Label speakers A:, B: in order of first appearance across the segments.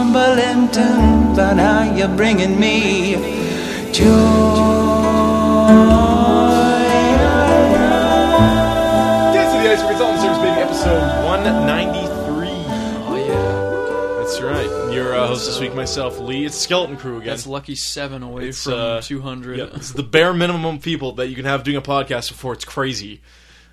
A: Bumbleempton, but now you're bringing me joy.
B: Dance of the Ice Cream Solid Service, baby, episode 193.
C: Oh yeah,
B: That's right. Your uh, host this week, myself, Lee. It's Skeleton Crew again.
C: that's lucky seven away
B: It's,
C: from
B: uh,
C: two hundred.
B: Yep, it's the bare minimum of people that you can have doing a podcast before it's crazy.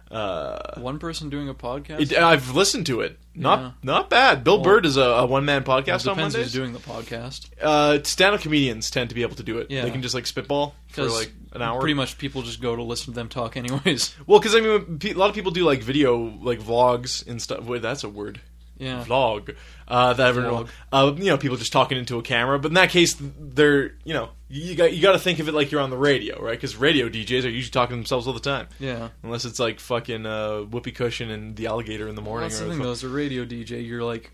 B: Uh,
C: One person doing a podcast.
B: it, I've listened to it. Not
C: Yeah.
B: not bad. Bill Bird is a, a one man
C: Well,
B: podcast on
C: depends
B: Mondays.
C: who's doing the podcast.
B: uh, Stand up comedians tend to be able to do it.
C: Yeah.
B: They can just like spitball for
C: 'Cause
B: like an hour.
C: Pretty much, people just go to listen to them talk, anyways.
B: Well, because I mean, when pe- a lot of people do like video, like vlogs and stuff. Wait, that's a word.
C: Yeah,
B: vlog. Uh, that
C: Vlog.
B: Uh, you know, people just talking into a camera. But in that case, they're you know you got you got to think of it like you're on the radio, right? Because radio DJs are usually talking to themselves all the time,
C: yeah.
B: unless it's like fucking uh, whoopee cushion and the alligator in the
C: Well,
B: morning.
C: that's
B: or
C: the thing,
B: fu-
C: though. As a radio DJ, you're like,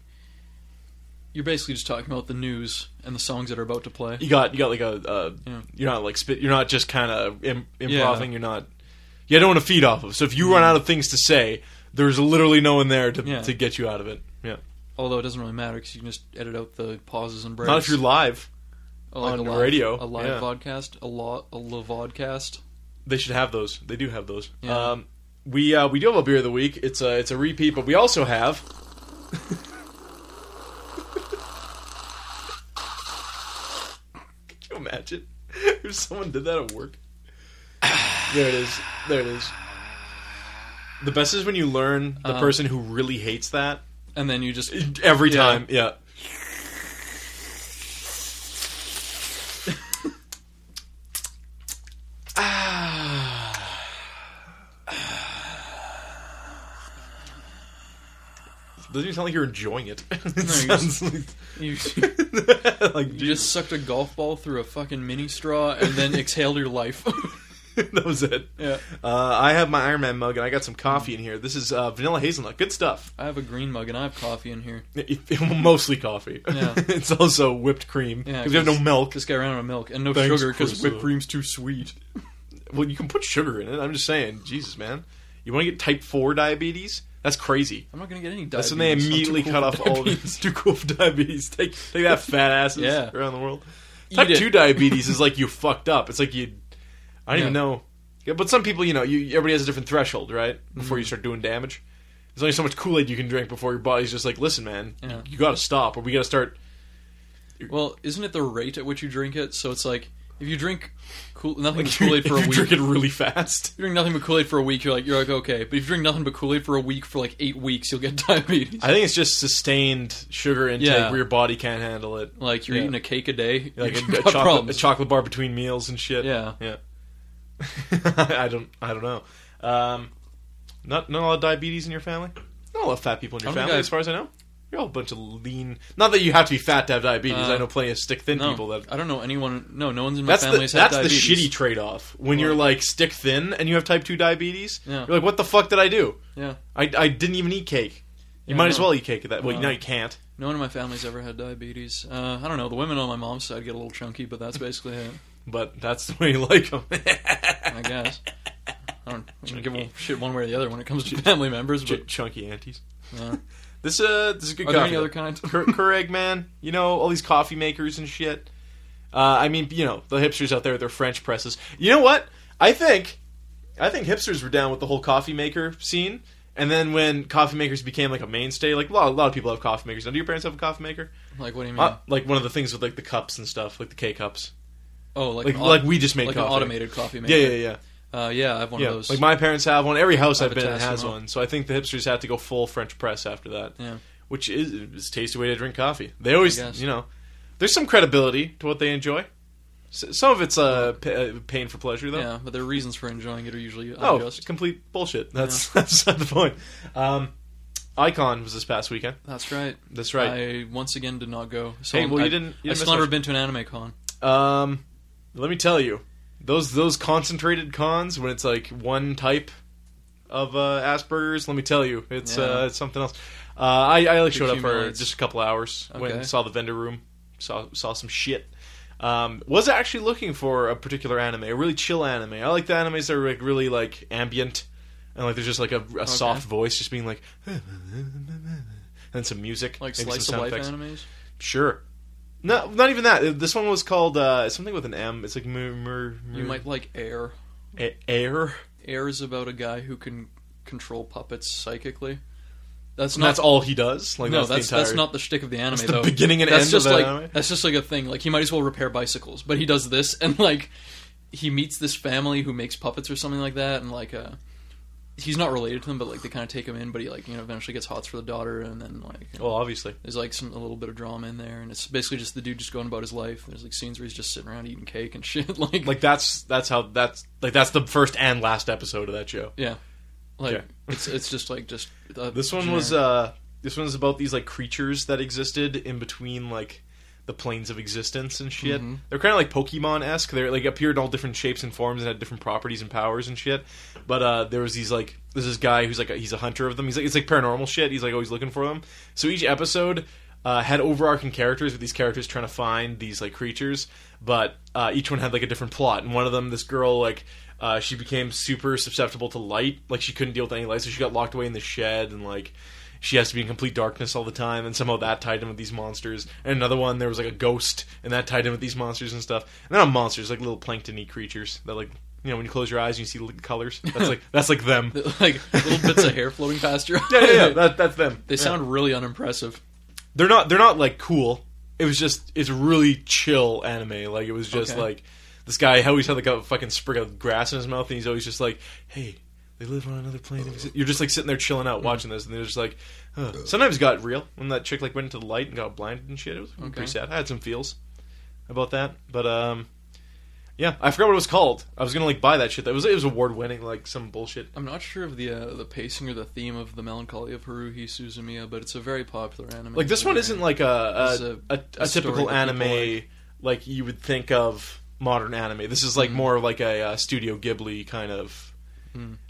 C: you're basically just talking about the news and the songs that are about to play.
B: you got you got like a uh,
C: Yeah.
B: you're not like spit. You're not just kind of Im-
C: Yeah.
B: improving. You're not. You don't want to feed off of. So if you run out of things to say, there's literally no one there to
C: Yeah.
B: to get you out of it. Yeah,
C: Although it doesn't really matter because you can just edit out the pauses and breaks.
B: not if you're live.
C: Oh,
B: on
C: a live,
B: radio,
C: a live
B: yeah.
C: vodcast, a lot, a live vodcast.
B: They should have those. They do have those.
C: Yeah.
B: Um, we uh, we do have a beer of the week. It's a it's a repeat, but we also have. Could you imagine if someone did that at work? There it is. There it is. The best is when you learn the
C: Uh-huh.
B: person who really hates that
C: And then you just
B: every
C: Yeah.
B: time. Yeah. Doesn't even sound like you're enjoying it. it sounds
C: just-
B: like,
C: you,
B: like
C: you just sucked a golf ball through a fucking mini straw and then exhaled your life.
B: that was it.
C: yeah.
B: Uh, I have my Iron Man mug and I got some coffee in here. This is uh, vanilla hazelnut. Good stuff.
C: I have a green mug and I have coffee in here.
B: Mostly coffee.
C: Yeah.
B: it's also whipped cream because
C: Yeah,
B: we have no
C: 'cause-
B: milk.
C: This guy ran out of milk and no
B: Thanks,
C: sugar because
B: Priscilla.
C: whipped cream's too sweet.
B: Well, you can put sugar in it. I'm just saying, Jesus, man. You want to get type four diabetes? That's crazy.
C: I'm not gonna get any.
B: That's
C: Diabetes.
B: when they
C: I'm too
B: immediately
C: cool
B: cut
C: for
B: off all of
C: diabetes.
B: it. Too cool for diabetes. Take take that, fat asses
C: Yeah.
B: around the world.
C: Eat
B: Type
C: it.
B: two diabetes is like you fucked up. It's like you. I don't even
C: Yeah.
B: know. Yeah, but some people, you know, you everybody has a different threshold, right? Before you start doing damage, there's only so much Kool Aid you can drink before your body's just like, listen, man,
C: Yeah.
B: you, got to stop, or we got to start.
C: Well, isn't it the rate at which you drink it? So it's like if you drink cool nothing
B: Like,
C: but Kool Aid
B: if
C: for a
B: you
C: week.
B: drink it really fast.
C: if you drink nothing but Kool Aid for a week, you're like you're like okay. But if you drink nothing but Kool Aid for a week for like eight weeks, you'll get diabetes.
B: I think it's just sustained sugar intake
C: Yeah.
B: where your body can't handle it.
C: like you're
B: Yeah.
C: eating a cake a day,
B: like
C: you've
B: a, a
C: got
B: chocolate, a
C: problems.
B: chocolate bar between meals and shit.
C: Yeah.
B: yeah. I don't, I don't know. Um, not not a lot of diabetes in your family. Not a lot of fat people in your
C: I don't
B: family,
C: think I-
B: as far as I know. You're all a bunch of lean. Not that you have to be fat to have diabetes.
C: Uh,
B: I know plenty of stick thin
C: no,
B: people that.
C: I don't know anyone. No, no one's in my
B: That's the
C: family.
B: that's
C: has had
B: the
C: diabetes.
B: shitty trade off when
C: Right.
B: you're like stick thin and you have type two diabetes.
C: Yeah.
B: You're like, what the fuck did I do?
C: Yeah,
B: I, I didn't even eat cake. You
C: Yeah,
B: might
C: no.
B: as well eat cake at that. Well,
C: Uh,
B: now you can't.
C: no one in my family's ever had diabetes. Uh, I don't know. The women on my mom's side get a little chunky, but that's basically it.
B: But that's the way you like them.
C: I guess. I don't, I don't give a shit one way or the other when it comes to family members. But
B: chunky aunties.
C: yeah.
B: This uh, this is good.
C: are there
B: coffee,
C: any other
B: though.
C: kind?
B: Keur- Keurig, man. You know all these coffee makers and shit. Uh, I mean, you know the hipsters out there with their French presses. You know what? I think, I think hipsters were down with the whole coffee maker scene. And then when coffee makers became like a mainstay, like a lot, a lot of people have coffee makers. Now, do your parents have a coffee maker?
C: Like what do you mean?
B: Uh, like one of the things with like the cups and stuff, like the K cups.
C: oh, like
B: Like
C: an
B: like
C: auto-
B: we just made
C: like an
B: coffee.
C: automated coffee maker.
B: Yeah, yeah, yeah.
C: Uh, yeah, I have one
B: yeah.
C: of those.
B: Like my parents have one. Every house
C: I
B: I've
C: have a
B: been in
C: Tesla.
B: has one. So I think the hipsters had to go full French press after that.
C: yeah,
B: which is, is a tasty way to drink coffee. They always,
C: guess.
B: you know, there's some credibility to what they enjoy. S- Some of it's uh, pa uh, pain for pleasure, though.
C: yeah, but their reasons for enjoying it are usually
B: oh,
C: unjust.
B: complete bullshit. That's that's not the point. Um, Icon was this past weekend.
C: That's right.
B: That's right.
C: I once again did not go. So
B: Hey,
C: I'm-
B: well, you
C: I-
B: didn't- you
C: I
B: didn't miss
C: still never
B: much.
C: been to an anime con.
B: Um, let me tell you, those those concentrated cons when it's like one type of uh, Asperger's. Let me tell you, it's
C: Yeah.
B: uh, it's something else. Uh, I I like
C: It
B: showed up for
C: accumulates.
B: just a couple hours. Went
C: Okay.
B: and saw the vendor room, saw saw some shit. Um, was actually looking for a particular anime, a really chill anime. I like the animes that are like really like ambient, and like there's just like a, a soft voice just being like, and some music,
C: Like
B: maybe
C: slice
B: some
C: of
B: sound
C: life
B: effects.
C: animes.
B: Sure. No, not even that. This one was called uh, something with an M. It's like mur, mur, mur,
C: You might like Air.
B: A- air.
C: Air is about a guy who can control puppets psychically. That's
B: And
C: not
B: that's all he does. Like
C: no,
B: that's,
C: that's
B: the entire...
C: that's not the shtick of the anime.
B: That's the
C: though.
B: beginning and
C: that's
B: end
C: just
B: of the
C: like
B: anime?
C: that's just like a thing. Like he might as well repair bicycles, but he does this and like he meets this family who makes puppets or something like that, and like uh, he's not related to them, but like they kind of take him in. But he like you know eventually gets hots for the daughter, and then like
B: Well, obviously.
C: there's like some a little bit of drama in there, and it's basically just the dude just going about his life. There's like scenes where he's just sitting around eating cake and shit. Like
B: Like that's that's how that's like that's the first and last episode of that show.
C: yeah, like
B: Yeah.
C: it's it's just like just uh,
B: This one was
C: generic.
B: uh this one was about these like creatures that existed in between like the planes of existence and shit.
C: Mhm.
B: They're kind of like Pokemon esque. They like appeared in all different shapes and forms and had different properties and powers and shit. But uh, there was these like there's this guy who's like a, he's a hunter of them. He's like it's like paranormal shit. He's like always looking for them. So each episode uh, had overarching characters with these characters trying to find these like creatures. But uh, each one had like a different plot. And one of them, this girl like uh, she became super susceptible to light. Like she couldn't deal with any light, so she got locked away in the shed and like she has to be in complete darkness all the time, and somehow that tied in with these monsters. And another one, there was like a ghost, and that tied in with these monsters and stuff. And they're not monsters, like little planktony creatures that like you know when you close your eyes and you see the colors. That's like that's like them.
C: like little bits of hair floating past your
B: yeah, yeah, yeah. That, that's them.
C: They
B: Yeah.
C: sound really unimpressive.
B: They're not. They're not like cool. It was just. It's really chill anime. Like it was just
C: Okay.
B: like this guy always had like a fucking sprig of grass in his mouth, and he's always just like, "Hey, they live on another plane." of exi-" You're just like sitting there chilling
C: Mm.
B: out, watching this, and they're just like, huh. "Sometimes it got real when that chick like went into the light and got blinded and shit." It was
C: Okay.
B: pretty sad. I had some feels about that, but um, yeah, I forgot what it was called. I was gonna like buy that shit. That was it was award winning like some bullshit.
C: I'm not sure of the uh, the pacing or the theme of the melancholy of Haruhi Suzumiya, but it's a very popular anime.
B: Like this one isn't like
C: It's
B: a a,
C: a-
B: a, a
C: a story
B: typical
C: that
B: anime
C: people
B: like. you would think of modern anime. This is like more of like a uh, Studio Ghibli kind of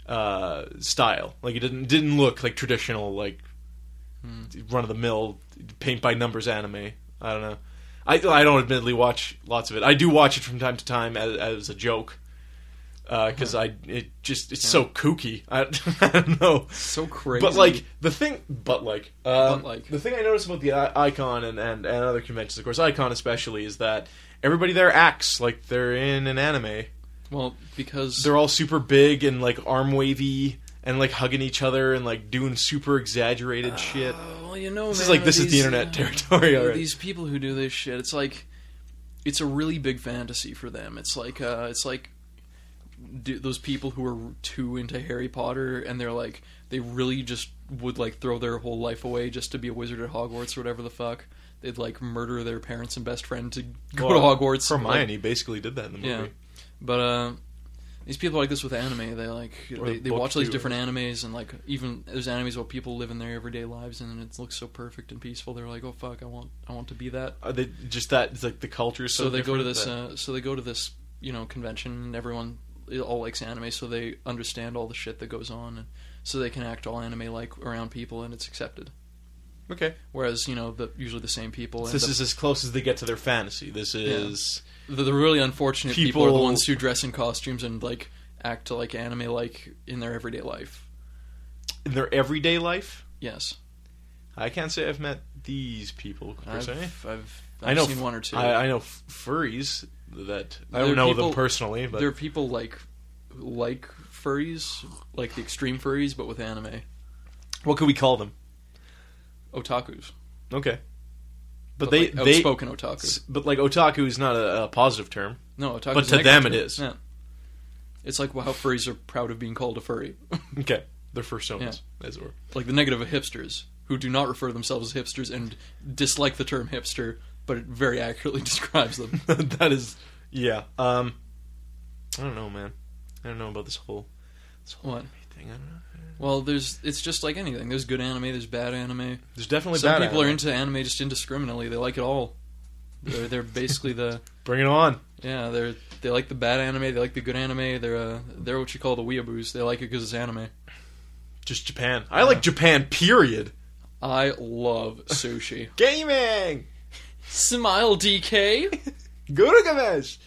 B: uh, style. Like it didn't didn't look like traditional like run of the mill paint by numbers anime. I don't know. I I don't admittedly watch lots of it. I do watch it from time to time as, as a joke because I it just it's so kooky. I, I don't know.
C: so crazy.
B: But like the thing, but like, um,
C: But like.
B: the thing I noticed about the I- icon and, and and other conventions, of course, icon especially, is that everybody there acts like they're in an anime.
C: well, because
B: They're all super big and like arm wavy and like hugging each other and like doing super exaggerated shit.
C: Oh, well, you know,
B: This is
C: man,
B: like this is the
C: these- uh,
B: internet territory already.
C: These people who do this shit, it's like it's a really big fantasy for them. It's like uh, it's like do, those people who are too into Harry Potter and they're like they really just would like throw their whole life away just to be a wizard at Hogwarts or whatever the fuck. They'd like murder their parents and best friend to go
B: Well,
C: to Hogwarts. like,
B: Hermione basically did that in the movie.
C: yeah, but uh, these people like this with anime. They like
B: Or
C: they,
B: the
C: they
B: book
C: watch all these
B: too,
C: different animes and like even there's animes where people live in their everyday lives and it looks so perfect and peaceful. They're like, oh fuck, I want I want to be that.
B: Are Uh, they just that it's like the culture. is
C: So, they go
B: different
C: to this.
B: that-
C: Uh, so they go to this you know convention and everyone it all likes anime, so they understand all the shit that goes on, and so they can act all anime like around people and it's accepted.
B: okay,
C: Whereas you know the usually the same
B: So
C: people. end
B: this
C: up-
B: is as close as they get to their fantasy. This is
C: the, the really unfortunate people, are the
B: People-
C: ones who dress in costumes and like act like anime like in their everyday life.
B: in their everyday life.
C: Yes,
B: I can't say I've met these people per
C: I've,
B: se.
C: I've, I've
B: I know
C: seen one or two.
B: I, uh, I know f- furries that I
C: They're
B: don't know
C: people-
B: them personally, but
C: there are people like like furries, like the extreme furries, but with anime
B: what could we call them?
C: otaku's.
B: Okay, but,
C: But,
B: they
C: like,
B: they
C: outspoken otaku.
B: s- but like otaku is not a, a positive term.
C: No, otaku.
B: but to them it is.
C: Yeah. It's like well, how furries are proud of being called a furry.
B: Okay, they're personas as it were.
C: like the negative of hipsters who do not refer to themselves as hipsters and dislike the term hipster, but it very accurately describes them.
B: that is yeah. Um, I don't know, man. I don't know about this whole this whole
C: What?
B: anime thing. I don't know.
C: Well, there's it's just like anything. There's good anime, there's bad anime.
B: There's definitely
C: Some
B: bad
C: people are
B: anime.
C: into anime just indiscriminately. They like it all. They're they're basically the
B: Bring it on.
C: yeah they're they like the bad anime. They like the good anime. They're uh, they're what you call the weeaboos. They like it because it's anime.
B: Just Japan. I like Japan. Period.
C: I love sushi.
B: Gaming.
C: Smile, DK.
B: Gurgamesh.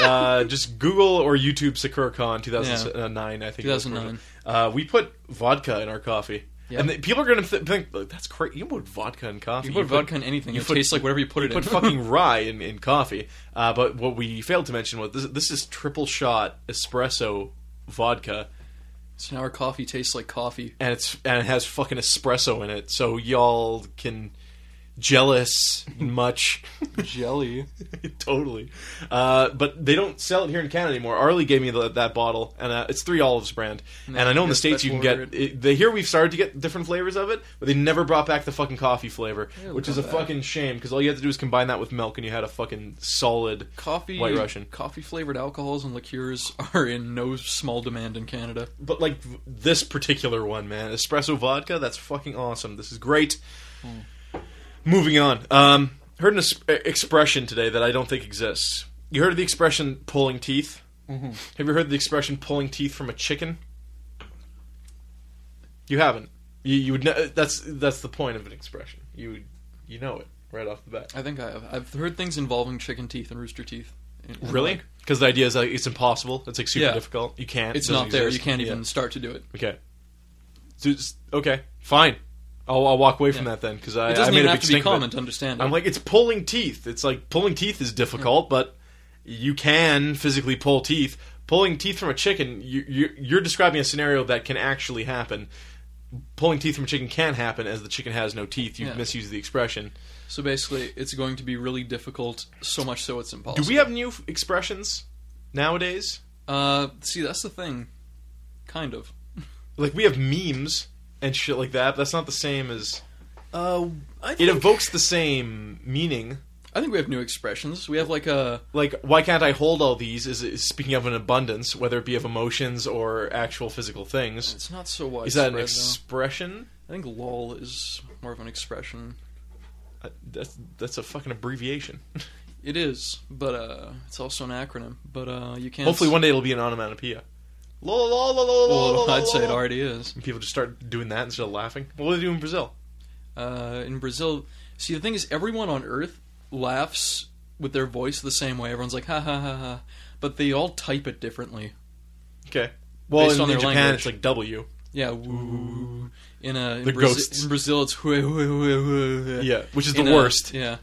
B: Uh, just Google or YouTube SakuraCon 2009. I think it was
C: 2009.
B: originally. Uh, we put vodka in our coffee.
C: Yeah.
B: And they, people are going to th- think like, that's crazy. You put vodka in coffee.
C: You put vodka in anything,
B: you
C: it
B: put-
C: tastes like whatever you put it
B: put
C: in.
B: fucking rye in, in coffee. Uh, but what we failed to mention was this, this is triple shot espresso vodka,
C: so now our coffee tastes like coffee.
B: and it's and it has fucking espresso in it. So y'all can jealous much.
C: Jelly.
B: totally. Uh, but they don't sell it here in Canada anymore. Arlie gave me the, that bottle, and uh, it's Three Olives brand.
C: No,
B: and I know in the
C: that's-
B: states you can
C: that's
B: get.
C: ordered.
B: It, they, here we've started to get different flavors of it, but they never brought back the fucking coffee flavor,
C: Yeah,
B: which
C: look
B: is a
C: at that.
B: fucking shame because all you had to do was combine that with milk, and you had a fucking solid.
C: Coffee.
B: White Russian.
C: Coffee flavored alcohols and liqueurs are in no small demand in Canada.
B: But like v- this particular one, man, espresso vodka. That's fucking awesome. This is great. Moving on. Um, heard an es- expression today that I don't think exists. You heard of the expression "pulling teeth"?
C: Mhm.
B: Have you heard the expression "pulling teeth from a chicken"? You haven't. You, you would. Know, that's that's the point of an expression. You would- you know it right off the bat.
C: I think I have. I've heard things involving chicken teeth and rooster teeth. And- and
B: Really?
C: like,
B: Because the idea is like it's impossible. It's like super
C: Yeah.
B: difficult. You can't.
C: it's
B: It doesn't
C: not there. You
B: exist.
C: can't
B: Yeah.
C: even start to do it.
B: Okay. So it's- okay, fine. I'll, I'll walk away from
C: Yeah.
B: that then because I,
C: it
B: I
C: doesn't
B: made
C: even
B: a big
C: have to be
B: stink of it.
C: common to understand it.
B: I'm like, it's pulling teeth. It's like pulling teeth is difficult, but you can physically pull teeth. Pulling teeth from a chicken, you, you, you're describing a scenario that can actually happen. Pulling teeth from a chicken can happen as the chicken has no teeth. You
C: Yeah.
B: misuse the expression.
C: so basically, it's going to be really difficult. So much so it's impossible.
B: Do we have new f- expressions nowadays?
C: Uh, see, that's the thing. Kind of.
B: Like we have memes and shit like that. But that's not the same as
C: Uh, I
B: it
C: think,
B: evokes the same meaning.
C: I think we have new expressions. We have like a
B: like why can't I hold all these? Is, is speaking of an abundance, whether it be of emotions or actual physical things.
C: It's not so widespread.
B: Is that an
C: though.
B: expression?
C: I think "lol" is more of an expression.
B: Uh, That's that's a fucking abbreviation.
C: It is, but uh, it's also an acronym. But uh, you can't.
B: Hopefully, one day it'll be an onomatopoeia. Lol, lol, lol, lol, lol,
C: Well,
B: lol,
C: I'd
B: lol,
C: say it
B: lol.
C: already is.
B: And people just start doing that instead of laughing. What do they do in Brazil?
C: Uh, in Brazil, see the thing is, everyone on Earth laughs with their voice the same way. Everyone's like ha ha ha ha, but they all type it differently.
B: Okay. Well,
C: Based
B: in,
C: on
B: in
C: their
B: Japan,
C: language.
B: it's like W.
C: Yeah. Woo. In a in,
B: The
C: Brazi-
B: ghosts.
C: in Brazil, it's hue, hue, hue, hue, hue.
B: Yeah, which is the
C: In, uh,
B: worst.
C: yeah.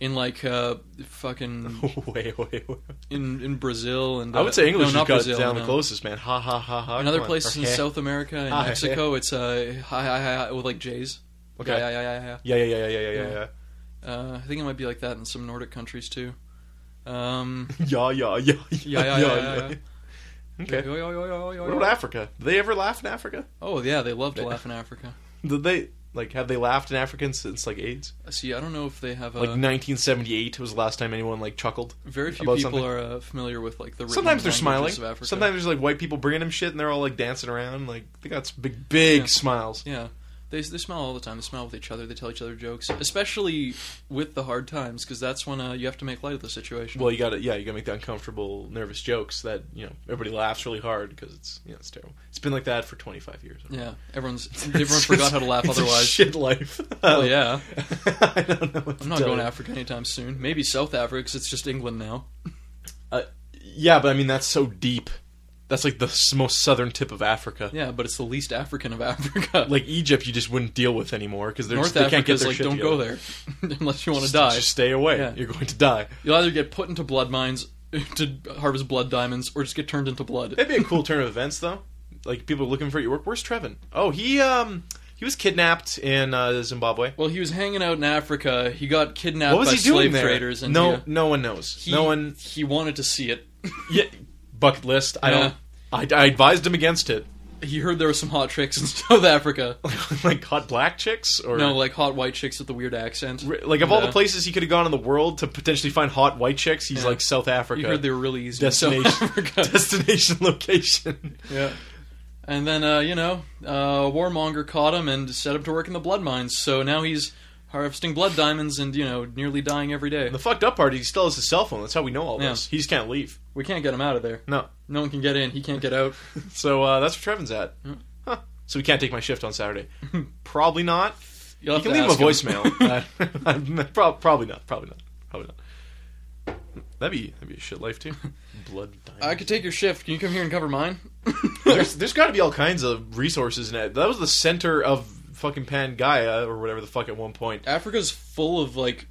C: In like uh, fucking
B: wait, wait, wait.
C: in in Brazil and
B: I
C: uh,
B: would say English
C: no,
B: has
C: not
B: got
C: Brazil,
B: down
C: no.
B: the closest, man. Ha ha ha ha.
C: In
B: Come
C: other
B: on.
C: places in
B: Okay.
C: South America, in
B: Ah,
C: Mexico, it's uh, hi hi hi hi with like J's.
B: Okay.
C: Yeah, yeah, yeah, yeah,
B: Yeah, yeah, yeah, yeah, yeah, yeah, yeah.
C: yeah. Uh, I think it might be like that in some Nordic countries too. Um,
B: Yeah, yeah, yeah,
C: yeah, yeah, yeah, yeah, yeah.
B: Okay.
C: Yo, yo, yo, yo, yo,
B: What
C: yo.
B: about Africa? Do they ever laugh in Africa?
C: Oh yeah, they love to
B: Yeah.
C: laugh in Africa.
B: Did they like have they laughed in Africa since like AIDS?
C: See, I don't know if they have a
B: Like 1978 was the last time anyone like chuckled.
C: very few
B: about
C: people
B: something.
C: are uh, familiar with like the written
B: Sometimes they're smiling.
C: languages Of Africa.
B: Sometimes there's like white people bringing them shit and they're all like dancing around. Like they got some big big
C: Yeah.
B: smiles.
C: yeah. They, they smile all the time. They smile with each other. They tell each other jokes, especially with the hard times, because that's when uh, you have to make light of the situation.
B: Well, you got to yeah, you got to make the uncomfortable, nervous jokes that you know everybody laughs really hard because it's you know, it's terrible. It's been like that for 25 years.
C: yeah, everyone's everyone forgot how to laugh
B: It's a
C: otherwise.
B: shit life.
C: Oh yeah,
B: I don't know. What
C: I'm
B: to
C: not
B: tell
C: going
B: you.
C: to Africa anytime soon. Maybe South Africa, 'cause it's just England now.
B: Yeah, but I mean that's so deep. That's like the s- most southern tip of Africa.
C: Yeah, but it's the least African of Africa.
B: Like Egypt, you just wouldn't deal with anymore because they
C: North
B: can't
C: Africa
B: get
C: is
B: their
C: like,
B: shit
C: don't
B: together.
C: go there unless you want
B: Just-
C: to die.
B: Just stay away.
C: Yeah.
B: You're going to die.
C: You'll either get put into blood mines to harvest blood diamonds, or just get turned into blood.
B: That'd be a cool turn of events, though. Like people are looking for your work. Where's Trevin? Oh, he um he was kidnapped in uh, Zimbabwe.
C: Well, he was hanging out in Africa. He got kidnapped
B: What was
C: by
B: he doing
C: slave
B: there?
C: traders, and
B: no,
C: he,
B: no one knows.
C: he-
B: no one.
C: He wanted to see it.
B: Yeah, bucket list. I
C: Yeah.
B: don't. I, I advised him against it.
C: He heard there were some hot chicks in South Africa.
B: like hot black chicks or
C: No, like hot white chicks with the weird accent.
B: R- like of all the
C: Yeah.
B: places he could have gone in the world to potentially find hot white chicks, he's
C: Yeah.
B: like South Africa.
C: You heard they were really easy. in South
B: destination
C: Africa.
B: destination location.
C: Yeah. And then, uh, you know, uh, Warmonger caught him and set him to work in the blood mines. So now he's harvesting blood diamonds and, you know, nearly dying every day.
B: And the fucked up part, is he still has his cell phone. That's how we know all
C: Yeah.
B: this. He just can't leave.
C: We can't get him out of there.
B: No.
C: No one can get in. He can't get out.
B: So uh, that's where Trevin's at.
C: Mm.
B: Huh. So we can't take my shift on Saturday. probably not. You
C: You'll have
B: can
C: to
B: leave him a
C: ask him.
B: voicemail. Uh, prob- probably not. Probably not. Probably not. That'd be that'd be a shit life too. Blood. Diamond.
C: I could take your shift. Can you come here and cover mine?
B: there's there's got to be all kinds of resources in it. That was the center of fucking Pangaea or whatever the fuck at one point.
C: Africa's full of like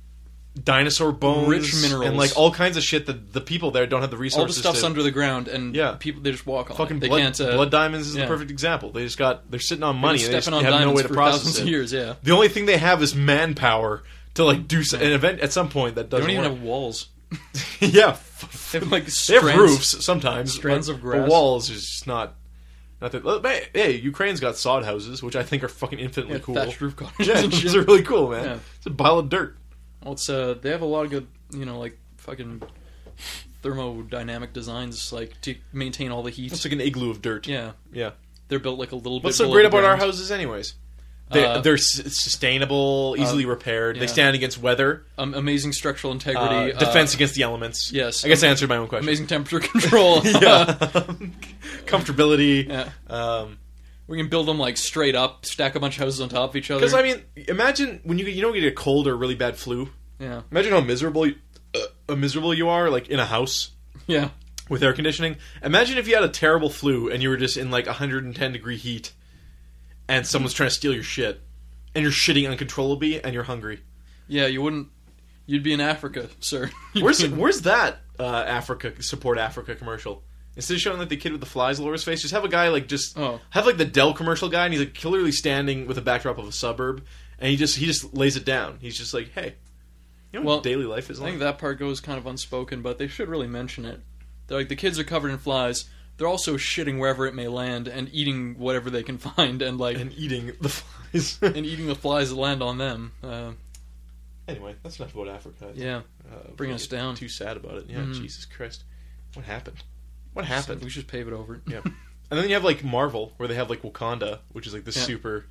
B: Dinosaur bones,
C: Rich minerals.
B: and like all kinds of shit that the people there don't have the resources.
C: all the stuff's
B: to,
C: under the ground, and
B: Yeah.
C: people they just walk on. it.
B: fucking
C: they
B: blood,
C: can't uh,
B: blood diamonds is the
C: yeah.
B: perfect example. They just got they're sitting on
C: they've been
B: money. and They just
C: stepping on
B: have no
C: diamonds
B: way to
C: for
B: process
C: thousands
B: it.
C: of years. Yeah,
B: The only thing they have is manpower to like do s- an event at some point that
C: they
B: doesn't
C: don't even
B: work.
C: have walls.
B: yeah, f-
C: They have like
B: they have
C: strands.
B: roofs sometimes.
C: strands
B: but-
C: of grass.
B: But walls is just not. Not that, look, hey, hey, Ukraine's got sod houses, which I think are fucking infinitely
C: Yeah,
B: cool.
C: thatched roof cottages
B: Yeah,
C: and shit.
B: these are really cool, man.
C: Yeah.
B: It's a pile of dirt.
C: Well, it's uh, they have a lot of good, you know, like fucking thermodynamic designs, like to maintain all the heat.
B: It's like an igloo of dirt.
C: yeah,
B: Yeah.
C: they're built like a little
B: What's so
C: bit. below
B: great
C: the
B: about our
C: ground.
B: houses, anyways? They,
C: Uh,
B: they're s- sustainable, easily repaired. They
C: yeah.
B: stand against weather,
C: Um, amazing structural
B: uh,
C: integrity, uh,
B: defense against the elements.
C: yes,
B: I guess I answered my own question.
C: amazing temperature control.
B: yeah. Comfortability.
C: yeah.
B: Um,
C: We can build them like straight up, stack a bunch of houses on top of each other.
B: Because I mean, imagine when you you don't get a cold or really bad flu.
C: yeah,
B: Imagine how miserable, you- uh, uh, miserable you are, like in a house
C: yeah,
B: with air conditioning. Imagine if you had a terrible flu and you were just in like 110 degree heat, and someone's trying to steal your shit, and you're shitting uncontrollably, and you're hungry.
C: yeah. You wouldn't. You'd be in Africa, sir.
B: Where's where's that uh, Africa support Africa commercial? Instead of showing like the kid with the flies lower his face, just have a guy like just
C: Oh.
B: have like the Dell commercial guy, and he's like clearly standing with a backdrop of a suburb, and he just he just lays it down. He's just like, hey, you know
C: Well,
B: what daily life is
C: I
B: like.
C: think that part goes kind of unspoken, but they should really mention it. They're like the kids are covered in flies. They're also shitting wherever it may land and eating whatever they can find and like and,
B: and eating the flies.
C: eating the flies that land on them. Uh,
B: anyway, that's enough about Africa.
C: yeah,
B: Uh,
C: bring
B: we
C: us
B: get
C: down.
B: Too sad about it. Yeah,
C: Mhm.
B: Jesus Christ, what happened? What happened?
C: We should pave it over.
B: Yeah. And then you have like Marvel, where they have like Wakanda, which is like this
C: Yeah.
B: super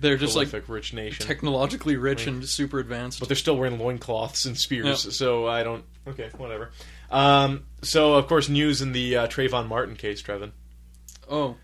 C: they're just like
B: prolific rich nation.
C: technologically rich
B: Right.
C: and super advanced.
B: but they're still wearing loincloths and spears. So I don't. Okay, whatever. Um, so of course, news in the uh, Trayvon Martin case, Trevin.
C: Oh,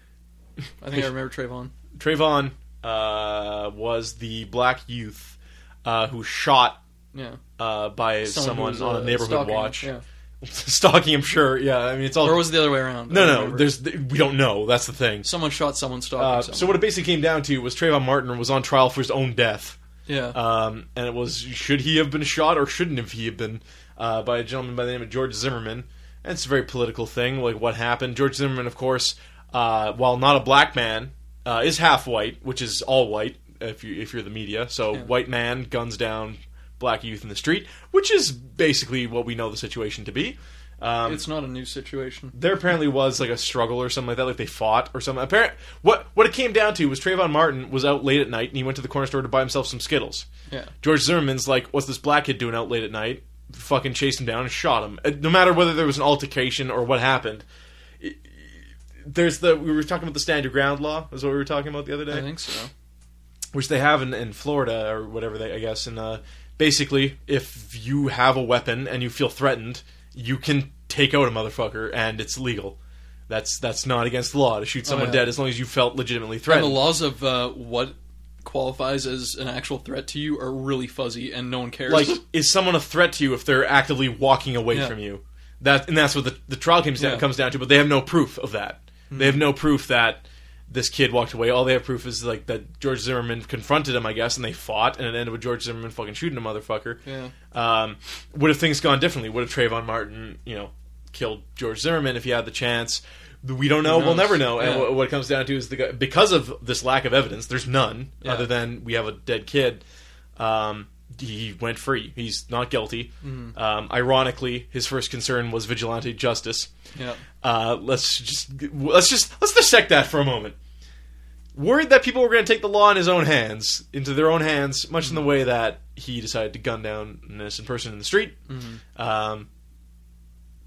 C: I think I remember Trayvon.
B: Trayvon uh, was the black youth uh, who shot
C: Yeah,
B: uh, by someone,
C: who was,
B: on
C: uh,
B: a neighborhood
C: stalking,
B: watch,
C: Yeah.
B: stalking him. Sure, yeah. I mean, it's all
C: Or was it the other way around? I
B: no,
C: don't
B: no.
C: remember.
B: There's we don't know. That's the thing.
C: someone shot someone stalking.
B: Uh,
C: someone.
B: so what it basically came down to was Trayvon Martin was on trial for his own death.
C: Yeah,
B: um, and it was should he have been shot or shouldn't have he have been uh, by a gentleman by the name of George Zimmerman. And it's a very political thing, like what happened. George Zimmerman, of course, uh, while not a black man, uh, is half white, which is all white if you if you're the media. So
C: Yeah.
B: white man guns down black youth in the street, which is basically what we know the situation to be. Um,
C: it's not a new situation.
B: there apparently was like a struggle or something like that, like they fought or something. Apparent what what it came down to was Trayvon Martin was out late at night and he went to the corner store to buy himself some Skittles.
C: Yeah,
B: George Zimmerman's like, "What's this black kid doing out late at night?" Fucking chased him down and shot him. Uh, No matter whether there was an altercation or what happened, i- i- there's the we were talking about the stand your ground law is what we were talking about the other
C: I
B: day,
C: think so.
B: which they have in, in Florida or whatever they I guess. And uh, basically, if you have a weapon and you feel threatened, you can take out a motherfucker and it's legal. That's that's not against the law to shoot someone
C: Oh, yeah.
B: dead as long as you felt legitimately
C: And the
B: threatened.
C: laws of uh, what qualifies as an actual threat to you are really fuzzy, and no one cares.
B: like is someone a threat to you if they're actively walking away
C: Yeah.
B: from you that and that's what the, the trial comes down,
C: Yeah. Hmm.
B: comes down to but they have no proof of that they have no proof that this kid walked away all they have proof is like that george zimmerman confronted him i guess and they fought and it ended with george zimmerman fucking shooting a motherfucker
C: yeah,
B: um, would have things gone differently would have trayvon martin you know killed george zimmerman if he had the chance we don't know. We'll
C: knows?
B: never know.
C: Yeah.
B: And what, what it comes down to is the guy, because of this lack of evidence, there's none
C: Yeah.
B: other than we have a dead kid. Um, he went free. He's not guilty.
C: Mm-hmm.
B: Um, ironically, his first concern was vigilante justice.
C: yeah.
B: Uh, let's just let's just let's dissect that for a moment. Worried that people were going to take the law in his own hands, into their own hands, much in
C: Mm-hmm.
B: the way that he decided to gun down an innocent person in the street.
C: Mm-hmm.
B: Um,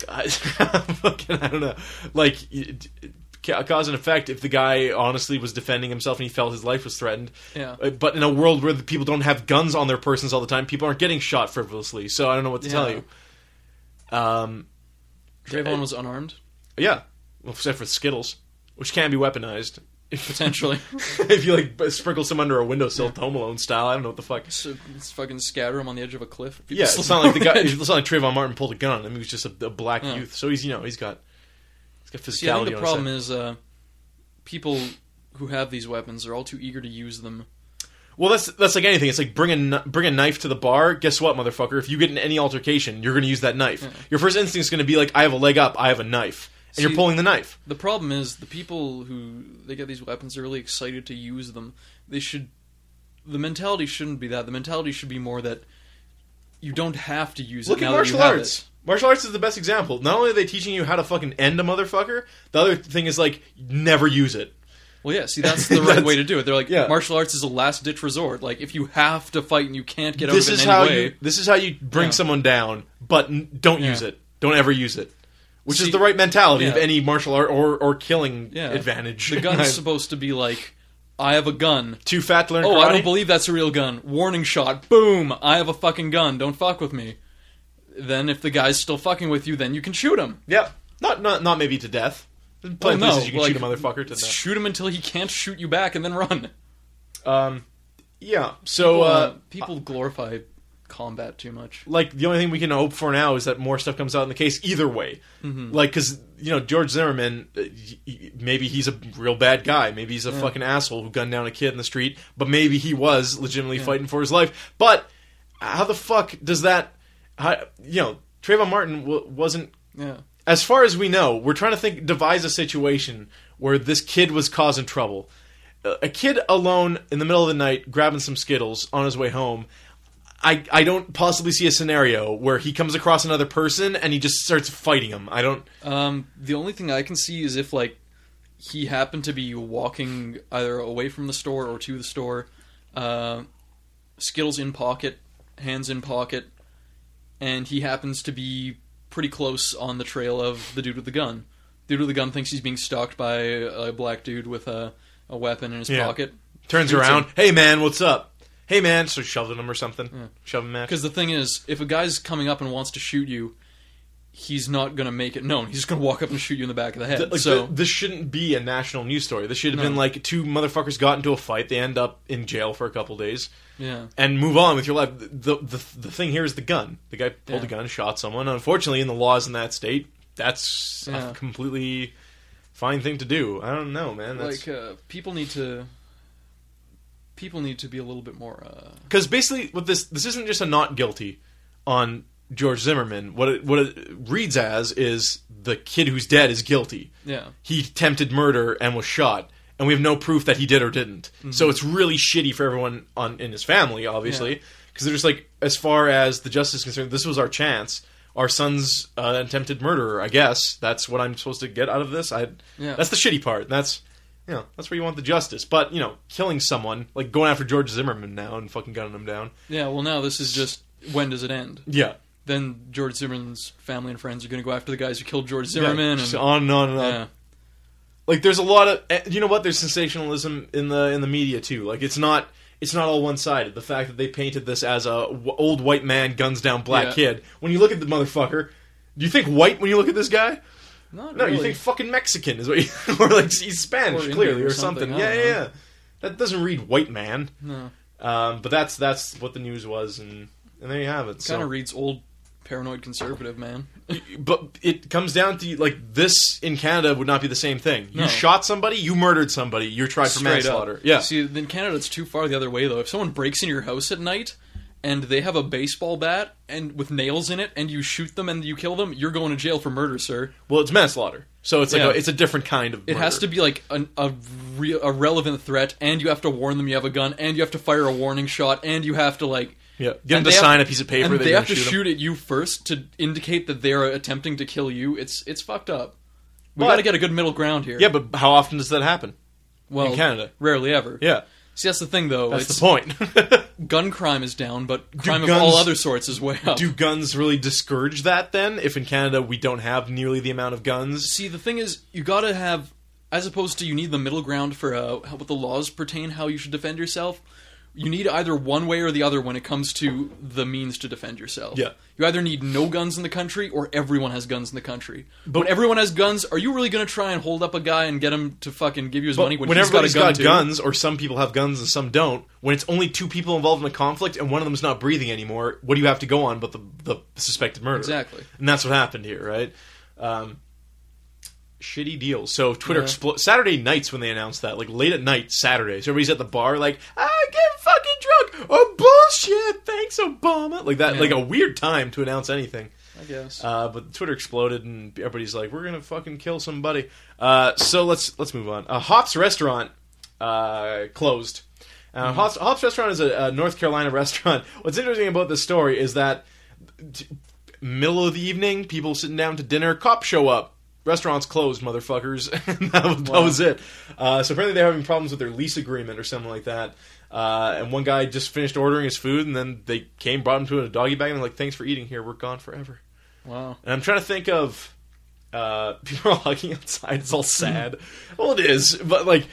B: I, fucking, I don't know. Like, it- it- ca- cause and effect, if the guy honestly was defending himself and he felt his life was threatened.
C: Yeah.
B: Uh, But in a world where the people don't have guns on their persons all the time, people aren't getting shot frivolously, so I don't know what to tell
C: Yeah.
B: you. Um,
C: Trayvon was unarmed,
B: yeah, well, except for Skittles, which can be weaponized. If,
C: potentially.
B: if you like b- sprinkle some under a windowsill, Home Alone style, I don't know what the fuck.
C: so it's fucking scatter him on the edge of a cliff.
B: Yeah, it's not like the guy. It's not like Trayvon Martin pulled a gun on him. He was just a, a black
C: Yeah.
B: youth, so he's you know he's got he's got physicality.
C: See, I think
B: on
C: the
B: his
C: problem
B: side.
C: is uh, people who have these weapons are all too eager to use them.
B: Well, that's that's like anything. It's like bring a kn- bring a knife to the bar. Guess what, motherfucker? If you get in any altercation, you're going to use that knife. Your first instinct is going to be like, I have a leg up, I have a knife, and
C: See-
B: you're pulling the knife.
C: The problem is the people who they get these weapons are really excited to use them. They should the mentality shouldn't be that. The mentality should be more that you don't have to use
B: Look
C: it
B: at
C: now that you
B: martial
C: have
B: arts.
C: it.
B: Martial arts is the best example. Not only are they teaching you how to fucking end a motherfucker, the other thing is like never use it.
C: Well, yeah, see that's the right way to do it. They're like
B: Yeah.
C: martial arts is a last ditch resort. Like if you have to fight and you can't get out
B: this
C: of it
B: is
C: in any
B: how
C: way.
B: you this is how you bring
C: Yeah.
B: someone down, but n- don't
C: Yeah.
B: use it. Don't ever use it. Which
C: See-
B: is the right mentality of
C: yeah.
B: any martial art or, or killing
C: yeah.
B: advantage.
C: The gun's supposed to be like I have a gun.
B: too fat to learn
C: Oh, I
B: karate?
C: don't believe that's a real gun. Warning shot. Boom. I have a fucking gun. Don't fuck with me. Then if the guy's still fucking with you, then you can shoot him.
B: Yeah, not not not maybe to death. There's Plenty
C: Well,
B: of
C: Oh, no,
B: places you can
C: like,
B: shoot a motherfucker to death.
C: Shoot him until he can't shoot you back, and then run.
B: Um, yeah. So
C: People,
B: uh,
C: people glorify combat too much.
B: like the only thing we can hope for now is that more stuff comes out in the case either way like because you know george zimmerman uh, y- y- maybe he's a real bad guy maybe he's a fucking asshole who gunned down a kid in the street but maybe he was legitimately fighting for his life but how the fuck does that how, you know trayvon martin w- wasn't
C: Yeah,
B: as far as we know, we're trying to think devise a situation where this kid was causing trouble. A a kid alone in the middle of the night grabbing some Skittles on his way home. I, I don't possibly see a scenario where he comes across another person and he just starts fighting him. I don't.
C: Um, the only thing I can see is if like he happened to be walking either away from the store or to the store, uh, Skittles in pocket, hands in pocket, and he happens to be pretty close on the trail of the dude with the gun. dude with the gun thinks he's being stalked by a black dude with a, a weapon in his
B: Yeah.
C: pocket.
B: Turns
C: Shoots
B: around.
C: him.
B: Hey man, what's up? Hey man, so shoving him or something. Shoving match.
C: Because the thing is, if a guy's coming up and wants to shoot you, he's not gonna make it known. He's just gonna walk up and shoot you in the back of the head.
B: Th- like,
C: so
B: th- this shouldn't be a national news story. This should have
C: No.
B: been like two motherfuckers got into a fight. They end up in jail for a couple days.
C: yeah,
B: and move on with your life. The the, the thing here is the gun. The guy pulled
C: Yeah.
B: a gun, shot someone. Unfortunately, in the laws in that state, that's
C: Yeah.
B: a completely fine thing to do. I don't know, man. That's
C: like uh, people need to people need to be a little bit more. Uh,
B: because basically, what this this isn't just a not guilty on George Zimmerman. What it, what it reads as is the kid who's dead is guilty.
C: yeah,
B: He attempted murder and was shot. And we have no proof that he did or didn't.
C: Mm-hmm.
B: So it's really shitty for everyone on in his family, obviously.
C: Yeah.
B: because they're just like as far as the justice is concerned this was our chance our son's uh, attempted murderer i guess that's what i'm supposed to get out of this i
C: Yeah.
B: that's the shitty part that's you know that's where you want the justice but you know killing someone like going after george zimmerman now and fucking gunning him down
C: yeah. Well, now this is just when does it end?
B: yeah
C: Then George Zimmerman's family and friends are going to go after the guys who killed George Zimmerman.
B: just
C: and,
B: on and on and on
C: yeah,
B: like there's a lot of eh, you know what there's sensationalism in the in the media too like it's not it's not all one-sided the fact that they painted this as a w- old white man guns down black
C: Yeah.
B: kid when you look at the motherfucker do you think white when you look at this guy
C: not
B: No, you
C: really.
B: think fucking Mexican is what you, or like he's Spanish
C: Or Indian
B: clearly
C: or
B: or, something.
C: something, I
B: Yeah,
C: don't
B: yeah,
C: know.
B: yeah. That doesn't read white man.
C: no,
B: Um, but that's that's what the news was, and and there you have it.
C: kind
B: So,
C: of reads old paranoid conservative man.
B: but it comes down to like this in Canada would not be the same thing. You
C: No.
B: shot somebody, you murdered somebody, you're tried for
C: Straight up.
B: manslaughter. Yeah,
C: See, in Canada, it's too far the other way though. If someone breaks in your house at night and they have a baseball bat and with nails in it, and you shoot them and you kill them, you're going to jail for murder, sir.
B: well, it's manslaughter, so it's like
C: Yeah.
B: a, it's a different kind of.
C: It has to
B: murder.
C: be like an, a real, a relevant threat, and you have to warn them you have a gun, and you have to fire a warning shot, and you have to like
B: Yeah, get them
C: and
B: to
C: they have-
B: sign a piece of paper.
C: and
B: that
C: they
B: you're
C: have to
B: gonna
C: shoot,
B: shoot 'em.
C: at you first to indicate that they are attempting to kill you. It's it's fucked up. We
B: But-
C: got to get a good middle ground here.
B: Yeah, but how often does that happen?
C: well,
B: in Canada.
C: rarely ever.
B: Yeah,
C: See, that's the thing though.
B: that's
C: it's,
B: the point.
C: Gun crime is down, but crime of
B: guns-
C: all other sorts is way up.
B: do guns really discourage that then if in canada we don't have nearly the amount of guns
C: See, the thing is, you gotta have, as opposed to you need the middle ground for uh, how, what the laws pertain, how you should defend yourself. You need either one way or the other when it comes to the means to defend yourself.
B: Yeah.
C: You either need no guns in the country or everyone has guns in the country. But when everyone has guns, are you really gonna try and hold up a guy and get him to fucking give you his money when he's got a
B: everybody's
C: gun? too?
B: guns or some people have guns and some don't when it's only two people involved in a conflict and one of them's not breathing anymore what do you have to go on but the, the suspected murder
C: Exactly.
B: and that's what happened here right um, shitty deals so twitter
C: Yeah.
B: explo- saturday nights when they announced that like late at night saturday so everybody's at the bar like i get fucking oh bullshit! Thanks, Obama. Like that,
C: Yeah.
B: like a weird time to announce anything.
C: I guess.
B: Uh, but Twitter exploded, and everybody's like, "We're gonna fucking kill somebody." Uh, so let's let's move on. Uh, Hops Restaurant uh, closed. Uh, Hops, Hops Restaurant is a, a North Carolina restaurant. What's interesting about this story is that t- middle of the evening, people sitting down to dinner, cops show up. Restaurants closed, motherfuckers. and that, was- that
C: Wow.
B: was it. Uh, so apparently they're having problems with their lease agreement or something like that. Uh, and one guy just finished ordering his food, and then they came, brought him to a doggy bag, and like, "Thanks for eating here. We're gone forever."
C: wow.
B: And I'm trying to think of uh, people are hugging outside. It's all sad. well, it is, but like,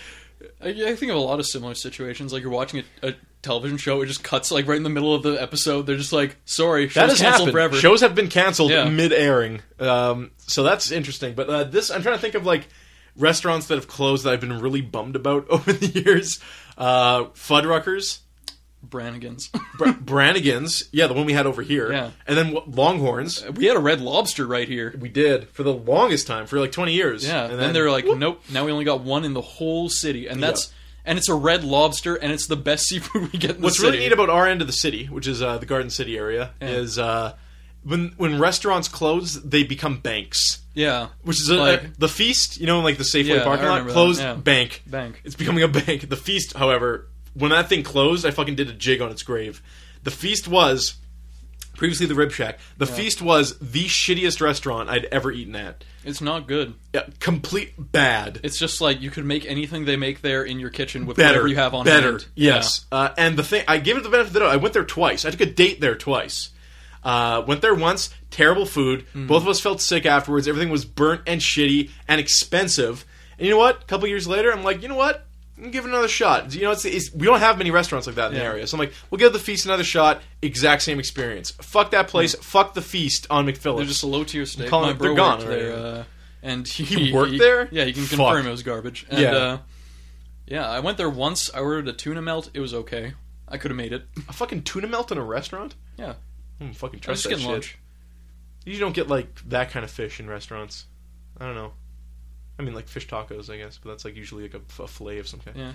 C: I, I think of a lot of similar situations. Like you're watching a, a television show, it just cuts like right in the middle of the episode. They're just like, "Sorry,
B: that
C: show's
B: has
C: canceled
B: happened.
C: forever."
B: Shows have been canceled
C: Yeah.
B: mid-airing, um, so that's interesting. But uh, this, I'm trying to think of like restaurants that have closed that I've been really bummed about over the years. Uh, Fuddruckers,
C: Brannigan's.
B: Br- Brannigan's, yeah, the one we had over here,
C: Yeah.
B: and then w- Longhorns.
C: we had a Red Lobster right here.
B: We did for the longest time, for like 20 years.
C: Yeah, and then, they're like, "Nope, now we only got one in the whole city," and that's and it's a Red Lobster, and it's the best seafood we get in the
B: What's
C: city.
B: really neat about our end of the city, which is uh, the Garden City area, is uh, when when restaurants close, they become banks.
C: yeah,
B: Which is a,
C: Like-
B: the feast, you know, like the Safeway
C: Yeah,
B: parking
C: I
B: lot
C: remember that,
B: closed
C: yeah.
B: bank.
C: bank.
B: It's becoming a bank. The feast, however, when that thing closed, I fucking did a jig on its grave. The feast was previously the Rib Shack. The feast was the shittiest restaurant I'd ever eaten at.
C: It's not good.
B: Yeah, complete bad.
C: It's just like you could make anything they make there in your kitchen with
B: better
C: whatever you have on
B: better
C: hand.
B: yes uh, and the thing i give it the benefit of the doubt i went there twice i took a date there twice uh, went there once terrible food
C: Hmm.
B: both of us felt sick afterwards everything was burnt and shitty and expensive and you know what a couple years later i'm like you know what I'm gonna give it another shot you know it's, it's we don't have many restaurants like that in the
C: Yeah.
B: area so i'm like we'll give the feast another shot exact same experience fuck that place fuck the feast on mcphillips
C: Hmm. They're just a low tier steak.
B: calling
C: My
B: it-
C: bro
B: they're gone
C: worked there,
B: already.
C: uh, and he,
B: He worked there?
C: Yeah, you can
B: Fuck.
C: confirm it was garbage. And,
B: Yeah.
C: Uh, yeah, I went there once. I ordered a tuna melt. It was okay. I could have made it.
B: a fucking tuna melt in a restaurant
C: Yeah,
B: I don't fucking
C: I
B: trust
C: was just
B: that
C: getting
B: shit.
C: lunch.
B: You don't get like that kind of fish in restaurants. I don't know. I mean, like fish tacos, I guess, but that's like usually like a, a fillet of some kind.
C: Yeah.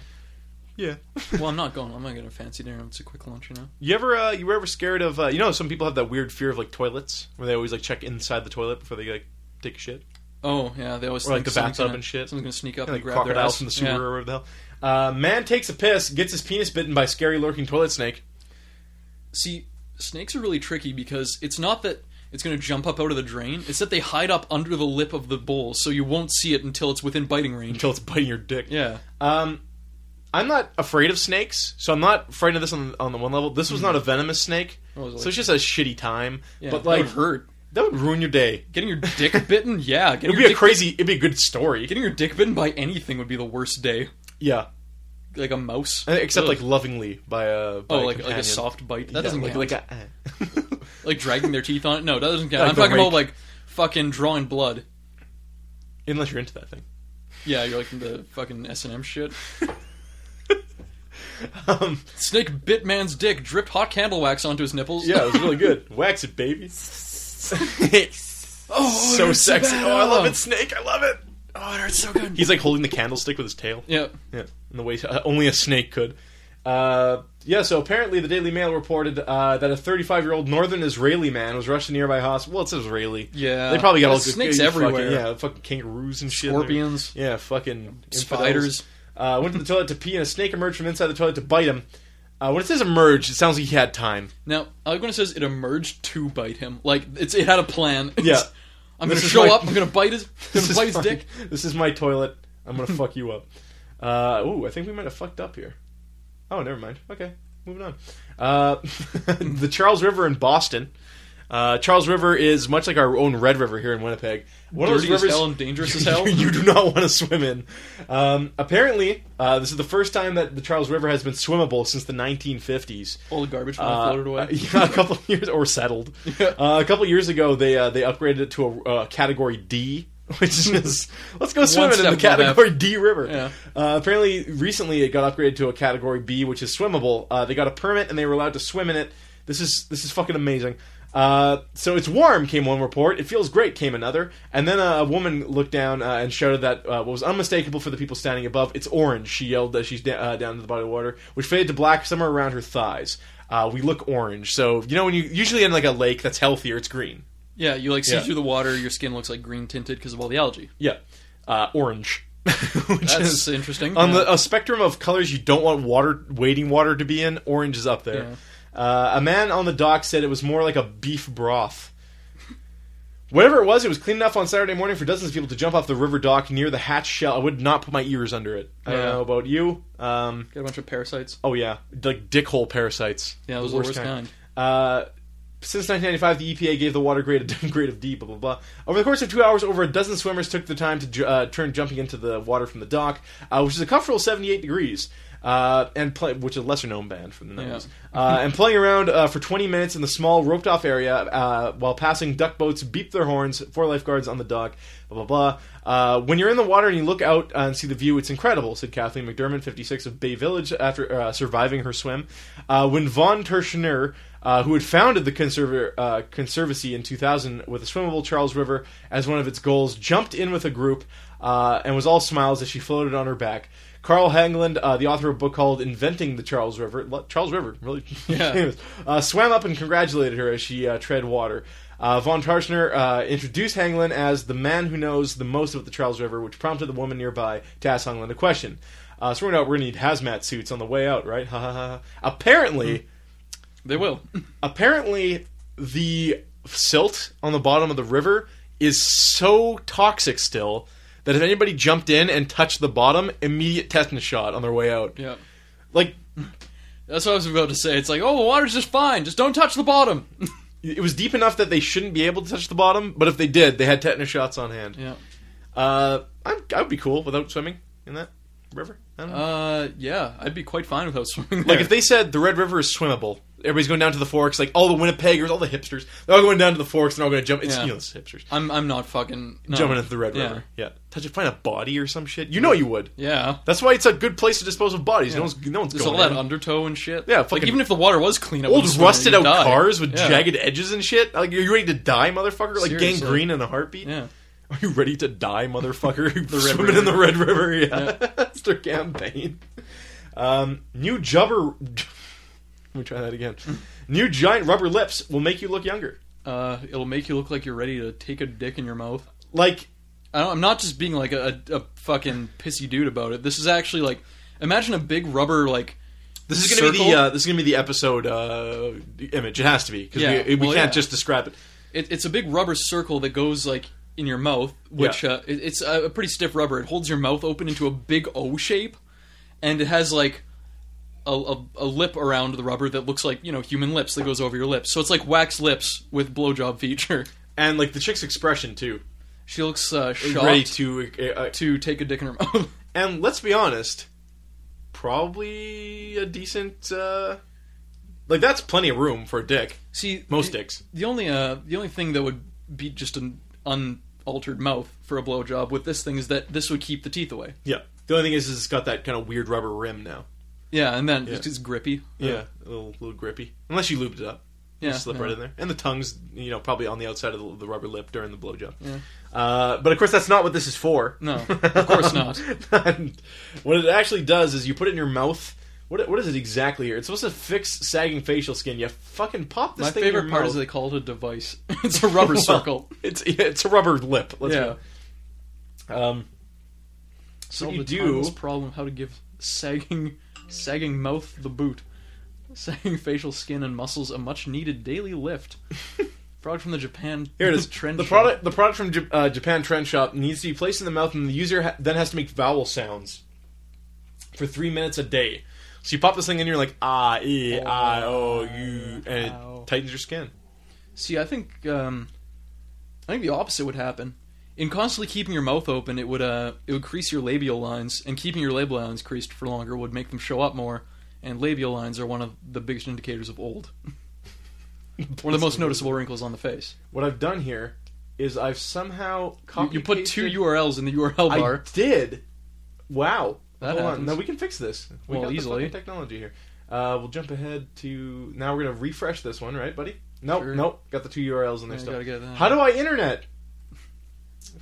B: Yeah.
C: well, I'm not going. I'm not getting a fancy dinner. It's a quick lunch, you know.
B: You ever uh, you were ever scared of uh, you know some people have that weird fear of like toilets where they always like check inside the toilet before they like take a shit
C: Oh yeah, they always
B: or like
C: think
B: the
C: someone's
B: bathtub
C: gonna-
B: and shit.
C: Someone's gonna sneak up
B: Yeah, like
C: and grab their
B: crocodiles
C: ass
B: from the sewer
C: Yeah.
B: or whatever the hell. Uh, man takes a piss, gets his penis bitten by scary lurking toilet snake.
C: See, snakes are really tricky because it's not that it's going to jump up out of the drain. It's that they hide up under the lip of the bowl, so you won't see it until it's within biting range.
B: Until it's biting your dick.
C: Yeah.
B: Um, I'm not afraid of snakes, so I'm not afraid of this on, on the one level. This was not a venomous snake,
C: What Hmm. was it
B: so it's just a shitty time.
C: yeah
B: but
C: that
B: like,
C: would hurt.
B: That would ruin your day.
C: Getting your dick bitten, yeah. Getting
B: It'd
C: your
B: be a
C: dick
B: crazy. It'd be a good story.
C: Getting your dick bitten by anything would be the worst day.
B: Yeah,
C: Like a mouse,
B: Uh, except
C: Ugh.
B: like lovingly by a by a
C: oh, like like a
B: companion.
C: soft bite. That
B: Yeah,
C: doesn't
B: like,
C: count. Like,
B: like a, eh.
C: dragging their teeth on it. No, that doesn't count.
B: Like
C: I'm
B: the
C: talking
B: rake.
C: about like fucking drawing blood.
B: unless you're into that thing.
C: Yeah, you're like the fucking S and M shit.
B: Um,
C: Snake bit man's dick, dripped hot candle wax onto his nipples.
B: yeah, it was really good. Wax it, baby.
C: Oh,
B: so sexy. Oh, I love it, snake. I love it.
C: Oh, it hurts so good.
B: He's like holding the candlestick with his tail.
C: yeah.
B: Yeah, in the way uh, only a snake could. Uh, yeah, so apparently the Daily Mail reported uh, that a 35 year old northern Israeli man was rushed to nearby hospital. Well, it says Israeli.
C: Yeah.
B: They probably got all
C: There's snakes
B: fucking-
C: everywhere.
B: Yeah, fucking kangaroos and shit.
C: Scorpions.
B: Yeah, fucking infidels.
C: Spiders.
B: Uh, went to the toilet to pee, and a snake emerged from inside the toilet to bite him. Uh, when it says emerged, it sounds like he had time.
C: Now, Alguna says it emerged to bite him. Like it's it had a plan.
B: Yeah.
C: I'm
B: This
C: gonna
B: is
C: show
B: my-
C: up. I'm gonna bite his. I'm gonna bite his
B: my,
C: dick.
B: This is my toilet. I'm gonna fuck you up. Uh, ooh, I think we might have fucked up here. Oh, never mind. Okay, moving on. Uh, the Charles River in Boston. Uh, Charles River is much like our own Red River here in Winnipeg. One
C: Dirty as hell and dangerous as hell.
B: you do not want to swim in. Um, apparently, uh, this is the first time that the Charles River has been swimmable since the 1950s.
C: All the garbage when I
B: Uh,
C: floated away.
B: yeah, a couple of years or settled. Uh, a couple of years ago, they uh, they upgraded it to a uh, category D, which is let's go swimming in
C: step
B: the
C: above that.
B: category D river.
C: Yeah.
B: Uh, apparently, recently it got upgraded to a category B, which is swimmable. Uh, they got a permit and they were allowed to swim in it. This is this is fucking amazing. Uh, so it's warm, came one report. It feels great, came another. And then a woman looked down uh, and shouted that uh, what was unmistakable for the people standing above, it's orange, she yelled as she's da- uh, down to the body of water, which faded to black somewhere around her thighs. Uh, we look orange. So, you know, when you usually in like a lake that's healthier, it's green.
C: Yeah, you like see
B: Yeah.
C: through the water. Your skin looks like green tinted because of all the algae.
B: Yeah. Uh, orange. Which
C: That's
B: is-
C: interesting.
B: on
C: yeah.
B: the a spectrum of colors you don't want water waiting water to be in orange is up there uh, a man on the dock said it was more like a beef broth whatever it was it was clean enough on saturday morning for dozens of people to jump off the river dock near the hatch shell i would not put my ears under it i don't
C: Yeah.
B: know about you um,
C: got a bunch of parasites.
B: oh yeah like dickhole parasites
C: Yeah, those
B: The
C: are the worst kind.
B: uh, since 1995, the EPA gave the water grade a grade of D. Blah blah blah. Over the course of two hours, over a dozen swimmers took the time to ju- uh, turn jumping into the water from the dock, uh, which is a comfortable 78 degrees, uh, and play, which is a lesser known band from the 90s. Uh, and playing around uh, for 20 minutes in the small roped off area uh, while passing duck boats, beep their horns, four lifeguards on the dock. Blah blah blah. Uh, when you're in the water and you look out uh, and see the view, it's incredible," said Kathleen McDermott, 56 of Bay Village, after uh, surviving her swim. Uh, when Von Terschner uh, who had founded the conserv- uh, Conservancy in 2000 with a swimmable Charles River as one of its goals, jumped in with a group uh, and was all smiles as she floated on her back. Carl Hagland, uh, the author of a book called Inventing the Charles River, lo- Charles River, really
C: Yeah.
B: famous, uh, swam up and congratulated her as she uh, tread water. Uh, Von Tarschner uh, introduced Hanglin as the man who knows the most about the Charles River, which prompted the woman nearby to ask Hanglin a question. Uh, so we're going to we're gonna need hazmat suits on the way out, right? Ha ha ha. ha. Apparently,
C: They will.
B: apparently the silt on the bottom of the river is so toxic still that if anybody jumped in and touched the bottom, immediate tetanus shot on their way out.
C: yeah.
B: Like
C: That's what I was about to say. It's like, oh, the water's just fine. Just don't touch the bottom.
B: it was deep enough that they shouldn't be able to touch the bottom, but if they did, they had tetanus shots on hand.
C: yeah.
B: Uh, I'm, I would be cool without swimming in that river. I don't know.
C: Uh, yeah. I'd be quite fine without swimming.
B: like
C: there.
B: if they said the Red River is swimmable, everybody's going down to the forks. Like all the Winnipeggers, all the hipsters, they're all going down to the forks. They're all going to jump. It's
C: Yeah.
B: you know, it's hipsters.
C: I'm, I'm not fucking no.
B: jumping into the Red
C: Yeah.
B: River. Yeah, touch it, find a body or some shit. You know you would.
C: Yeah.
B: That's why it's a good place to dispose of bodies. No one's no one's
C: There's
B: going
C: all that
B: in.
C: undertow and shit.
B: Yeah,
C: Like
B: fucking-
C: even if the water was clean, I wouldn't
B: old
C: swim in it,
B: rusted
C: you'd
B: out
C: die.
B: cars with
C: Yeah.
B: jagged edges and shit. Like, are you ready to die, motherfucker? Like
C: Seriously.
B: gangrene in a heartbeat.
C: Yeah.
B: Are you ready to die, motherfucker? the
C: Red
B: Swimming in the Red River. Yeah, that's their campaign. Um, new jubber. Let me try that again. new giant rubber lips will make you look younger.
C: Uh, it'll make you look like you're ready to take a dick in your mouth.
B: Like
C: I don't, I'm not just being like a, a fucking pissy dude about it. This is actually like, imagine a big rubber like.
B: This is going to be the
C: circle.
B: uh, this is going to be the episode uh, image. It has to be because
C: Yeah,
B: we, we
C: well,
B: can't
C: yeah.
B: just describe it.
C: It, it's a big rubber circle that goes like in your mouth, which uh, it, it's a, a pretty stiff rubber. It holds your mouth open into a big O shape, and it has like a, a, a lip around the rubber that looks like you know human lips that goes over your lips. So it's like wax lips with blowjob feature.
B: And like the chick's expression too,
C: She looks uh,
B: is
C: shocked
B: ready
C: to-,
B: to. Uh, uh,
C: take a dick in her mouth.
B: and let's be honest, probably a decent. Uh, like that's plenty of room for a dick.
C: See,
B: Most
C: the,
B: dicks.
C: The only uh, the only thing that would be just an unaltered mouth for a blowjob with this thing is that this would keep the teeth away.
B: Yeah. The only thing is, is it's got that kind of weird rubber rim now.
C: Yeah, and then
B: Yeah.
C: it's just grippy.
B: a little, little grippy. Unless you lubed it up,
C: yeah,
B: you slip
C: yeah.
B: right in there. And the tongue's, you know, probably on the outside of the, the rubber lip during the blowjob.
C: Yeah.
B: Uh, but of course, that's not what this is for.
C: No, of course not.
B: And what it actually does is you put it in your mouth. What, what is it exactly here? It's supposed to fix sagging facial skin. You fucking pop this
C: My
B: thing in
C: favorite
B: your
C: part
B: mouth.
C: is they call it a device. it's a rubber
B: Well,
C: circle.
B: It's it's a rubber lip. Let's
C: yeah.
B: go. Um, so
C: Solve
B: you
C: the
B: do.
C: timeless problem how to give sagging sagging mouth the boot. Sagging facial skin and muscles a much needed daily lift. Frog from the Japan
B: Here it is.
C: trend
B: the
C: shop.
B: product, the product from J- uh, Japan Trend Shop needs to be placed in the mouth, and the user ha- then has to make vowel sounds for three minutes a day. So you pop this thing in, you're like ah, e,
C: Oh,
B: i, o, u, and it
C: Ow.
B: tightens your skin.
C: See, I think um, I think the opposite would happen. In constantly keeping your mouth open, it would uh, it would crease your labial lines, and keeping your labial lines creased for longer would make them show up more. And labial lines are one of the biggest indicators of old. one of the most noticeable wrinkles on the face.
B: What I've done here is I've somehow
C: You,
B: copied
C: you put two
B: pasted-
C: URLs in the URL
B: I
C: bar.
B: did. Wow.
C: That
B: Hold on.
C: happens.
B: No, we can fix this. We
C: Well,
B: got the
C: easily.
B: fucking technology here. Uh, we'll jump ahead to now. We're gonna refresh this one, right, buddy? Nope,
C: Sure.
B: nope. Got the two URLs in there
C: Yeah,
B: still.
C: gotta get uh, that.
B: How do I internet?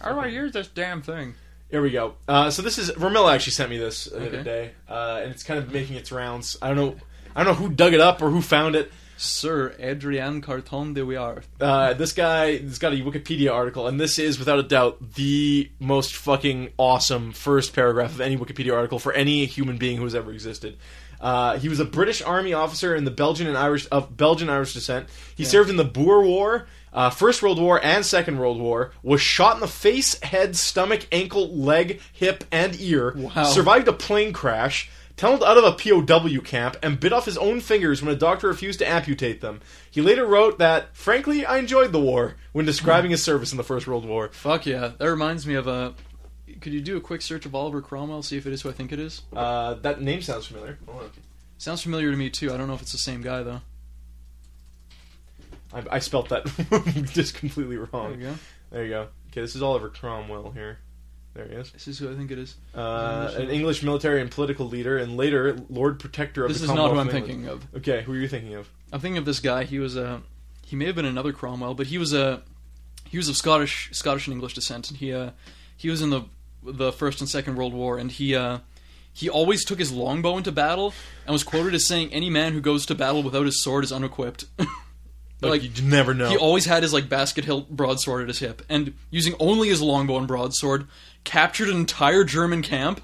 C: How do I use this damn thing?
B: Here we go. Uh, so this is Ramilla actually sent me this the other
C: Okay.
B: day, uh, and it's kind of making its rounds. I don't know, I don't know who dug it up or who found it.
C: Sir Adrian Carton de Weart.
B: Uh, this guy has got a Wikipedia article, and this is without a doubt the most fucking awesome first paragraph of any Wikipedia article for any human being who has ever existed. Uh, he was a British Army officer in the Belgian and Irish of Belgian Irish descent. He served in the Boer War, uh, First World War, and Second World War. Was shot in the face, head, stomach, ankle, leg, hip, and ear.
C: Wow.
B: Survived a plane crash, tunneled out of a POW camp, and bit off his own fingers when a doctor refused to amputate them. He later wrote that, frankly, I enjoyed the war when describing his service in the First World War.
C: Fuck yeah. That reminds me of a. Could you do a quick search of Oliver Cromwell, see if it is who I think it is?
B: Uh, that name sounds familiar. Hold on.
C: Sounds familiar to me too. I don't know if it's the same guy though.
B: I, I spelt that just completely
C: There you
B: wrong.
C: go.
B: There you go. Okay, this is Oliver Cromwell here. There he is.
C: This is who I think it is.
B: Uh, an English military and political leader, and later Lord Protector of
C: This
B: the
C: is not
B: Commonwealth
C: who I'm
B: of England.
C: thinking of.
B: Okay, who are you thinking of?
C: I'm thinking of this guy. He was a. He may have been another Cromwell, but he was a. He was of Scottish Scottish and English descent, and he uh, he was in the the First and Second World War, and he uh, he always took his longbow into battle, and was quoted as saying, "Any man who goes to battle without his sword is unequipped."
B: Like, you never know.
C: He always had his like basket hilt broadsword at his hip, and using only his longbow and broadsword, captured an entire German camp,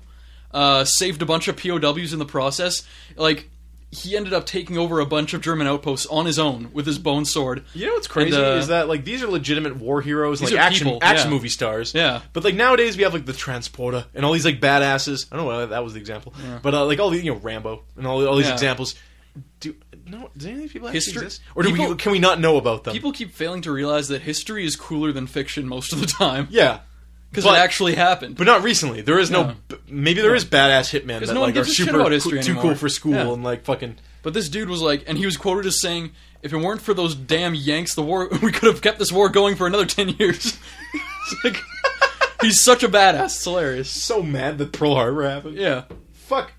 C: uh, saved a bunch of POWs in the process. Like he ended up taking over a bunch of German outposts on his own with his bone sword.
B: You know what's crazy
C: And, uh,
B: is that like these are legitimate war heroes,
C: These
B: like
C: are
B: action
C: people,
B: action
C: yeah.
B: movie stars.
C: Yeah.
B: But like nowadays we have like the transporter and all these like badasses. I don't know why that was the example, but uh, like all the you know Rambo and all, all these
C: Yeah.
B: examples. Do no? Do any of these people actually
C: History-
B: exist, or do we,
C: people-
B: can we not know about them?
C: People keep failing to realize that history is cooler than fiction most of the time
B: yeah,
C: because
B: but-
C: it actually happened.
B: but not recently. There is no.
C: Yeah.
B: b- Maybe there is badass hitmen that
C: no
B: like
C: one
B: are
C: gives a shit
B: super
C: about
B: coo-
C: history
B: too cool
C: anymore.
B: for school
C: Yeah.
B: and like fucking.
C: But this dude was like, and he was quoted as saying, "If it weren't for those damn Yanks, the war we could have kept this war going for another ten years." It's like, he's such a badass. It's hilarious.
B: So mad that Pearl Harbor happened.
C: Yeah,
B: Fuck.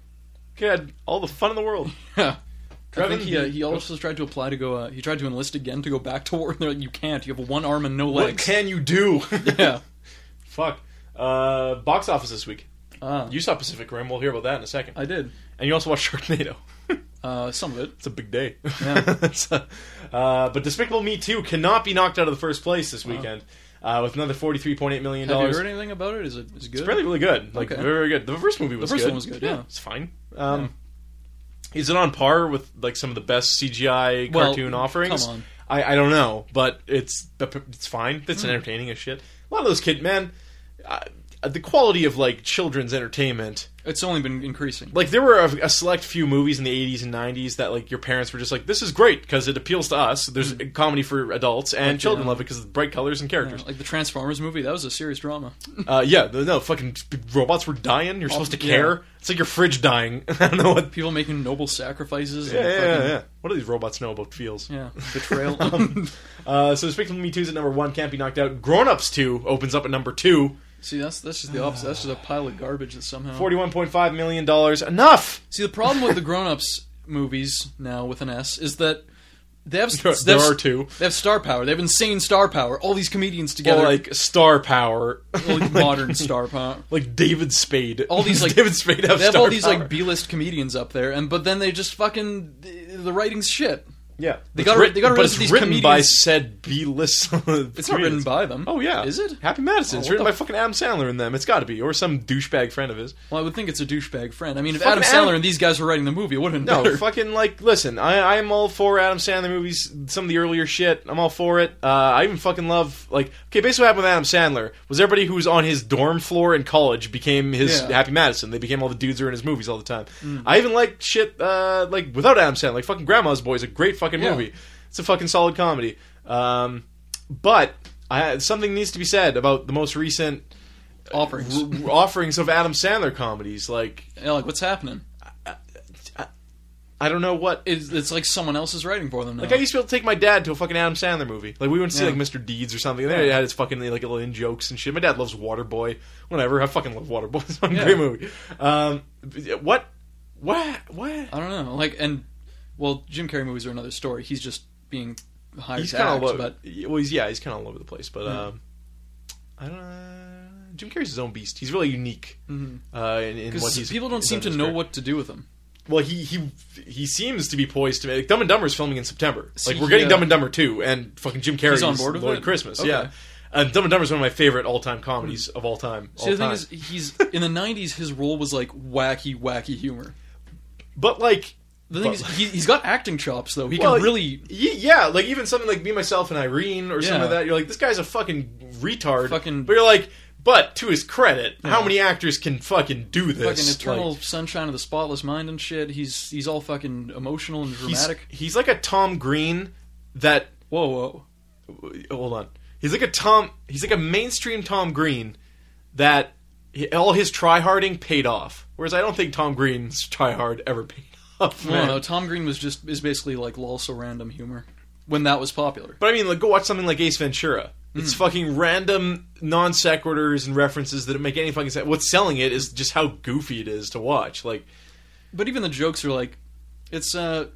B: God, all the fun in the world.
C: yeah. I
B: Driving
C: think he, uh, he
B: the-
C: also tried to apply to go. Uh, he tried to enlist again to go back to war, and they're like, "You can't. You have one arm and no
B: What
C: legs."
B: can you do?
C: Yeah.
B: Fuck. Uh, box office this week.
C: Ah,
B: You saw Pacific Rim. We'll hear about that in a second.
C: I did.
B: and you also watched Sharknado.
C: Uh, some of it.
B: it's a big day.
C: Yeah.
B: It's a- uh, but Despicable Me 2 cannot be knocked out of the first place this weekend uh, with another $43.8 million.
C: Have you heard anything about it? Is it is it good?
B: It's really, really good. Like,
C: Okay.
B: very, very good. The first movie was
C: first
B: good.
C: one was good, yeah.
B: It's fine. Um, Is it on par with, like, some of the best CGI
C: Well,
B: cartoon offerings?
C: come on.
B: I, I don't know, but it's it's fine. It's
C: Hmm.
B: entertaining as shit. A lot of those kid, man, uh, the quality of, like, children's entertainment
C: It's only been increasing.
B: like there were a, a select few movies in the 80s and 90s that like your parents were just like this is great because it appeals to us there's a comedy for adults and
C: Like,
B: children
C: Hmm. yeah.
B: love it because of the bright colors and
C: Yeah,
B: characters
C: like the Transformers movie, that was a serious drama.
B: uh, yeah th- no fucking p- robots were dying you're supposed to
C: Oh, yeah.
B: care it's like your fridge dying i don't know what
C: People making noble sacrifices.
B: yeah,
C: and
B: yeah, yeah,
C: fucking,
B: yeah. what do these robots know about feels
C: yeah. Betrayal.
B: uh, so Despicable Me 2 is at number 1 can't be knocked out Grown Ups 2 opens up at number 2
C: See, that's that's just the opposite. That's just a pile of garbage that somehow.
B: 41.5 million dollars enough
C: See, the problem with the grown-ups movies now with an S is that they have
B: There-
C: they
B: there
C: have-
B: are two.
C: They have star power. They have insane star power. All these comedians
B: well,
C: together,
B: like star power
C: well, like modern star power.
B: like David Spade
C: All these like
B: David Spade have
C: they have
B: star
C: all these
B: power.
C: like B-list comedians up there, and but then they just fucking the, the writing's shit.
B: Yeah,
C: They
B: It's
C: gotta- they gotta
B: but
C: rid
B: it's
C: of these
B: written by
C: comedians.
B: said B-list.
C: It's not written by them.
B: Oh yeah,
C: is it?
B: Happy Madison? it's
C: Oh, what
B: written by
C: the-
B: fucking Adam Sandler in them. It's got to be, or some douchebag friend of his.
C: Well, I would think it's a douchebag friend. I mean, if
B: Fucking
C: Adam
B: Adam-
C: Sandler and these guys were writing the movie, it would have been
B: No,
C: better.
B: fucking like, listen, I I am all for Adam Sandler movies. Some of the earlier shit, I'm all for it. Uh, I even fucking love like, okay, basically what happened with Adam Sandler was everybody who was on his dorm floor in college became his
C: Yeah. Mm-hmm.
B: Happy Madison. They became all the dudes who are in his movies all the time. I even liked shit uh, like without Adam Sandler, like fucking Grandma's Boy is a great fucking
C: Yeah.
B: movie. It's a fucking solid comedy. Um, but I, something needs to be said about the most recent
C: Offerings.
B: r- r- offerings of Adam Sandler comedies. Like,
C: Yeah, like what's happening?
B: I don't know what
C: It's, it's like someone else is writing for them now.
B: Like I used to be able to take my dad to a fucking Adam Sandler movie. Like we went to see
C: Yeah.
B: like Mr. Deeds or something. And then it had his fucking like little in jokes and shit. My dad loves Waterboy. Whatever. I fucking love Waterboy. It's a fucking
C: Yeah.
B: great movie. Um, what? What? What?
C: Uh, I don't know. Like, and well, Jim Carrey movies are another story. He's just being higher
B: he's kind
C: tax,
B: of all over.
C: but Hmm.
B: Well, he's yeah, he's kind of all over the place. But
C: Yeah.
B: um, I don't. know. Jim Carrey's his own beast. He's really unique
C: Mhm.
B: uh, in, in what
C: because
B: he's.
C: people don't
B: he's
C: seem
B: done
C: to
B: in his
C: know
B: career.
C: what to do with him.
B: Well, he he he seems to be poised to make Dumb and Dumber is filming in September.
C: See,
B: like we're getting
C: yeah.
B: Dumb and Dumber two, and fucking Jim Carrey's
C: on board with
B: Lloyd
C: it?
B: Christmas.
C: Okay.
B: Yeah, and Dumb and Dumber is one of my favorite all time comedies of all time.
C: See,
B: all
C: the thing
B: time.
C: is, he's in the '90s. His role was like wacky, wacky humor.
B: but like
C: The thing
B: But-
C: is, he, he's got acting chops though. He
B: Well,
C: can really
B: Y- yeah, like even something like me, myself, and Irene, or something
C: Yeah.
B: like that. You're like, this guy's a fucking retard.
C: Fucking-
B: But you're like, but to his credit, how
C: Yeah.
B: many actors can fucking do this?
C: fucking eternal
B: Like,
C: sunshine of the spotless mind and shit. He's he's all fucking emotional and
B: he's,
C: dramatic.
B: he's like a Tom Green that.
C: Whoa, whoa.
B: Hold on. He's like a Tom. He's like a mainstream Tom Green that he- all his tryharding paid off. Whereas I don't think Tom Green's tryhard ever paid off.
C: No,
B: man.
C: no. Tom Green was just is basically like lol so random humor when that was popular.
B: But I mean, like, go watch something like Ace Ventura. It's
C: Hmm.
B: fucking random non sequiturs and references that don't make any fucking sense. What's selling it is just how goofy it is to watch. Like,
C: But even the jokes are like, it's uh,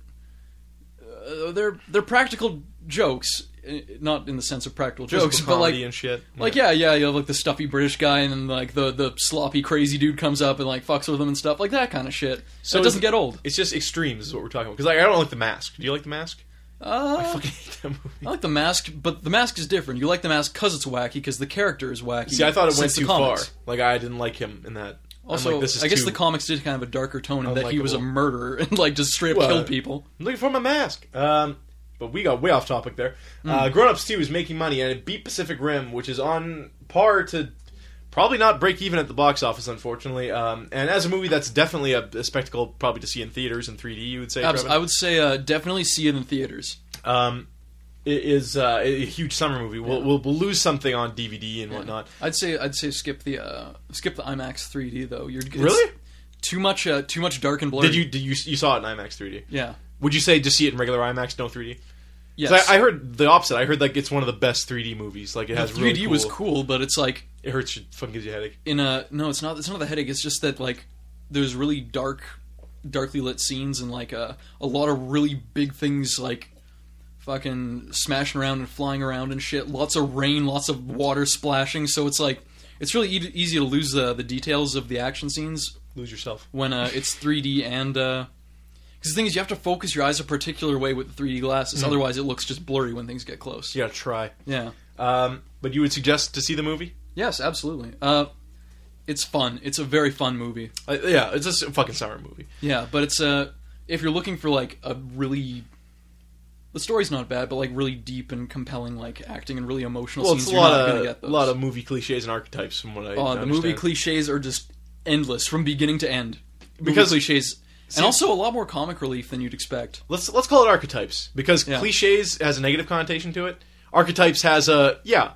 C: uh they're they're practical jokes, eh, not in the sense of practical
B: physical
C: jokes, but
B: comedy
C: like
B: and shit.
C: Like yeah, yeah, you have like the stuffy British guy, and then like the the sloppy crazy dude comes up and like fucks with him and stuff, like that kind of shit. So
B: So
C: it doesn't
B: is-
C: get old.
B: It's just extremes, is what we're talking about. Because like, I don't like The Mask. Do you like The Mask?
C: Uh,
B: I fucking hate that movie.
C: I like the mask, but the mask is different. You like the mask because it's wacky, because the character is wacky.
B: See, I thought it went
C: since the
B: too far.
C: comics.
B: Like, I didn't like him in that. I'm
C: Also,
B: like, this is
C: I guess
B: too-
C: the comics did kind of a darker tone in that he was a
B: Unlikable.
C: murderer and like just straight up
B: Well,
C: killed people.
B: I'm looking for my mask. Um, but we got way off topic there. Uh,
C: Hmm.
B: Grown Ups 2 is making money and it beat Pacific Rim, which is on par to probably not break even at the box office, unfortunately. Um, and as a movie, that's definitely a, a spectacle probably to see in theaters in 3D, you would say.
C: Abs-
B: Trevin?
C: I would say uh, definitely see it in theaters.
B: um, it is uh, a huge summer movie. We'll,
C: Yeah.
B: we'll, we'll lose something on DVD and whatnot.
C: I'd say I'd say skip the uh, skip the IMAX 3D though. You're it's
B: Really?
C: too much uh, too much dark and blurry.
B: Did you did you you saw it in IMAX 3D?
C: Yeah.
B: Would you say just see it in regular IMAX, no 3D? 'Cause
C: Yes.
B: I, I heard the opposite. I heard like it's one of the best 3D movies. Like it
C: The
B: has
C: 3D
B: really cool,
C: was cool, but it's like
B: It hurts. Your, fucking gives you a headache.
C: in a no, it's not. It's not the headache. It's just that like there's really dark, darkly lit scenes and like a a lot of really big things like fucking smashing around and flying around and shit. Lots of rain, lots of water splashing. So it's like it's really e- easy to lose the the details of the action scenes
B: Lose yourself.
C: when uh, it's 3D and. uh 'cause the thing is, you have to focus your eyes a particular way with the 3D glasses. Otherwise, it looks just blurry when things get close.
B: You gotta try.
C: yeah.
B: Um, but you would suggest to see the movie?
C: Yes, absolutely. Uh, it's fun. It's a very fun movie.
B: Uh, yeah, it's just a fucking summer movie.
C: Yeah, but it's uh, if you're looking for like a really the story's not bad, but like really deep and compelling like acting and really emotional
B: Well,
C: scenes,
B: it's a
C: you're
B: lot
C: not gonna
B: of
C: get
B: a
C: those.
B: lot of movie cliches and archetypes from what I
C: Uh, the
B: understand.
C: movie cliches are just endless from beginning to end. Movie
B: Because-
C: cliches and also a lot more comic relief than you'd expect.
B: Let's let's call it archetypes because
C: Yeah.
B: cliches has a negative connotation to it. Archetypes has a yeah.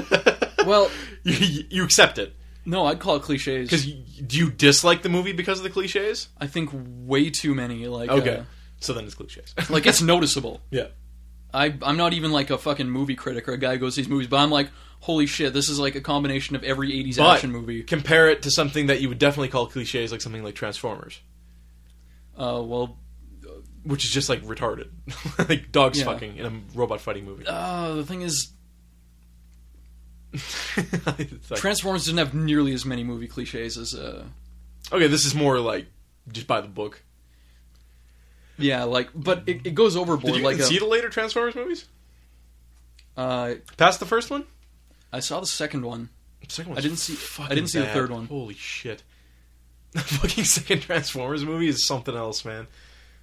C: Well-
B: you, you accept it
C: No, I'd call it cliches.
B: because do you dislike the movie because of the cliches?
C: I think way too many. Like,
B: Okay,
C: uh,
B: so then it's cliches.
C: like it's noticeable.
B: yeah,
C: I, I'm not even like a fucking movie critic or a guy who goes to these movies, but I'm like, holy shit, this is like a combination of every '80s
B: But-
C: action movie.
B: compare it to something that you would definitely call cliches, like something like Transformers,
C: Uh, well,
B: which is just like retarded, like dogs
C: Yeah.
B: fucking in a robot fighting movie.
C: uh, the thing is,
B: It's like-
C: Transformers didn't have nearly as many movie cliches as uh
B: okay, this is more like just by the book.
C: yeah like but it, it goes overboard
B: Did you
C: like
B: even
C: a-
B: see the later Transformers movies?
C: uh
B: Past the first one?
C: I saw the second one
B: The second
C: I
B: one's
C: didn't see- I
B: fucking
C: didn't see the
B: bad.
C: third one.
B: Holy shit. The fucking second Transformers movie is something else, man.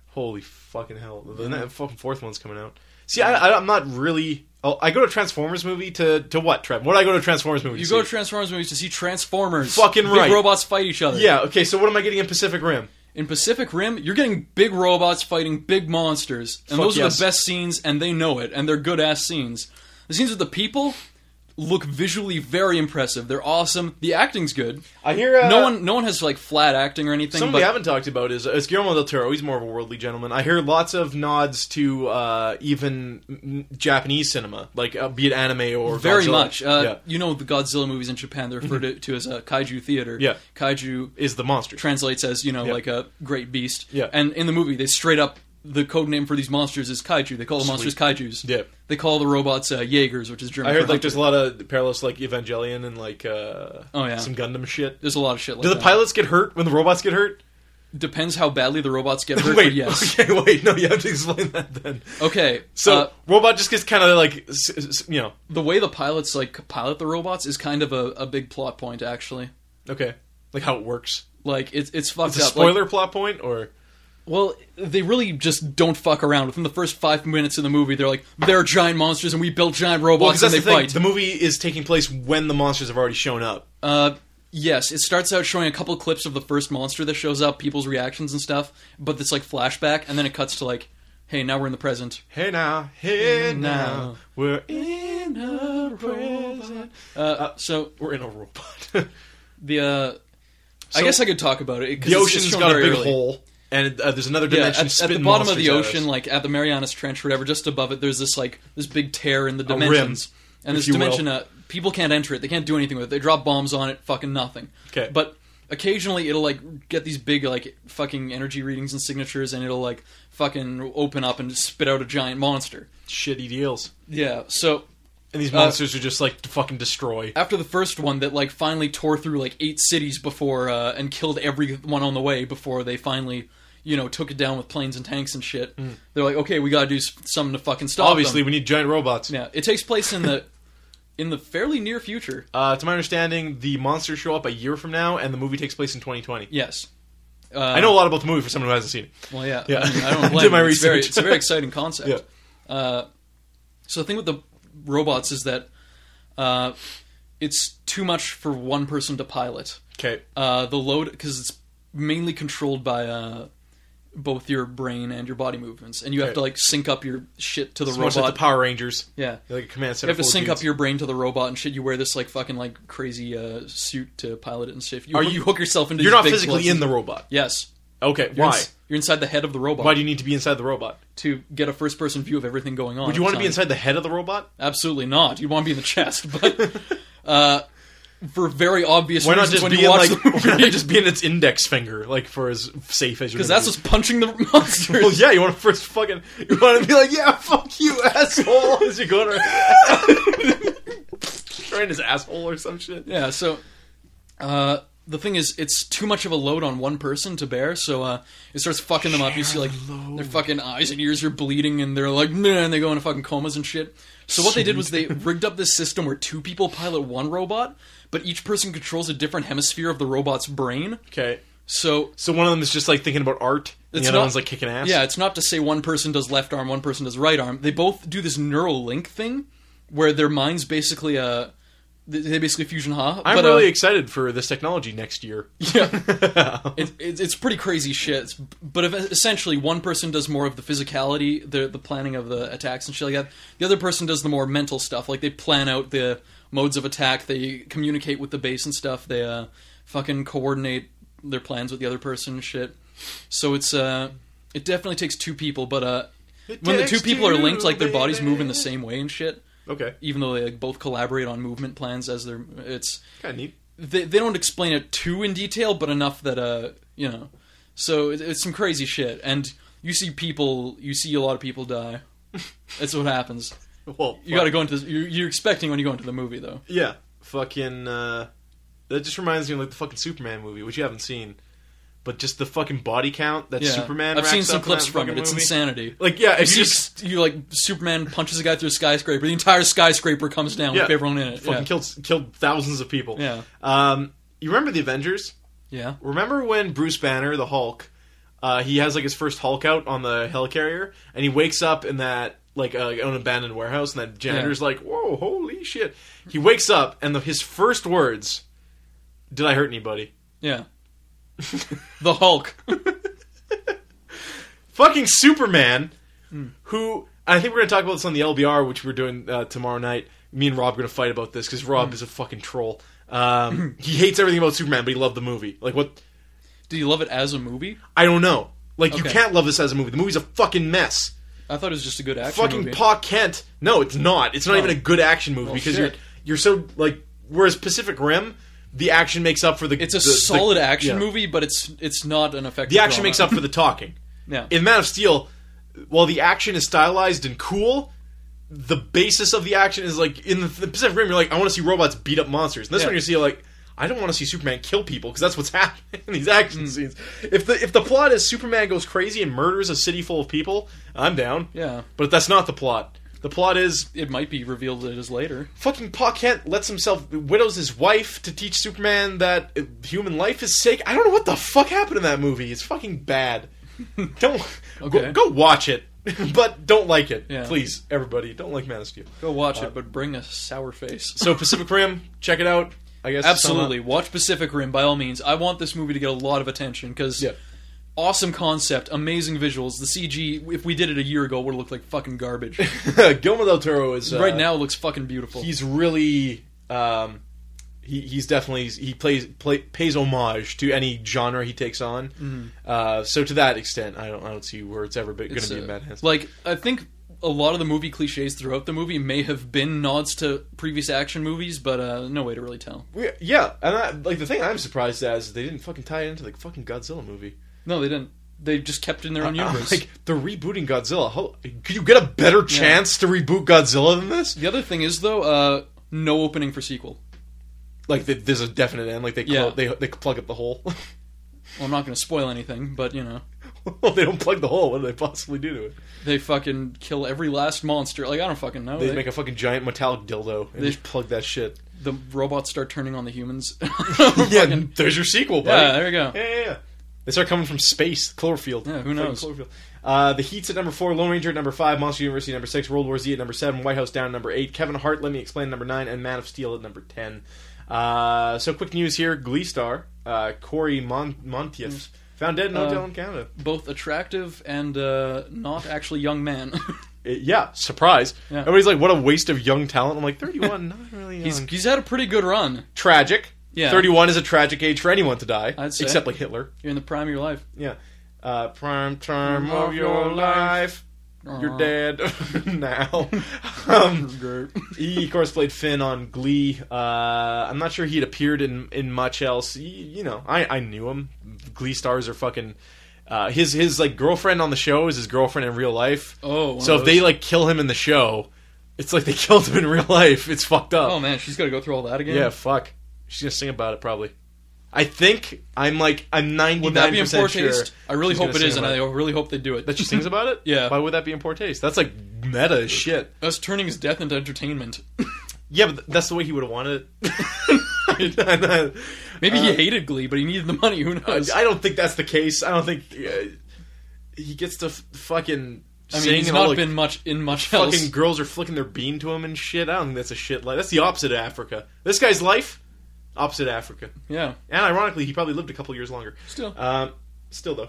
B: Holy fucking hell. The ne- fucking fourth one's coming out. See, I, I, I'm not really. Oh, I go to a Transformers movie to to what, Trev? What do I go to a Transformers movie?
C: you
B: to
C: go to
B: see?
C: Transformers movies to see Transformers
B: Fucking
C: big
B: right.
C: robots fight each other
B: Yeah. Okay. So what am I getting in Pacific Rim?
C: in Pacific Rim you're getting big robots fighting big monsters and
B: Fuck
C: those
B: yes.
C: are the best scenes and they know it and they're good ass scenes the scenes with the people look visually very impressive they're awesome the acting's good
B: I hear uh,
C: no one no one has like flat acting or anything
B: Something
C: but
B: we haven't talked about is, is Guillermo del Toro. He's more of a worldly gentleman. I hear lots of nods to uh, even mm, Japanese cinema, like uh, be it anime or
C: Very
B: Godzilla.
C: much. Uh,
B: yeah. Mm-hmm.
C: You know the Godzilla movies in Japan they're referred to, to as a kaiju theater.
B: Yeah.
C: kaiju
B: is the monster.
C: translates as you know
B: Yeah.
C: like a great beast.
B: Yeah.
C: and in the movie they straight up the code name for these monsters is kaiju. They call the monsters kaijus.
B: Yep.
C: They call the robots uh, Jaegers, which is German.
B: I
C: for
B: heard like
C: hunter.
B: there's a lot of parallels to, like Evangelion and like uh
C: Oh, yeah.
B: some Gundam shit.
C: there's a lot of shit like
B: Do the
C: that.
B: pilots get hurt when the robots get hurt?
C: Depends how badly the robots get hurt. but
B: wait,
C: yes.
B: okay, wait, no, you have to explain that then.
C: Okay.
B: So
C: uh,
B: robot just gets kind of like s- s- you know,
C: the way the pilots like pilot the robots is kind of a, a big plot point actually.
B: okay, like how it works.
C: Like it's it's fucked
B: It's a
C: up. Like,
B: spoiler plot point or
C: Well, they really just don't fuck around. Within the first five minutes of the movie, they're like, "They're giant monsters, and we built giant
B: well,
C: robots,
B: because that's
C: and they
B: the thing.
C: fight."
B: The movie is taking place when the monsters have already shown up.
C: Uh, yes, it starts out showing a couple clips of the first monster that shows up, people's reactions and stuff, but it's like flashback, and then it cuts to like, "Hey, now we're in the present."
B: Hey now, hey
C: Mm,
B: now,
C: now.
B: we're in a present.
C: Uh, so
B: We're in a robot.
C: the uh, I
B: So-
C: guess I could talk about it. 'cause
B: the
C: it's- it's
B: ocean's
C: shown
B: got a
C: very
B: big
C: early.
B: hole, and uh, there's another
C: Yeah,
B: dimension
C: at, at the
B: spitting
C: bottom of the
B: monsters at us.
C: ocean, like at the Marianas Trench, or whatever, just above it, there's this like this big tear in the
B: rim,
C: dimensions, and
B: if
C: this
B: you will.
C: dimension, uh, people can't enter it. They can't do anything with it. They drop bombs on it, fucking nothing.
B: 'Kay.
C: but occasionally it'll like get these big like fucking energy readings and signatures, and it'll like fucking open up and spit out a giant monster.
B: shitty deals.
C: Yeah, so
B: And these
C: Uh,
B: monsters are just like to fucking destroy.
C: after the first one that like finally tore through like eight cities before uh, and killed everyone on the way before they finally you know took it down with planes and tanks and shit they're like okay we gotta do s- something to fucking stop
B: Hmm. Obviously,
C: them.
B: we need giant robots.
C: yeah it takes place in the in the fairly near future
B: Uh, to my understanding, the monsters show up a year from now, and the movie takes place in 2020.
C: yes uh,
B: I know a lot about the movie for someone who hasn't seen it.
C: Well, yeah,
B: Yeah.
C: I, mean, I
B: I
C: don't
B: did
C: blame.
B: my
C: you. it's, very,
B: research.
C: it's a very exciting concept.
B: Yeah.
C: Uh, so the thing with the robots is that uh, it's too much for one person to pilot.
B: Okay.
C: Uh, the load because it's mainly controlled by uh, both your brain and your body movements, and you have
B: Okay.
C: to like sync up your shit to the
B: It's much
C: robot.
B: like the Power Rangers.
C: yeah.
B: They're Like a command
C: You
B: center.
C: have to
B: full of
C: sync
B: dudes.
C: up your brain to the robot and shit. You wear this like fucking like crazy uh, suit to pilot it and shit. You,
B: Are
C: hook-
B: you-
C: hook yourself into?
B: You're
C: these
B: not
C: big
B: physically
C: plugs.
B: in the robot.
C: Yes.
B: Okay.
C: You're
B: Why?
C: ins- you're inside the head of the robot.
B: Why do you need to be inside the robot?
C: to get a first person view of everything going on.
B: Would you want to be inside the head of the robot?
C: Absolutely not. You'd want to be in the chest, but uh, for very obvious
B: Why not
C: reasons
B: just
C: when
B: be
C: you
B: in like?
C: watch the movie.
B: Why not just be in its index finger, like for as safe as you're?
C: because
B: gonna
C: that's
B: be?
C: what's punching the monsters.
B: Well, yeah, you want to first fucking. You want to be like, yeah, fuck you, asshole, as you go to. Trying his asshole or some shit.
C: Yeah, so uh, the thing is, it's too much of a load on one person to bear, so uh, it starts fucking them up. You see, like, their fucking eyes and ears are bleeding, and they're like, man, and they go into fucking comas and shit. So what they did was they rigged up this system where two people pilot one robot, but each person controls a different hemisphere of the robot's brain.
B: Okay.
C: So
B: So one of them is just like thinking about art, and
C: It's
B: the other
C: not-
B: one's like kicking ass.
C: Yeah, it's not to say one person does left arm, one person does right arm. They both do this neural link thing where their minds basically uh they- they basically fusion ha.
B: I'm
C: but, uh,
B: really excited for this technology next year.
C: yeah. it, it, it's pretty crazy shit. It's- But if, essentially, one person does more of the physicality, the the planning of the attacks and shit like that. The other person does the more mental stuff, like they plan out the modes of attack, they communicate with the base and stuff, they uh, fucking coordinate their plans with the other person and shit. So it's uh, it definitely takes two people, but uh, when the two
B: takes
C: people are
B: two,
C: linked, like their bodies
B: baby.
C: move in the same way and shit.
B: Okay.
C: Even though they like both collaborate on movement plans as they're, it's
B: Kind of neat.
C: they, they don't explain it too in detail, but enough that uh you know, so it, it's some crazy shit. And you see people, you see a lot of people die. That's what happens.
B: Well,
C: You got to go into this. You're, you're expecting when you go into the movie though.
B: Yeah. Fucking. Uh, that just reminds me of like the fucking Superman movie, which you haven't seen, but just the fucking body count that
C: Yeah,
B: Superman.
C: I've
B: racks
C: seen some
B: up in
C: clips
B: that
C: from it.
B: fucking
C: It's
B: movie.
C: insanity.
B: Like yeah,
C: You
B: if
C: see,
B: you just
C: you like Superman punches a guy through a skyscraper. The entire skyscraper comes down
B: Yeah.
C: with everyone in it.
B: fucking
C: Yeah.
B: killed killed thousands of people.
C: Yeah.
B: Um, you remember the Avengers?
C: yeah.
B: Remember when Bruce Banner, the Hulk, uh, he has like his first Hulk out on the helicarrier, and he wakes up in that like uh, an abandoned warehouse, and that janitor's like, "Whoa, holy shit!" He wakes up, and the, his first words, "Did I hurt anybody?"
C: Yeah. the Hulk.
B: Fucking Superman,
C: Hmm.
B: who I think we're gonna talk about this on the LBR, which we're doing uh, tomorrow night. Me and Rob are gonna fight about this because
C: Hmm.
B: Rob is a fucking troll. Um, he hates everything about Superman, but he loved the movie. Like what?
C: Do you love it as a movie?
B: I don't know. Like you
C: Okay.
B: can't love this as a movie. The movie's a fucking mess.
C: I thought it was just a good action
B: fucking
C: movie.
B: Pa Kent. No, it's not. It's not
C: Oh.
B: even a good action movie
C: Well,
B: because
C: shit.
B: you're you're so like. Whereas Pacific Rim, the action makes up for the.
C: It's a
B: the- the-
C: solid action
B: yeah.
C: movie, but it's it's not an effective.
B: The action
C: drama.
B: makes up for the talking.
C: Yeah.
B: In Man of Steel, while the action is stylized and cool, the basis of the action is like in the, the Pacific Rim. You're like, I want to see robots beat up monsters. And this
C: Yeah.
B: one, you see like, I don't want to see Superman kill people because that's what's happening in these action
C: Mm.
B: scenes. If the if the plot is Superman goes crazy and murders a city full of people, I'm down.
C: Yeah,
B: But that's not the plot. The plot is
C: it might be revealed that it is later.
B: fucking Pa Kent lets himself widows his wife to teach Superman that uh, human life is sacred. I don't know what the fuck happened in that movie. It's fucking bad. Don't go,
C: Okay.
B: go watch it, but don't like it,
C: Yeah.
B: please, everybody. Don't like Man of Steel.
C: Go watch it, but bring a sour face.
B: So Pacific Rim, check it out. I guess
C: Absolutely, watch Pacific Rim by all means. I want this movie to get a lot of attention because
B: Yeah.
C: awesome concept, amazing visuals. The CG, if we did it a year ago, would have looked like fucking garbage.
B: uh, Guillermo del Toro is uh,
C: right now, it looks fucking beautiful.
B: He's really. Um, he, he's definitely he plays play, pays homage to any genre he takes on.
C: Mm-hmm.
B: Uh, so to that extent, I don't I don't see where it's ever going
C: It's,
B: to be a
C: uh,
B: Mad Hands.
C: Like I think a lot of the movie cliches throughout the movie may have been nods to previous action movies, but uh, no way to really tell.
B: We- Yeah, and I, like the thing I'm surprised at is they didn't fucking tie it into the fucking Godzilla movie.
C: No, they didn't. They just kept in their own
B: I'm
C: universe.
B: like they're rebooting Godzilla. How, could you get a better chance to reboot Godzilla than this?
C: the other thing is though, uh, no opening for sequel.
B: Like th there's a definite end. Like they clo-
C: Yeah.
B: they they plug up the hole.
C: Well, I'm not going to spoil anything, but you know,
B: well, they don't plug the hole. What do they possibly do to it?
C: they fucking kill every last monster. Like I don't fucking know.
B: They
C: They-
B: make a fucking giant metallic dildo and
C: They-
B: just plug that shit.
C: the robots start turning on the humans. yeah,
B: Yeah, there's your sequel, buddy.
C: yeah, there we go.
B: Yeah, yeah, yeah. They start coming from space, Cloverfield.
C: Yeah,
B: Fucking
C: who knows?
B: Cloverfield. Uh, the Heat's at number four, Lone Ranger at number five, Monster University at number six, World War Z at number seven, White House Down at number eight, Kevin Hart, Let Me Explain at number nine, and Man of Steel at number ten. Uh, so quick news here: Glee star uh, Corey Mon- Monteith found dead in
C: Uh,
B: hotel in Canada.
C: Both attractive and uh, not actually young man.
B: It- yeah, surprise!
C: Yeah.
B: Everybody's like, "What a waste of young talent." I'm like, "31, not really." Young.
C: he's he's had a pretty good run.
B: tragic.
C: Yeah.
B: 31 is a tragic age for anyone to die,
C: I'd say.
B: except like Hitler.
C: You're in the prime of your life.
B: Yeah. Uh, prime time
C: Of
B: of
C: your Uh-huh.
B: your life. You're
C: Aw.
B: dead now. um,
C: Grr.
B: he, of course, played Finn on Glee. Uh, I'm not sure he had appeared in, in much else. Y- you know, I, I knew him. Glee stars are fucking. Uh, his his like girlfriend on the show is his girlfriend in real life.
C: Oh, one
B: so
C: of
B: if they
C: those.
B: like kill him in the show, it's like they killed him in real life. It's fucked up.
C: oh man, she's got to go through all that again.
B: Yeah, fuck. She's gonna sing about it probably. I think I'm like I'm ninety
C: would that
B: nine
C: be in poor
B: percent sure.
C: taste? I really
B: she's
C: hope
B: gonna
C: it is,
B: sing
C: and I
B: about it.
C: really hope they do it.
B: that she sings about it.
C: Mm-hmm. Yeah.
B: Why would that be in poor taste? That's like meta as shit.
C: Us turning his death into entertainment.
B: Yeah, but th- that's the way he would have wanted it.
C: Maybe
B: Uh,
C: he hated Glee, but he needed the money. Who
B: I
C: knows?
B: I don't think that's the case. I don't think uh, he gets to f- fucking.
C: I mean,
B: sing
C: he's
B: and all
C: not
B: the
C: been much in much else.
B: Fucking girls are flicking their bean to him and shit. I don't think that's a shit life. That's the opposite of Africa. This guy's life, opposite of Africa.
C: Yeah,
B: And ironically, he probably lived a couple years longer.
C: still.
B: Um, still though.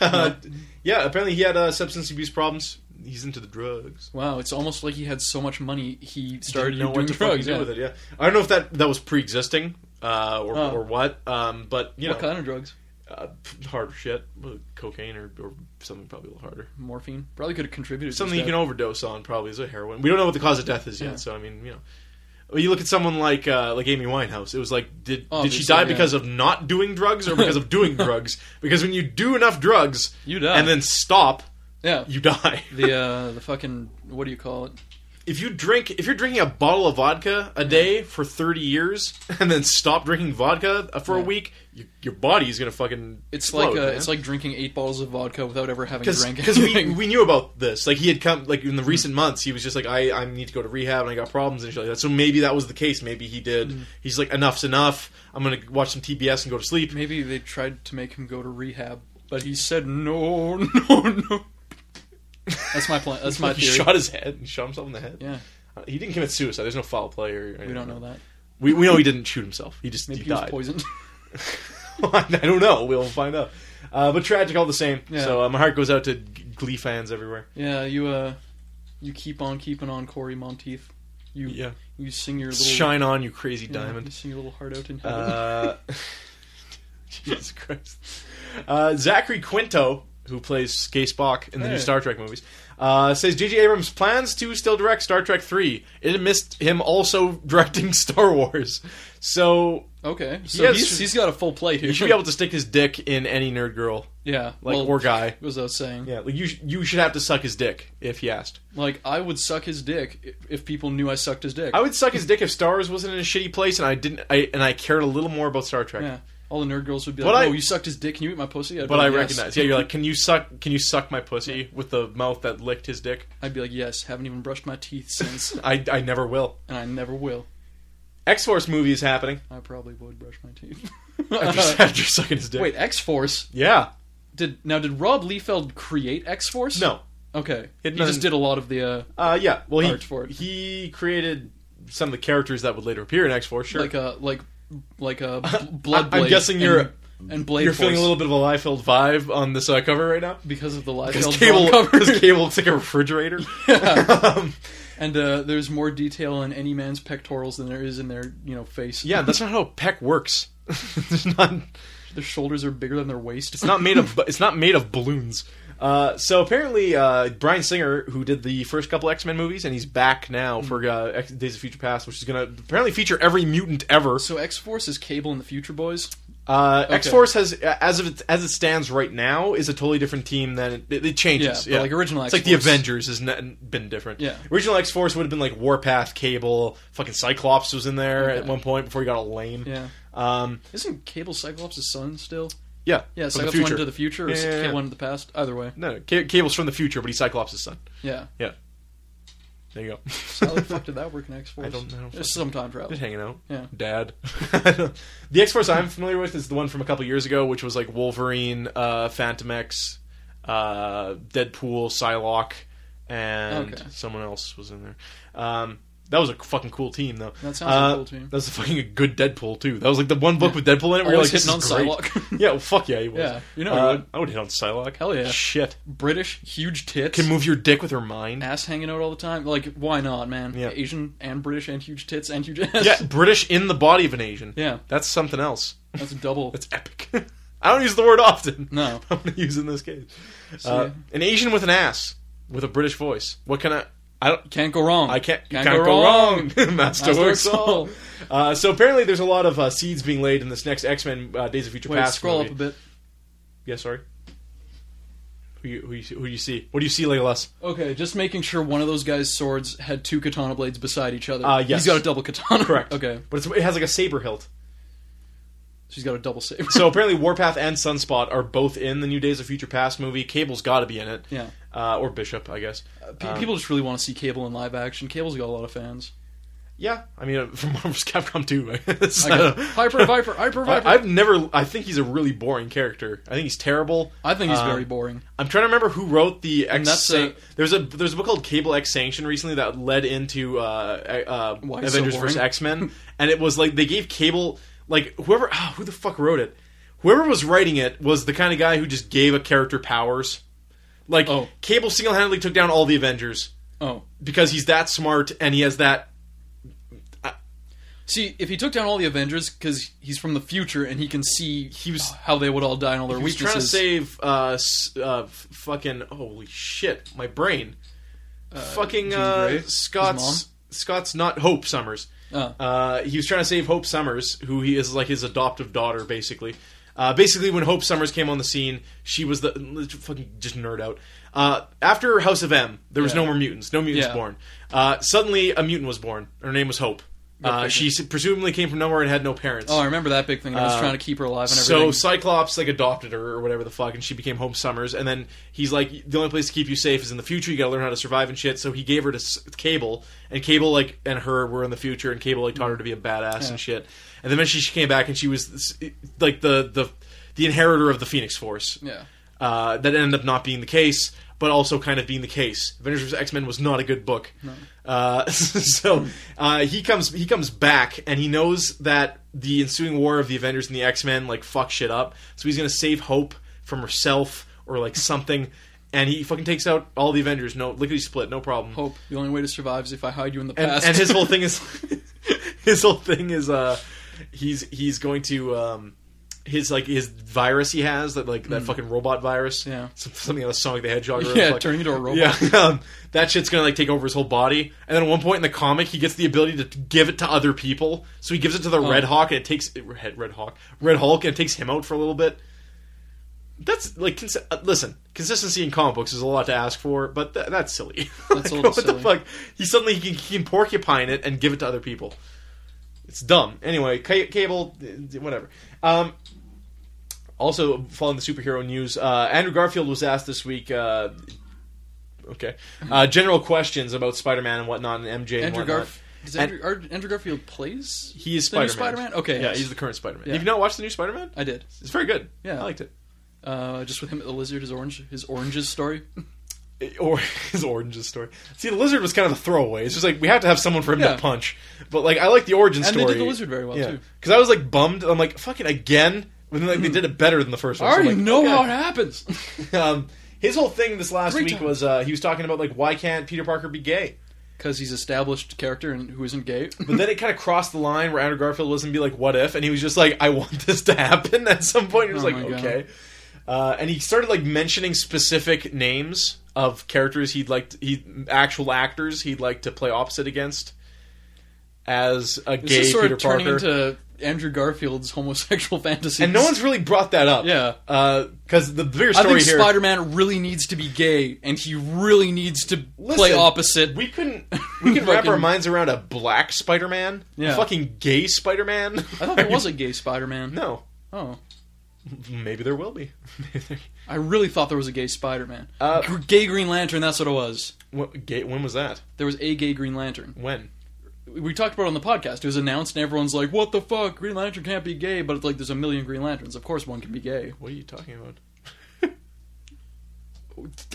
B: Uh, yeah, apparently he had uh, substance abuse problems. He's into the drugs.
C: wow, it's almost like he had so much money he started
B: Didn't know
C: doing
B: what to fucking
C: drugs.
B: do
C: yeah.
B: with it. Yeah, I don't know if that that was pre-existing uh, or
C: Oh.
B: or what. Um, but you
C: what
B: know,
C: kind of drugs?
B: uh, pff, hard shit, Uh, cocaine or, or something probably a little harder.
C: Morphine probably could have contributed. to
B: Something
C: his
B: you can
C: death.
B: overdose on probably is a heroin. We don't know what the cause of death is yet.
C: Yeah.
B: So I mean, you know. Well, You look at someone like uh, like Amy Winehouse. It was like, did did
C: Obviously,
B: she die
C: yeah.
B: because of not doing drugs or because of doing drugs? Because when you do enough drugs
C: You die.
B: and then stop,
C: yeah.
B: you die.
C: the uh, the fucking what do you call it?
B: if you drink if you're drinking a bottle of vodka a day for 30 years and then stop drinking vodka uh, for a
C: Yeah.
B: week, you, your body is going to fucking
C: It's like uh, it's like drinking eight bottles of vodka without ever having drank
B: because we,
C: anything.
B: we knew about this. Like he had come like
C: Mm-hmm.
B: in the recent months, he was just like I, I need to go to rehab and I got problems and shit like that. So maybe that was the case. Maybe he did.
C: Mm-hmm.
B: He's like enough's enough. I'm gonna watch some TBS and go to sleep.
C: Maybe they tried to make him go to rehab, but he said no, no, no. That's my plan. That's my
B: he
C: theory.
B: shot his head and shot himself in the head.
C: Yeah,
B: Uh, He didn't commit suicide. There's no foul play or anything.
C: we don't know that.
B: We, we know he didn't shoot himself. He just
C: Maybe
B: he
C: he was
B: died.
C: poisoned.
B: I don't know. We'll find out. Uh, but tragic all the same.
C: Yeah.
B: So uh, my heart goes out to G- Glee fans everywhere.
C: yeah, you uh, you keep on keeping on, Corey Monteith. You you sing your little
B: Shine on, you crazy
C: yeah, You
B: diamond.
C: sing your little heart out in heaven.
B: Uh, Jesus Christ. Uh, Zachary Quinto who plays Gay Spock in the new
C: Hey.
B: Star Trek movies, uh, says J.J. Abrams plans to still direct Star Trek 3. It missed him also directing Star Wars. So
C: Okay, so
B: has-
C: he's, he's got a full plate here.
B: you should be able to stick his dick in any nerd girl,
C: yeah,
B: like,
C: well,
B: or guy.
C: was I saying?
B: Yeah, like you, sh- you should have to suck his dick if he asked.
C: Like I would suck his dick if, if people knew I sucked his dick.
B: I would suck his dick if Star Wars wasn't in a shitty place and I didn't I and I cared a little more about Star Trek.
C: yeah, all the nerd girls would be
B: But
C: like,
B: I-
C: "Oh, you sucked his dick. Can you eat my pussy?" I'd be
B: But I
C: like, "Yes."
B: recognize. Yeah, you're like, "Can you suck can you suck my pussy with the mouth that licked his dick?"
C: I'd be like, "Yes." Haven't even brushed my teeth since,
B: I I never will.
C: and I never will.
B: X-Force movie is happening
C: I probably would brush my teeth. Uh,
B: after, after sucking his dick.
C: Uh-huh. Wait, X Force
B: Yeah.
C: did now? Did Rob Liefeld create X Force?
B: No.
C: Okay,
B: It
C: he
B: doesn't-
C: just did a lot of the uh,
B: Uh yeah. Well, he
C: Art for it.
B: he created some of the characters that would later appear in X-Force, sure.
C: like a like like a bl- blood.
B: I'm
C: Blade
B: guessing you're-
C: and, and blade.
B: you're
C: Force
B: feeling a little bit of a Liefeld vibe on this uh, cover right now.
C: because of the live
B: Because
C: cable
B: cable,
C: cover.
B: because cable looks like a refrigerator. um,
C: and uh, there's more detail in any man's pectorals than there is in their you know face.
B: yeah, that's not how peck works. There's not
C: their shoulders are bigger than their waist.
B: It's not made of. It's not made of balloons. Uh, so apparently, uh, Brian Singer, who did the first couple X Men movies, and he's back now for uh, X- Days of Future Past, which is going to apparently feature every mutant ever.
C: So X Force is Cable in the Future Boys.
B: Uh, X Force has, as of it, as it stands right now, is a totally different team than it, it,
C: Yeah,
B: changes.
C: but, like original
B: it's
C: X.
B: like the Avengers has n- been different.
C: Yeah.
B: original X Force would have been like Warpath, Cable, fucking Cyclops was in there at
C: Okay.
B: one point before he got all lame.
C: Yeah,
B: um,
C: isn't Cable Cyclops' son still?
B: yeah,
C: Yeah,
B: from the
C: Cyclops went
B: future.
C: into the future, or
B: Yeah,
C: is
B: yeah,
C: Cable
B: yeah.
C: went into the past. Either way,
B: No, no, Ca- Cable's from the future, but he's Cyclops' son.
C: yeah.
B: There you go.
C: How the fuck did that work in X Force?
B: I don't know.
C: Just some time travel.
B: Just hanging out.
C: Yeah.
B: Dad. the X Force I'm familiar with is the one from a couple years ago, which was like Wolverine, uh, Phantom X, uh, Deadpool, Psylocke, and
C: Okay.
B: someone else was in there. Um, that was a fucking cool team, though.
C: That sounds like a
B: Uh,
C: cool team.
B: That was a fucking good Deadpool too. That was like the one book
C: Yeah.
B: with Deadpool in it. Where
C: Always
B: you're like,
C: hitting on
B: this is great.
C: Psylocke.
B: yeah, well, fuck yeah, he was.
C: Yeah, you know
B: Uh,
C: he would.
B: I would hit on Psylocke.
C: Hell yeah.
B: Shit,
C: British, huge tits.
B: can move your dick with her mind.
C: ass hanging out all the time. Like, why not, man?
B: Yeah.
C: Asian and British and huge tits and huge ass.
B: Yeah, British in the body of an Asian.
C: Yeah,
B: That's something else.
C: that's double.
B: That's epic. I don't use the word often.
C: No.
B: I'm going to use in this case.
C: So,
B: Uh,
C: yeah.
B: an Asian with an ass with a British voice. What can I? I don't.
C: Can't go wrong.
B: I can't. Can't, go, wrong. Master
C: Master
B: works
C: works
B: all.
C: all.
B: Uh, so apparently, there's a lot of uh, seeds being laid in this next X Men uh, Days of Future
C: Wait,
B: Past.
C: scroll
B: movie.
C: up a bit.
B: Yeah, sorry. Who you, who you see- who you see? What do you see, Legolas?
C: Okay, just making sure one of those guys' swords had two katana blades beside each other.
B: Uh, yes.
C: He's got a double katana.
B: Correct.
C: Okay,
B: but it's, it has like a saber hilt.
C: she's got a double saber.
B: So apparently, Warpath and Sunspot are both in the new Days of Future Past movie. Cable's got to be in it,
C: yeah,
B: uh, or Bishop, I guess.
C: Pe-
B: Um,
C: people just really want to see Cable in live action. Cable's got a lot of fans.
B: Yeah, I mean, uh, from Marvel's Capcom 2. I guess.
C: I got Hyper Viper, Hyper Viper.
B: I, have never. I think he's a really boring character. I think he's terrible.
C: I think he's
B: Um,
C: very boring.
B: I'm trying to remember who wrote the X.
C: And that's
B: San-
C: a-
B: there's a there's a book called Cable X Sanction recently that led into uh, uh,
C: Why so
B: Avengers
C: boring?
B: vs X Men, and it was like they gave Cable like whoever ah, who the fuck wrote it, whoever was writing it was the kind of guy who just gave a character powers. Like
C: Oh.
B: Cable single handedly took down all the Avengers
C: Oh,
B: because he's that smart and he has that
C: see, if he took down all the Avengers because he's from the future and he can see
B: He was-
C: how they would all die and all their
B: He was
C: weaknesses.
B: trying to save uh, s- uh f- fucking holy shit my brain fucking
C: Jean Grey?
B: uh,
C: His
B: Scott's Scott's not Hope Summers
C: Uh,
B: uh he was trying to save Hope Summers who he is like his adoptive daughter basically uh, basically, when Hope Summers came on the scene, she was the let's fucking just nerd out. Uh, after House of M, there was
C: Yeah.
B: no more mutants. No mutants
C: Yeah.
B: born. Uh, suddenly, a mutant was born. Her name was Hope. Uh,
C: figure.
B: she s- presumably came from nowhere and had no parents.
C: oh, I remember that big thing. I was
B: Uh,
C: trying to keep her alive and
B: So
C: everything.
B: Cyclops like adopted her or whatever the fuck, and she became Hope Summers. And then he's like, the only place to keep you safe is in the future. You got to learn how to survive and shit. So he gave her to S- Cable, and Cable like and her were in the future, and Cable like taught her to be a badass
C: Yeah.
B: and shit. And then eventually she came back, and she was this- like the the the inheritor of the Phoenix Force.
C: yeah.
B: Uh, that ended up not being the case, but also kind of being the case. Avengers X Men was not a good book. Uh, so uh, he comes he comes back and he knows that the ensuing war of the Avengers and the X Men like fuck shit up. So he's gonna save Hope from herself or like something, and he fucking takes out all the Avengers. No lickety split, no problem.
C: Hope. The only way to survive is if I hide you in the
B: and,
C: past.
B: and his whole thing is his whole thing is uh he's he's going to um his like his virus he has that like that fucking robot virus.
C: Hmm. Yeah.
B: Some- something out of Sonic the Hedgehog. or
C: Yeah,
B: fuck-
C: turning into a robot.
B: Yeah, um, that shit's gonna like take over his whole body. And then at one point in the comic, he gets the ability to give it to other people. So he gives it to the
C: Oh.
B: Red Hawk, and it takes Red, Red Hawk, Red Hulk, and it takes him out for a little bit. That's like cons- uh, listen, consistency in comic books is a lot to ask for, but th- that's silly.
C: That's a
B: Like,
C: little
B: what the
C: silly.
B: fuck? He suddenly he can, he can porcupine it and give it to other people. It's dumb. Anyway, ca- cable, d- d- whatever. Um, also, following the superhero news, uh, Andrew Garfield was asked this week. Uh, okay, uh, general questions about Spider-Man and whatnot, and MJ. and
C: Andrew
B: whatnot.
C: Garf. Does Andrew, are, Andrew Garfield plays?
B: He is
C: the new
B: Spider-Man.
C: Spider-Man? Okay,
B: Yeah,
C: yes.
B: he's the current Spider-Man.
C: Yeah.
B: You've not watched the new Spider-Man?
C: I did.
B: It's very good.
C: Yeah.
B: I liked it.
C: Uh, just with him at the lizard, his orange, his oranges story.
B: Or his oranges story. See, the lizard was kind of a throwaway. It's just like we have to have someone for him
C: Yeah.
B: to punch. But like, I like the origin
C: And they
B: story.
C: did the lizard very well, too. Hmm.
B: Because I was like bummed. I'm like, fuck it again. But then like they did it better than the first
C: I
B: one. so I'm
C: already
B: like,
C: know
B: okay.
C: how it happens.
B: um, his whole thing this last
C: Three
B: week
C: times.
B: was uh, he was talking about like why can't Peter Parker be gay?
C: Because he's established character and who isn't gay.
B: But then it kind of crossed the line where Andrew Garfield wasn't be like what if, and he was just like I want this to happen at some point. He was
C: Oh
B: like
C: my God.
B: okay, uh, and he started like mentioning specific names of characters he'd like to, he actual actors he'd like to play opposite against as a
C: this
B: gay
C: is sort
B: Peter
C: of turning
B: Parker.
C: into Andrew Garfield's homosexual fantasies.
B: and no one's really brought that up.
C: Yeah.
B: because the bigger
C: I
B: story
C: think
B: here.
C: Spider-Man really needs to be gay, and he really needs to play
B: Listen,
C: opposite.
B: We couldn't. We could wrap our
C: Fucking-
B: minds around a black Spider-Man.
C: Yeah.
B: A fucking gay Spider-Man.
C: I thought there was a gay Spider-Man.
B: no.
C: Oh,
B: Maybe there will be. Maybe there-
C: I really thought there was a gay Spider-Man.
B: Uh,
C: Gr- gay Green Lantern. That's what it was.
B: what, gay, when was that?
C: There was a gay Green Lantern.
B: When?
C: We talked about it on the podcast. It was announced, and everyone's like, "What the fuck? Green Lantern can't be gay." But it's like, there's a million Green Lanterns. Of course, one can be gay.
B: What are you talking about?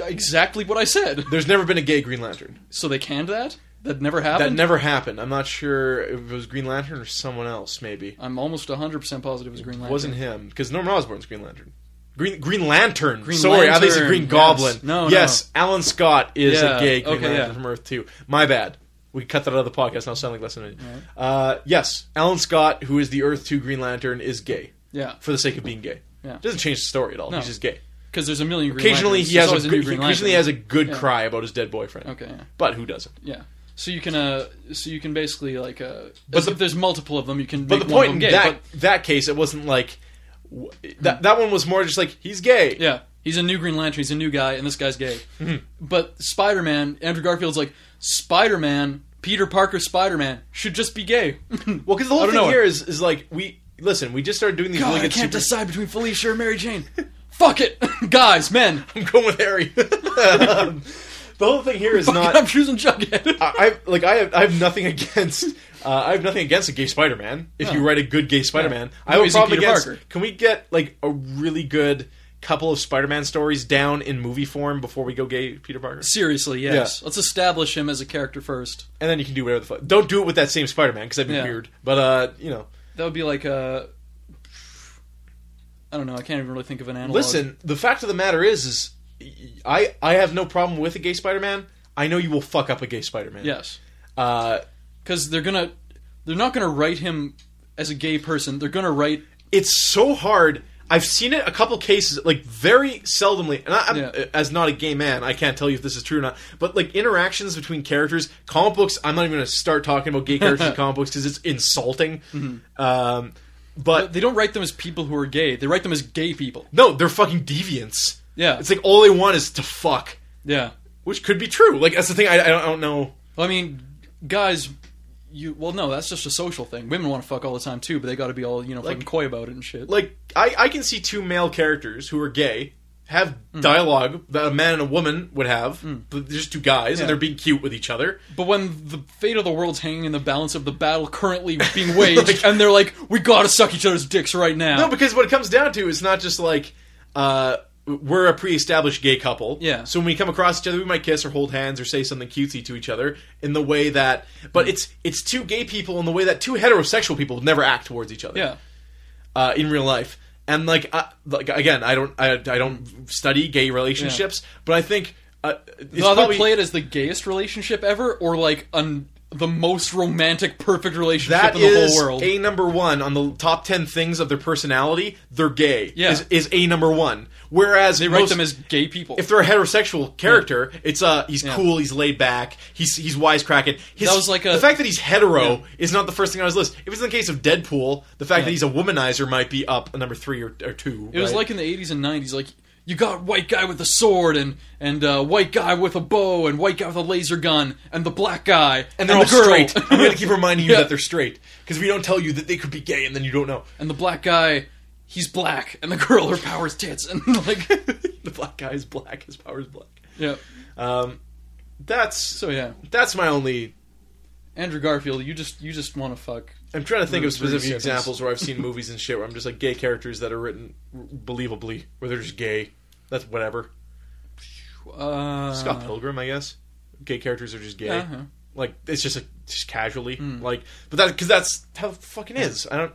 C: Exactly what I said.
B: There's never been a gay Green Lantern.
C: So they canned that. That never
B: That
C: happened.
B: never happened. I'm not sure if it was Green Lantern or someone else. Maybe
C: I'm almost 100 percent positive it was Green Lantern.
B: wasn't him because Norman Osborn's Green Lantern. Green Green Lantern.
C: Green
B: Sorry, I think it's a
C: Lantern,
B: Green
C: yes.
B: Goblin.
C: No,
B: yes, Alan Scott is
C: Yeah,
B: a gay Green
C: okay,
B: Lantern
C: yeah.
B: from Earth Two. My bad. We cut that out of the podcast. Now sound like less than a minute. Uh, yes, Alan Scott, who is the Earth Two Green Lantern, is gay
C: Yeah,
B: for the sake of being gay.
C: Yeah.
B: Doesn't change the story at all.
C: No.
B: He's just gay.
C: because there's a million. Green
B: occasionally,
C: Lanterns.
B: he
C: There's
B: has
C: always
B: a,
C: new
B: good,
C: Green
B: occasionally he has
C: Lantern.
B: a good
C: Yeah.
B: cry about his dead boyfriend.
C: Okay. Yeah.
B: But who doesn't?
C: Yeah. So you can uh, so you can basically like uh,
B: But
C: but
B: the-
C: if there's multiple of them, you can.
B: But
C: make
B: the
C: one
B: point
C: of
B: in
C: them gay,
B: that that case, it wasn't like w- that. That one was more just like he's gay.
C: but, yeah, he's a new Green Lantern, he's a new guy, and this guy's gay. But Spider Man, Andrew Garfield's like Spider Man, Peter Parker, Spider Man should just be gay. God,
B: Well, because the whole
C: I don't
B: thing
C: know.
B: here is is like we listen. We just started doing these really
C: I
B: good.
C: can't
B: super-
C: decide between Felicia or Mary Jane. Fuck it, guys, men.
B: I'm going with Harry. Um, the whole thing here is not.
C: I'm choosing Jughead.
B: I, I like I have, I have nothing against uh, I have nothing against a gay Spider Man. If you
C: No.
B: write a good gay Spider Man, I
C: No,
B: have a
C: he's a
B: problem
C: Peter
B: against.
C: Parker.
B: Can we get like a really good couple of Spider Man stories down in movie form before we go gay Peter Parker?
C: Seriously, yes. Let's establish him as a character first.
B: And then you can do whatever the fuck. Don't do it with that same Spider Man because that'd be
C: Yeah.
B: weird. But uh, you know,
C: That would be like uh I I don't know. I can't even really think of an analog.
B: listen. The fact of the matter is, is I I have no problem with a gay Spider Man. I know you will fuck up a gay Spider Man.
C: yes,
B: Uh,
C: because they're gonna they're not gonna write him as a gay person. They're gonna write
B: it's so hard. I've seen it a couple cases, like very seldomly. And I, I'm,
C: Yeah.
B: as not a gay man, I can't tell you if this is true or not. But like interactions between characters, comic books. I'm not even going to start talking about gay characters in comic books because it's insulting.
C: Mm-hmm.
B: Um, but
C: they don't write them as people who are gay. They write them as gay people.
B: no, they're fucking deviants.
C: Yeah,
B: It's like all they want is to fuck,
C: yeah.
B: which could be true. Like that's the thing. I, I, don't, I don't know.
C: Well, I mean, guys, you well no, that's just a social thing. Women want to fuck all the time too, but they got to be all you know fucking coy about it and shit.
B: Like I, I can see two male characters who are gay have dialogue that a man and a woman would have. But they're just two guys,
C: Yeah.
B: and they're being cute with each other.
C: but when the fate of the world's hanging in the balance of the battle currently being waged, and they're like, we gotta suck each other's dicks right now.
B: No, because what it comes down to is not just like uh, we're a pre-established gay couple.
C: Yeah.
B: So when we come across each other, we might kiss or hold hands or say something cutesy to each other in the way that. But it's it's two gay people in the way that two heterosexual people would never act towards each other.
C: yeah,
B: Uh, in real life, and like I, like again, I don't I, I don't study gay relationships, but I think. Uh, it's
C: They'll either
B: probably-
C: play it as the gayest relationship ever, or like an the most romantic, perfect relationship
B: That
C: in the
B: is
C: whole world.
B: a number one on the top ten things of their personality. They're gay.
C: Yeah.
B: is, is a number one. Whereas
C: they write
B: most-
C: them as gay people.
B: if they're a heterosexual character, it's uh he's
C: Yeah.
B: cool, he's laid back, he's he's wisecracking. His,
C: That was like a-
B: the fact that he's hetero
C: Yeah.
B: is not the first thing on his list. If it's in the case of Deadpool, the fact
C: Yeah.
B: that he's a womanizer might be up number three or, or two.
C: It was like in the 80s and 90s, like you got white guy with a sword and and uh, white guy with a bow and white guy with a laser gun and the black guy
B: and they're all
C: the girl.
B: straight. I'm gonna keep reminding you
C: Yeah.
B: that they're straight because we don't tell you that they could be gay and then you don't know.
C: and the black guy, he's black, and the girl her powers tits and like
B: the black guy is black. His power is black.
C: yeah.
B: Um, that's
C: So yeah,
B: that's my only.
C: Andrew Garfield, you just you just want to fuck.
B: I'm trying to think of
C: Thirty
B: specific
C: seconds.
B: examples where I've seen movies and shit where I'm just like gay characters that are written r- believably where they're just gay. That's whatever.
C: Uh,
B: Scott Pilgrim, I guess. Gay characters are just gay.
C: Yeah, uh-huh. Hmm.
B: Like it's just like just casually, like, but that because that's how it fucking is. I don't.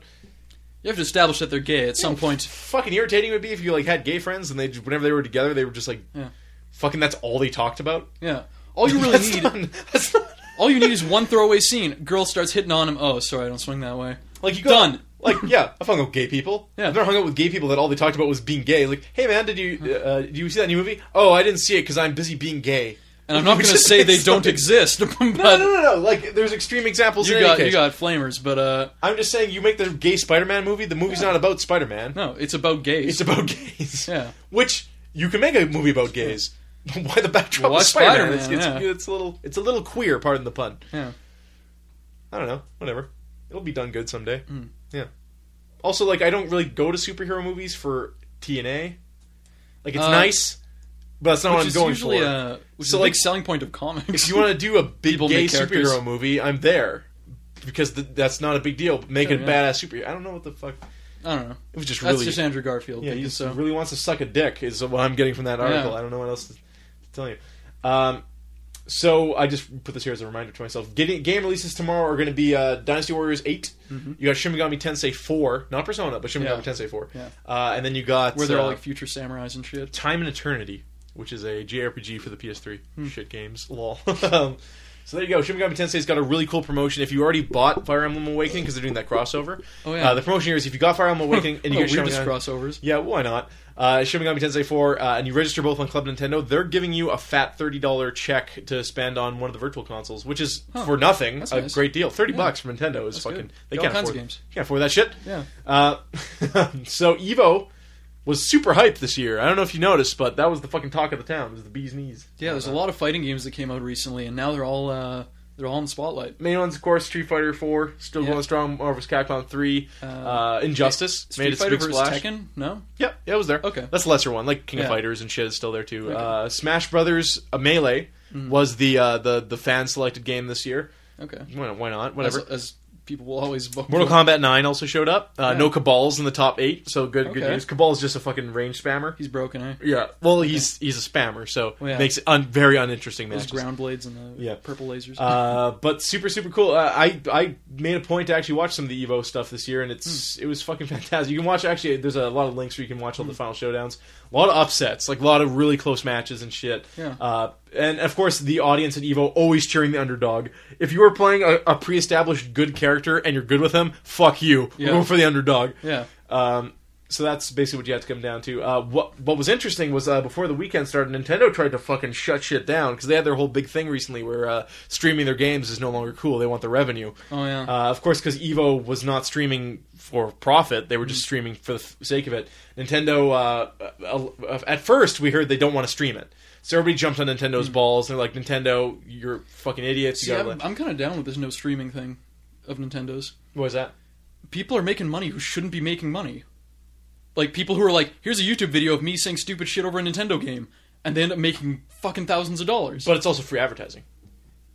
C: You have to establish that they're gay at some point.
B: Fucking irritating it would be if you like had gay friends and they just, whenever they were together they were just like,
C: Yeah.
B: fucking that's all they talked about.
C: Yeah. All you really
B: That's
C: need,
B: not- that's not-
C: all you need is one throwaway scene. Girl starts hitting on him. Oh, sorry, I don't swing that way.
B: Like you go,
C: Done.
B: Like yeah, I've hung out with gay people.
C: Yeah.
B: I've never hung out with gay people that all they talked about was being gay. Like, hey man, did you uh, did you see that new movie? Oh, I didn't see it because I'm busy being gay.
C: And I'm not
B: Which
C: going to
B: is-
C: say they don't
B: something-
C: exist, but
B: No, no, no, no. Like there's extreme examples.
C: you
B: in
C: got
B: any
C: you
B: case.
C: got flamers, but uh,
B: I'm just saying, you make the gay Spider-Man movie. The movie's not about Spider-Man.
C: no, it's about gays.
B: It's about gays.
C: Yeah.
B: Which you can make a movie about gays. Why the backdrop
C: Watch
B: is Spider-Man?
C: Spider-Man,
B: it's, it's,
C: yeah.
B: it's a little it's a little queer. Pardon the pun.
C: yeah.
B: I don't know. Whatever. It'll be done good someday.
C: Hmm.
B: Yeah. Also, like, I don't really go to superhero movies for TNA. Like, it's
C: Uh,
B: nice, but that's not
C: Which
B: what I'm
C: is
B: going
C: usually
B: for.
C: uh, which
B: So,
C: is a
B: like,
C: big selling point of comics.
B: If you want to do a big
C: People
B: gay
C: make characters.
B: superhero movie, I'm there because th- that's not a big deal. Make
C: Sure,
B: a
C: yeah.
B: badass superhero. I don't know what the fuck.
C: I don't know.
B: It was just
C: That's
B: really.
C: just Andrew Garfield.
B: yeah,
C: Yeah,
B: he just
C: so
B: really wants to suck a dick is what I'm getting from that article. I don't know what else to, to tell you. Um, so I just put this here as a reminder to myself. Getting, game releases tomorrow are going to be uh, Dynasty Warriors 8 You got Shin Megami Tensei four, not Persona, but Shin Megami
C: Mm-hmm. Yeah.
B: Tensei four.
C: Yeah.
B: Uh, and then you got
C: where they're all
B: uh,
C: like future samurais and shit.
B: Time and Eternity, which is a JRPG for the PS3.
C: Hmm.
B: Shit games, lol. Um, so there you go. Shin Megami Tensei's got a really cool promotion. If you already bought Fire Emblem Awakening, because they're doing that crossover.
C: Oh, yeah.
B: Uh, the promotion here is if you got Fire Emblem Awakening and you
C: oh,
B: get Shin
C: weirdest
B: Megami-
C: crossovers.
B: yeah, why not? Uh, Shin Megami Tensei 4, uh, and you register both on Club Nintendo. They're giving you a fat $30 check to spend on one of the virtual consoles, which is
C: Huh.
B: for nothing
C: That's
B: a
C: nice.
B: great deal. 30
C: Yeah.
B: bucks from Nintendo is
C: That's
B: fucking.
C: good.
B: They
C: Get all
B: can't
C: kinds
B: afford,
C: of games.
B: can't afford that shit.
C: Yeah.
B: Uh, so Evo was super hyped this year. I don't know if you noticed, but that was the fucking talk of the town. It was the bee's knees.
C: Yeah, there's a lot of fighting games that came out recently, and now they're all uh, they're all in the spotlight.
B: Main ones, of course, Street Fighter 4, still
C: Yeah.
B: going strong. Marvel's Capcom 3, uh,
C: Uh,
B: Injustice
C: Street
B: made its
C: Fighter
B: big
C: versus
B: splash.
C: Tekken? No,
B: Yep, yeah, it was there.
C: Okay.
B: that's a lesser one, like King of
C: Yeah.
B: Fighters and shit is still there too.
C: Okay. Mm-hmm.
B: Uh, Smash Brothers uh, Melee was the uh, the the fan selected game this year.
C: okay.
B: Why not? Why not?
C: As,
B: Whatever.
C: as people will always vote.
B: Mortal
C: for.
B: Kombat Nine also showed up. Uh,
C: Yeah.
B: No Cabal's in the top eight, so good good
C: Okay.
B: news. Cabal's just a fucking range spammer.
C: He's broken. Eh?
B: Yeah, well he's he's a spammer, so
C: Well, yeah.
B: makes it un- very uninteresting
C: Those
B: matches.
C: ground blades and the
B: Yeah.
C: purple lasers.
B: Uh, but super super cool. Uh, I I made a point to actually watch some of the Evo stuff this year, and
C: Hmm.
B: it's it was fucking fantastic. You can watch actually. There's a lot of links where you can watch all the
C: Hmm.
B: final showdowns. A lot of upsets, like a lot of really close matches and shit.
C: Yeah.
B: Uh, and of course, the audience at Evo always cheering the underdog. If you were playing a, a pre-established good character and you're good with him, fuck you.
C: Yeah.
B: We're going for the underdog.
C: yeah.
B: Um, so that's basically what you had to come down to. Uh, what what was interesting was uh, before the weekend started, Nintendo tried to fucking shut shit down because they had their whole big thing recently where uh, streaming their games is no longer cool. They want the revenue.
C: Oh yeah.
B: Uh, of course, because Evo was not streaming for profit; they were
C: Mm.
B: just streaming for the f- sake of it. Nintendo, uh, uh, at first, we heard they don't want to stream it, so everybody jumped on Nintendo's balls. and They're like, "Nintendo, you're fucking idiots." You
C: Mm. See,
B: gotta
C: I'm, I'm kind of down with this no streaming thing of Nintendo's.
B: let- What was that?
C: people are making money who shouldn't be making money. Like people who are like, here's a YouTube video of me saying stupid shit over a Nintendo game, and they end up making fucking thousands of dollars.
B: But it's also free advertising.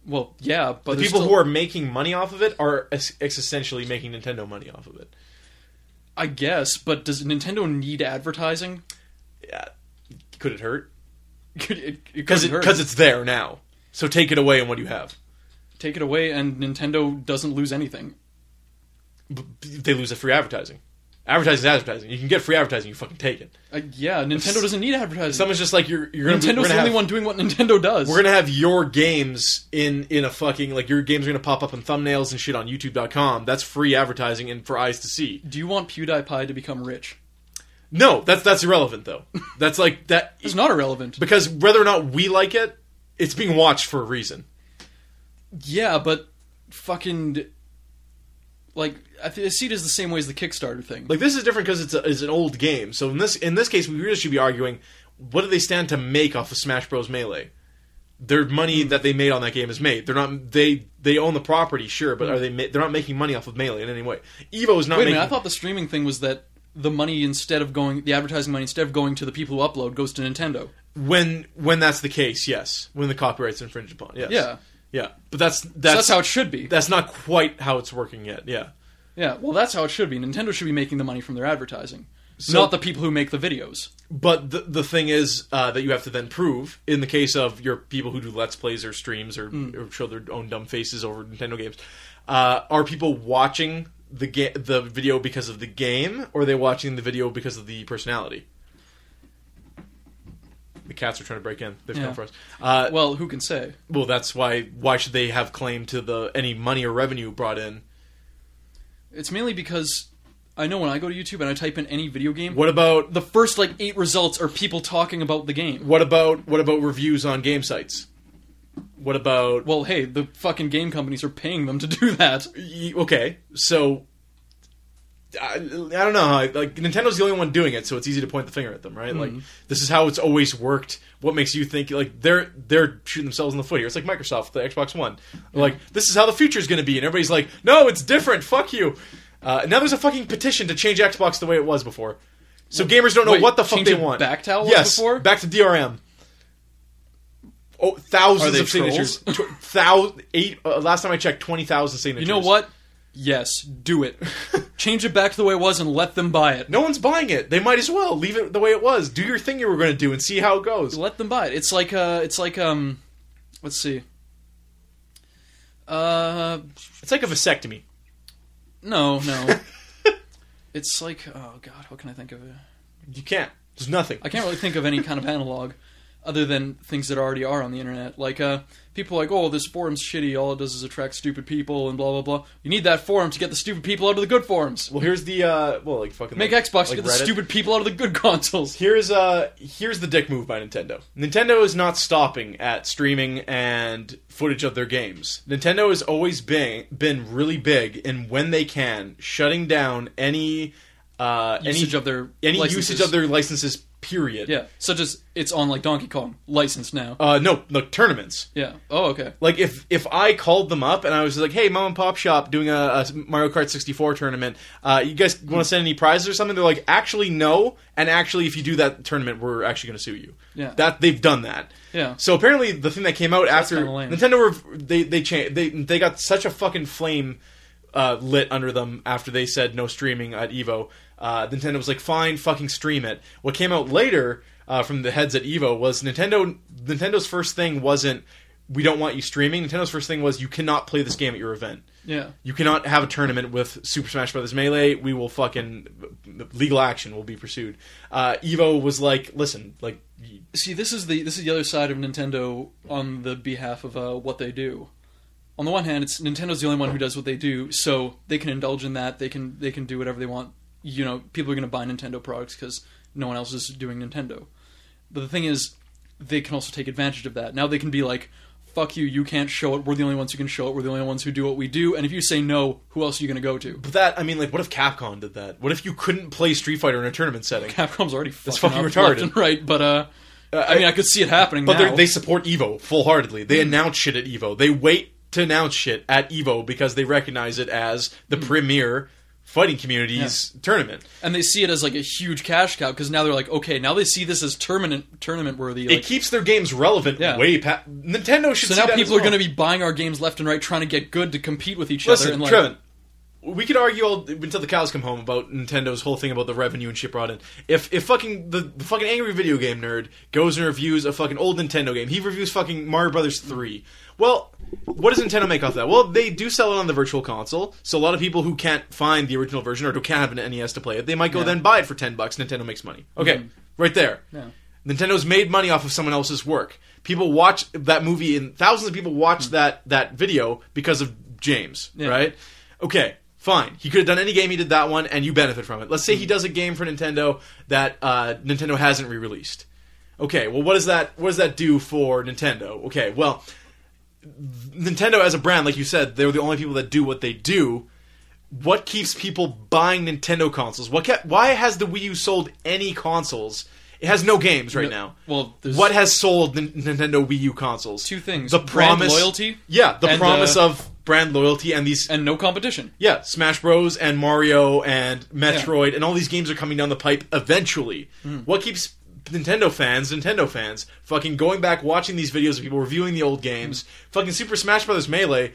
C: well, yeah, but
B: the people who are making money off of it are es- essentially making Nintendo money off of it.
C: I guess, but does Nintendo need advertising?
B: Yeah. Could it hurt?
C: Because
B: Because because it's there now. So take it away and what do you have?
C: take it away, and Nintendo doesn't lose anything.
B: B- b- they lose the free advertising. Advertising is advertising. You can get free advertising. You fucking take it.
C: Uh, yeah, Nintendo doesn't need advertising.
B: If someone's just like you're. You're gonna. be- we're
C: Nintendo's
B: gonna
C: the only
B: have-
C: one doing what Nintendo does.
B: We're gonna have your games in in a fucking like your games are gonna pop up in thumbnails and shit on YouTube.com. That's free advertising and for eyes to see.
C: Do you want PewDiePie to become rich?
B: No, that's that's irrelevant though. That's like that
C: It's not irrelevant.
B: because whether or not we like it, it's being watched for a reason.
C: yeah, but fucking like I, th- I see it as the same way as the Kickstarter thing.
B: Like this is different because it's, a- it's an old game. So in this in this case, we really should be arguing what do they stand to make off of Smash Bros. Melee? Their money
C: Hmm.
B: that they made on that game is made. They're not they they own the property, sure, but are they ma- they're not making money off of Melee in any way. Evo is not
C: Wait a
B: making.
C: minute, I thought the streaming thing was that the money instead of going the advertising money instead of going to the people who upload goes to Nintendo.
B: when when that's the case, yes, when the copyright's infringed upon, yes,
C: Yeah.
B: yeah. But that's
C: So
B: that's
C: that's how it should be.
B: that's not quite how it's working yet. Yeah,
C: yeah, well that's how it should be. Nintendo should be making the money from their advertising.
B: So-
C: not the people who make the videos.
B: But the the thing is uh, that you have to then prove in the case of your people who do let's plays or streams or, or show their own dumb faces over Nintendo games, uh, are people watching the ga- the video because of the game or are they watching the video because of the personality? The cats are trying to break in. They've
C: Yeah.
B: come for us. Uh,
C: Well, who can say?
B: well, that's why. Why should they have claim to the any money or revenue brought in?
C: It's mainly because I know when I go to YouTube and I type in any video game,
B: What about
C: the first like eight results are people talking about the game.
B: what about what about reviews on game sites? What about
C: Well, hey, the fucking game companies are paying them to do that.
B: Y- okay, so I, I don't know. how- Like Nintendo's the only one doing it, so it's easy to point the finger at them, right?
C: Mm-hmm.
B: Like this is how it's always worked. What makes you think like they're they're shooting themselves in the foot here? It's like Microsoft, with the Xbox One. They're Like this is how the future is going to be, and everybody's like, no, it's different. Fuck you. Uh, now there's a fucking petition to change Xbox the way it was before. So gamers don't know
C: Wait,
B: what the fuck
C: change
B: they
C: it
B: want.
C: back to how it was
B: yes,
C: before?
B: back to DRM. Oh, thousands
C: Are they
B: of signatures. Tw- thou- eight, uh, last time I checked, twenty thousand signatures.
C: You know what? Yes, do it. Change it back to the way it was and let them buy it.
B: No one's buying it. They might as well leave it the way it was. Do your thing you were going to do and see how it goes.
C: Let them buy it. It's like uh it's like um let's see. Uh
B: It's like a vasectomy.
C: no, no. it's like oh god, what can I think of?
B: You can't. There's nothing.
C: I can't really think of any kind of analog other than things that already are on the internet. Like uh people are like, "Oh, this forum's shitty. All it does is attract stupid people and blah blah blah." You need that forum to get the stupid people out of the good forums.
B: Well, here's the uh, well, like fucking
C: Make
B: like-
C: Xbox
B: like
C: get the
B: Reddit.
C: stupid people out of the good consoles.
B: Here's uh, here's the dick move by Nintendo. Nintendo is not stopping at streaming and footage of their games. Nintendo has always been been really big in when they can shutting down any uh,
C: usage
B: any
C: of their
B: any
C: licenses.
B: usage of their licenses. Period.
C: yeah, such as it's on like Donkey Kong license now.
B: Uh, no, look, tournaments.
C: yeah. Oh, okay.
B: Like if if I called them up and I was like, "Hey, mom and pop shop doing a, a Mario Kart 64 tournament. Uh, you guys want to send any prizes or something?" They're like, "Actually, no. And actually, if you do that tournament, we're actually going to sue you."
C: Yeah.
B: That they've done that.
C: Yeah.
B: So apparently, the thing that came out after
C: kinda lame.
B: Nintendo were they they changed they they got such a fucking flame uh, lit under them after they said no streaming at Evo. Uh, Nintendo was like, "Fine, fucking stream it." What came out later uh, from the heads at Evo was Nintendo Nintendo's first thing wasn't we don't want you streaming. Nintendo's first thing was you cannot play this game at your event.
C: Yeah.
B: You cannot have a tournament with Super Smash Brothers Melee. We will fucking legal action will be pursued. Uh, Evo was like, listen, like y-
C: See, this is the this is the other side of Nintendo on the behalf of uh, what they do. On the one hand, it's Nintendo's the only one who does what they do, so they can indulge in that. They can they can do whatever they want. You know, people are going to buy Nintendo products because no one else is doing Nintendo. But the thing is, they can also take advantage of that. Now they can be like, "Fuck you! You can't show it. We're the only ones who can show it. We're the only ones who do what we do." And if you say no, who else are you going to go to?
B: But that, I mean, like, what if Capcom did that? What if you couldn't play Street Fighter in a tournament setting?
C: Capcom's already fucking,
B: fucking
C: up left
B: retarded.
C: and right, but uh, I mean, I could see it happening.
B: But
C: now. Hmm.
B: they're- they support Evo full heartedly. They announce shit at Evo. They wait to announce shit at Evo because they recognize it as the
C: Hmm.
B: premier fighting community's tournament.
C: and they see it as like a huge cash cow because now they're like, okay, now they see this as tournament tournament worthy.
B: It
C: Like,
B: keeps their games relevant
C: Yeah.
B: way past. Nintendo should.
C: so
B: see
C: now
B: that as
C: people are
B: well.
C: going to be buying our games left and right, trying to get good to compete with each
B: listen,
C: other. And like,
B: Trevin. we could argue all until the cows come home about Nintendo's whole thing about the revenue and shit brought in. If if fucking the, the fucking angry video game nerd goes and reviews a fucking old Nintendo game, he reviews fucking Mario Brothers three. Well, what does Nintendo make off that? Well, they do sell it on the virtual console, so a lot of people who can't find the original version or who can't have an NES to play it, they might go
C: Yeah. Mm-hmm.
B: then buy it for ten bucks. Nintendo makes money. Okay, right there.
C: Yeah.
B: Nintendo's made money off of someone else's work. People watch that movie, and thousands of people watch that that video because of James,
C: Mm. Yeah.
B: right? Okay, fine. He could have done any game. He did that one, and you benefit from it. Let's say he
C: Hmm.
B: does a game for Nintendo that uh, Nintendo hasn't re-released. Okay, well, what does that what does that do for Nintendo? Okay, well, Nintendo as a brand, like you said, they're the only people that do what they do. What keeps people buying Nintendo consoles? What kept, why has the Wii U sold any consoles? It has no games right
C: No-
B: now.
C: well, there's-
B: what has sold N- Nintendo Wii U consoles?
C: Two things.
B: The
C: Brand
B: promise
C: loyalty
B: Yeah, the
C: and,
B: promise
C: uh,
B: of brand loyalty and these
C: and no competition.
B: yeah, Smash Bros and Mario and Metroid and all these games are coming down the pipe eventually.
C: Hmm.
B: What keeps Nintendo fans, Nintendo fans, fucking going back watching these videos of people reviewing the old games,
C: Hmm.
B: fucking Super Smash Bros. Melee,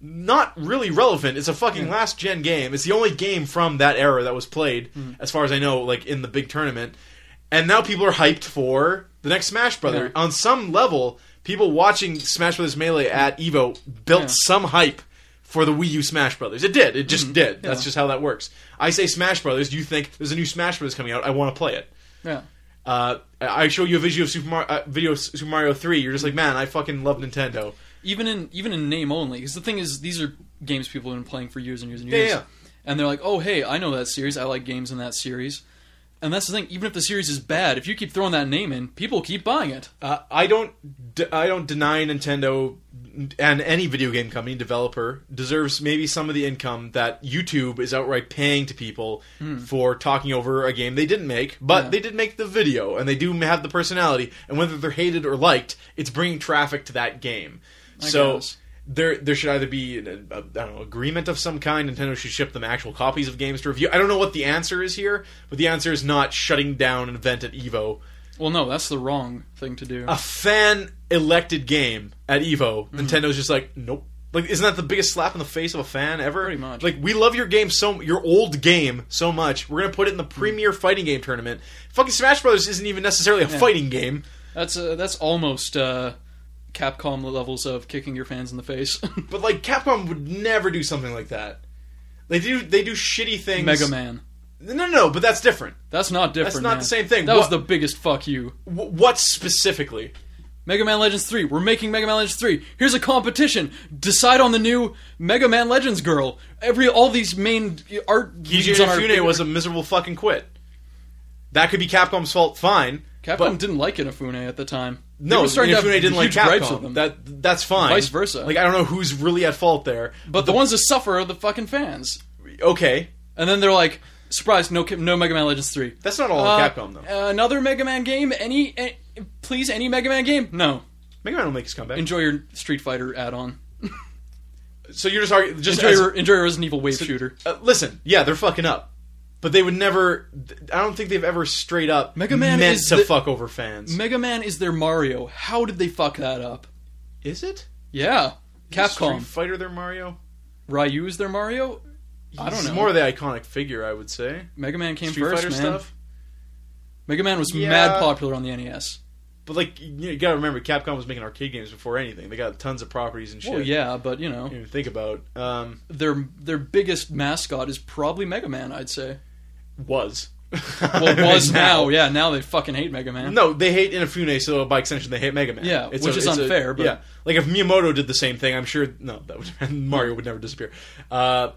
B: not really relevant. It's a fucking
C: Hmm.
B: last gen game. It's the only game from that era that was played,
C: Hmm.
B: as far as I know, like in the big tournament. And now people are hyped for the next Smash Brother.
C: Yeah.
B: On some level, people watching Smash Brothers Melee at Evo built
C: Yeah.
B: some hype for the Wii U Smash Brothers. It did. It just did. That's
C: Yeah.
B: just how that works. I say Smash Brothers. You think there's a new Smash Brothers coming out? I want to play it.
C: Yeah.
B: Uh, I I show you a video of Super Mario, uh, video of Super Mario Three. You're just like, man, I fucking love Nintendo.
C: even in even in name only because the thing is these are games people have been playing for years and years and
B: Yeah,
C: years
B: yeah.
C: and they're like oh hey i know that series i like games in that series and that's the thing even if the series is bad if you keep throwing that name in people keep buying it
B: Uh, I don't. De- I don't deny Nintendo and any video game company developer deserves maybe some of the income that YouTube is outright paying to people for talking over a game they didn't make, but
C: Hmm. Yeah.
B: they did make the video and they do have the personality. And whether they're hated or liked, it's bringing traffic to that game. so.
C: guess.
B: There, there should either be an a, I don't know, agreement of some kind. Nintendo should ship them actual copies of games to review. I don't know what the answer is here, but the answer is not shutting down an event at Evo
C: well no that's the wrong thing to do
B: a fan elected game at Evo,
C: Mhm.
B: Nintendo's just like, nope. Like, isn't that the biggest slap in the face of a fan ever?
C: Pretty much.
B: Like, we love your game so, your old game so much. We're gonna put it in the
C: Hmm.
B: premier fighting game tournament. Fucking Smash Brothers isn't even necessarily a fighting game.
C: that's uh, that's almost uh, capcom levels of kicking your fans in the face
B: But like, Capcom would never do something like that. They do, they do shitty things.
C: mega man
B: No, no, no. But that's different.
C: that's not different
B: not
C: man.
B: the same thing.
C: that was
B: What-
C: the biggest fuck you
B: W- what specifically?
C: Mega Man Legends 3. We're making Mega Man Legends 3. Here's a competition. Decide on the new Mega Man Legends girl. Every all these main art
B: DJ
C: leads on our
B: Fune was a miserable fucking quit. That could be Capcom's fault. Fine.
C: Capcom
B: but-
C: didn't like Inafune at the time.
B: No,
C: They were starting to
B: Inafune
C: have
B: didn't like
C: huge gripes with
B: Capcom.
C: them.
B: That that's fine.
C: Vice versa.
B: Like I don't know who's really at fault there.
C: but the, ones that suffer are the fucking fans.
B: Okay,
C: And then they're like, surprise, no Ca- no Mega Man Legends 3.
B: that's not all
C: Uh,
B: Capcom though.
C: Another Mega Man game? Any, any please any Mega Man game? No.
B: Mega Man will make his comeback.
C: Enjoy your Street Fighter add-on.
B: so you're just arguing. Just
C: Enjoy
B: as-
C: your, enjoy your Resident Evil wave shooter.
B: uh, listen, yeah, they're fucking up, but they would never. I don't think they've ever straight up
C: Mega Man
B: meant
C: is
B: to
C: the-
B: fuck over fans.
C: Mega Man is their Mario. How did they fuck that up?
B: is it
C: Yeah. Capcom.
B: Street Fighter? Their Mario.
C: Ryu is their Mario. I don't
B: He's
C: know.
B: more of the iconic figure, I would say.
C: Mega Man came
B: Street
C: first,
B: Fighter
C: man.
B: stuff.
C: Mega Man was
B: Yeah.
C: mad popular on the E NES.
B: But like, you, know, you gotta remember, Capcom was making arcade games before anything. They got tons of properties and shit.
C: Well, yeah, but you know,
B: You know, think about um,
C: their their biggest mascot is probably Mega Man. I'd say.
B: was.
C: Well, was now. Yeah, now they fucking hate Mega Man.
B: No, they hate Inafune, so by extension, they hate Mega Man.
C: Yeah, which is unfair, but-
B: yeah, like if Miyamoto did the same thing, I'm sure no, that would Mario would never disappear. Uh,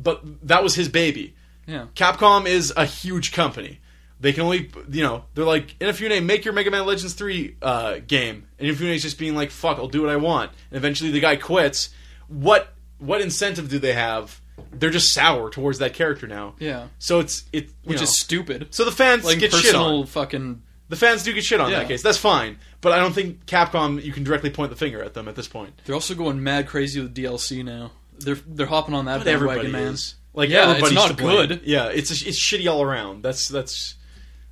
B: but that was his baby.
C: Yeah.
B: Capcom is a huge company. They can only, you know, they're like Inafune, make your Mega Man Legends three uh, game, and Inafune's just being like, "Fuck, I'll do what I want." And eventually, the guy quits. What what incentive do they have? They're just sour towards that character now.
C: Yeah.
B: So it's it,
C: Which is stupid.
B: so the fans
C: like
B: get shit on.
C: personal fucking.
B: The fans do get shit on in that
C: Yeah.
B: case. That's fine, but I don't think Capcom. You can directly point the finger at them at this point.
C: They're also going mad crazy with DLC now. They're they're hopping on that
B: But everybody
C: bandwagon, man.
B: is like
C: Yeah, it's
B: everybody's
C: not
B: to blame.
C: good.
B: Yeah, it's it's shitty all around. That's that's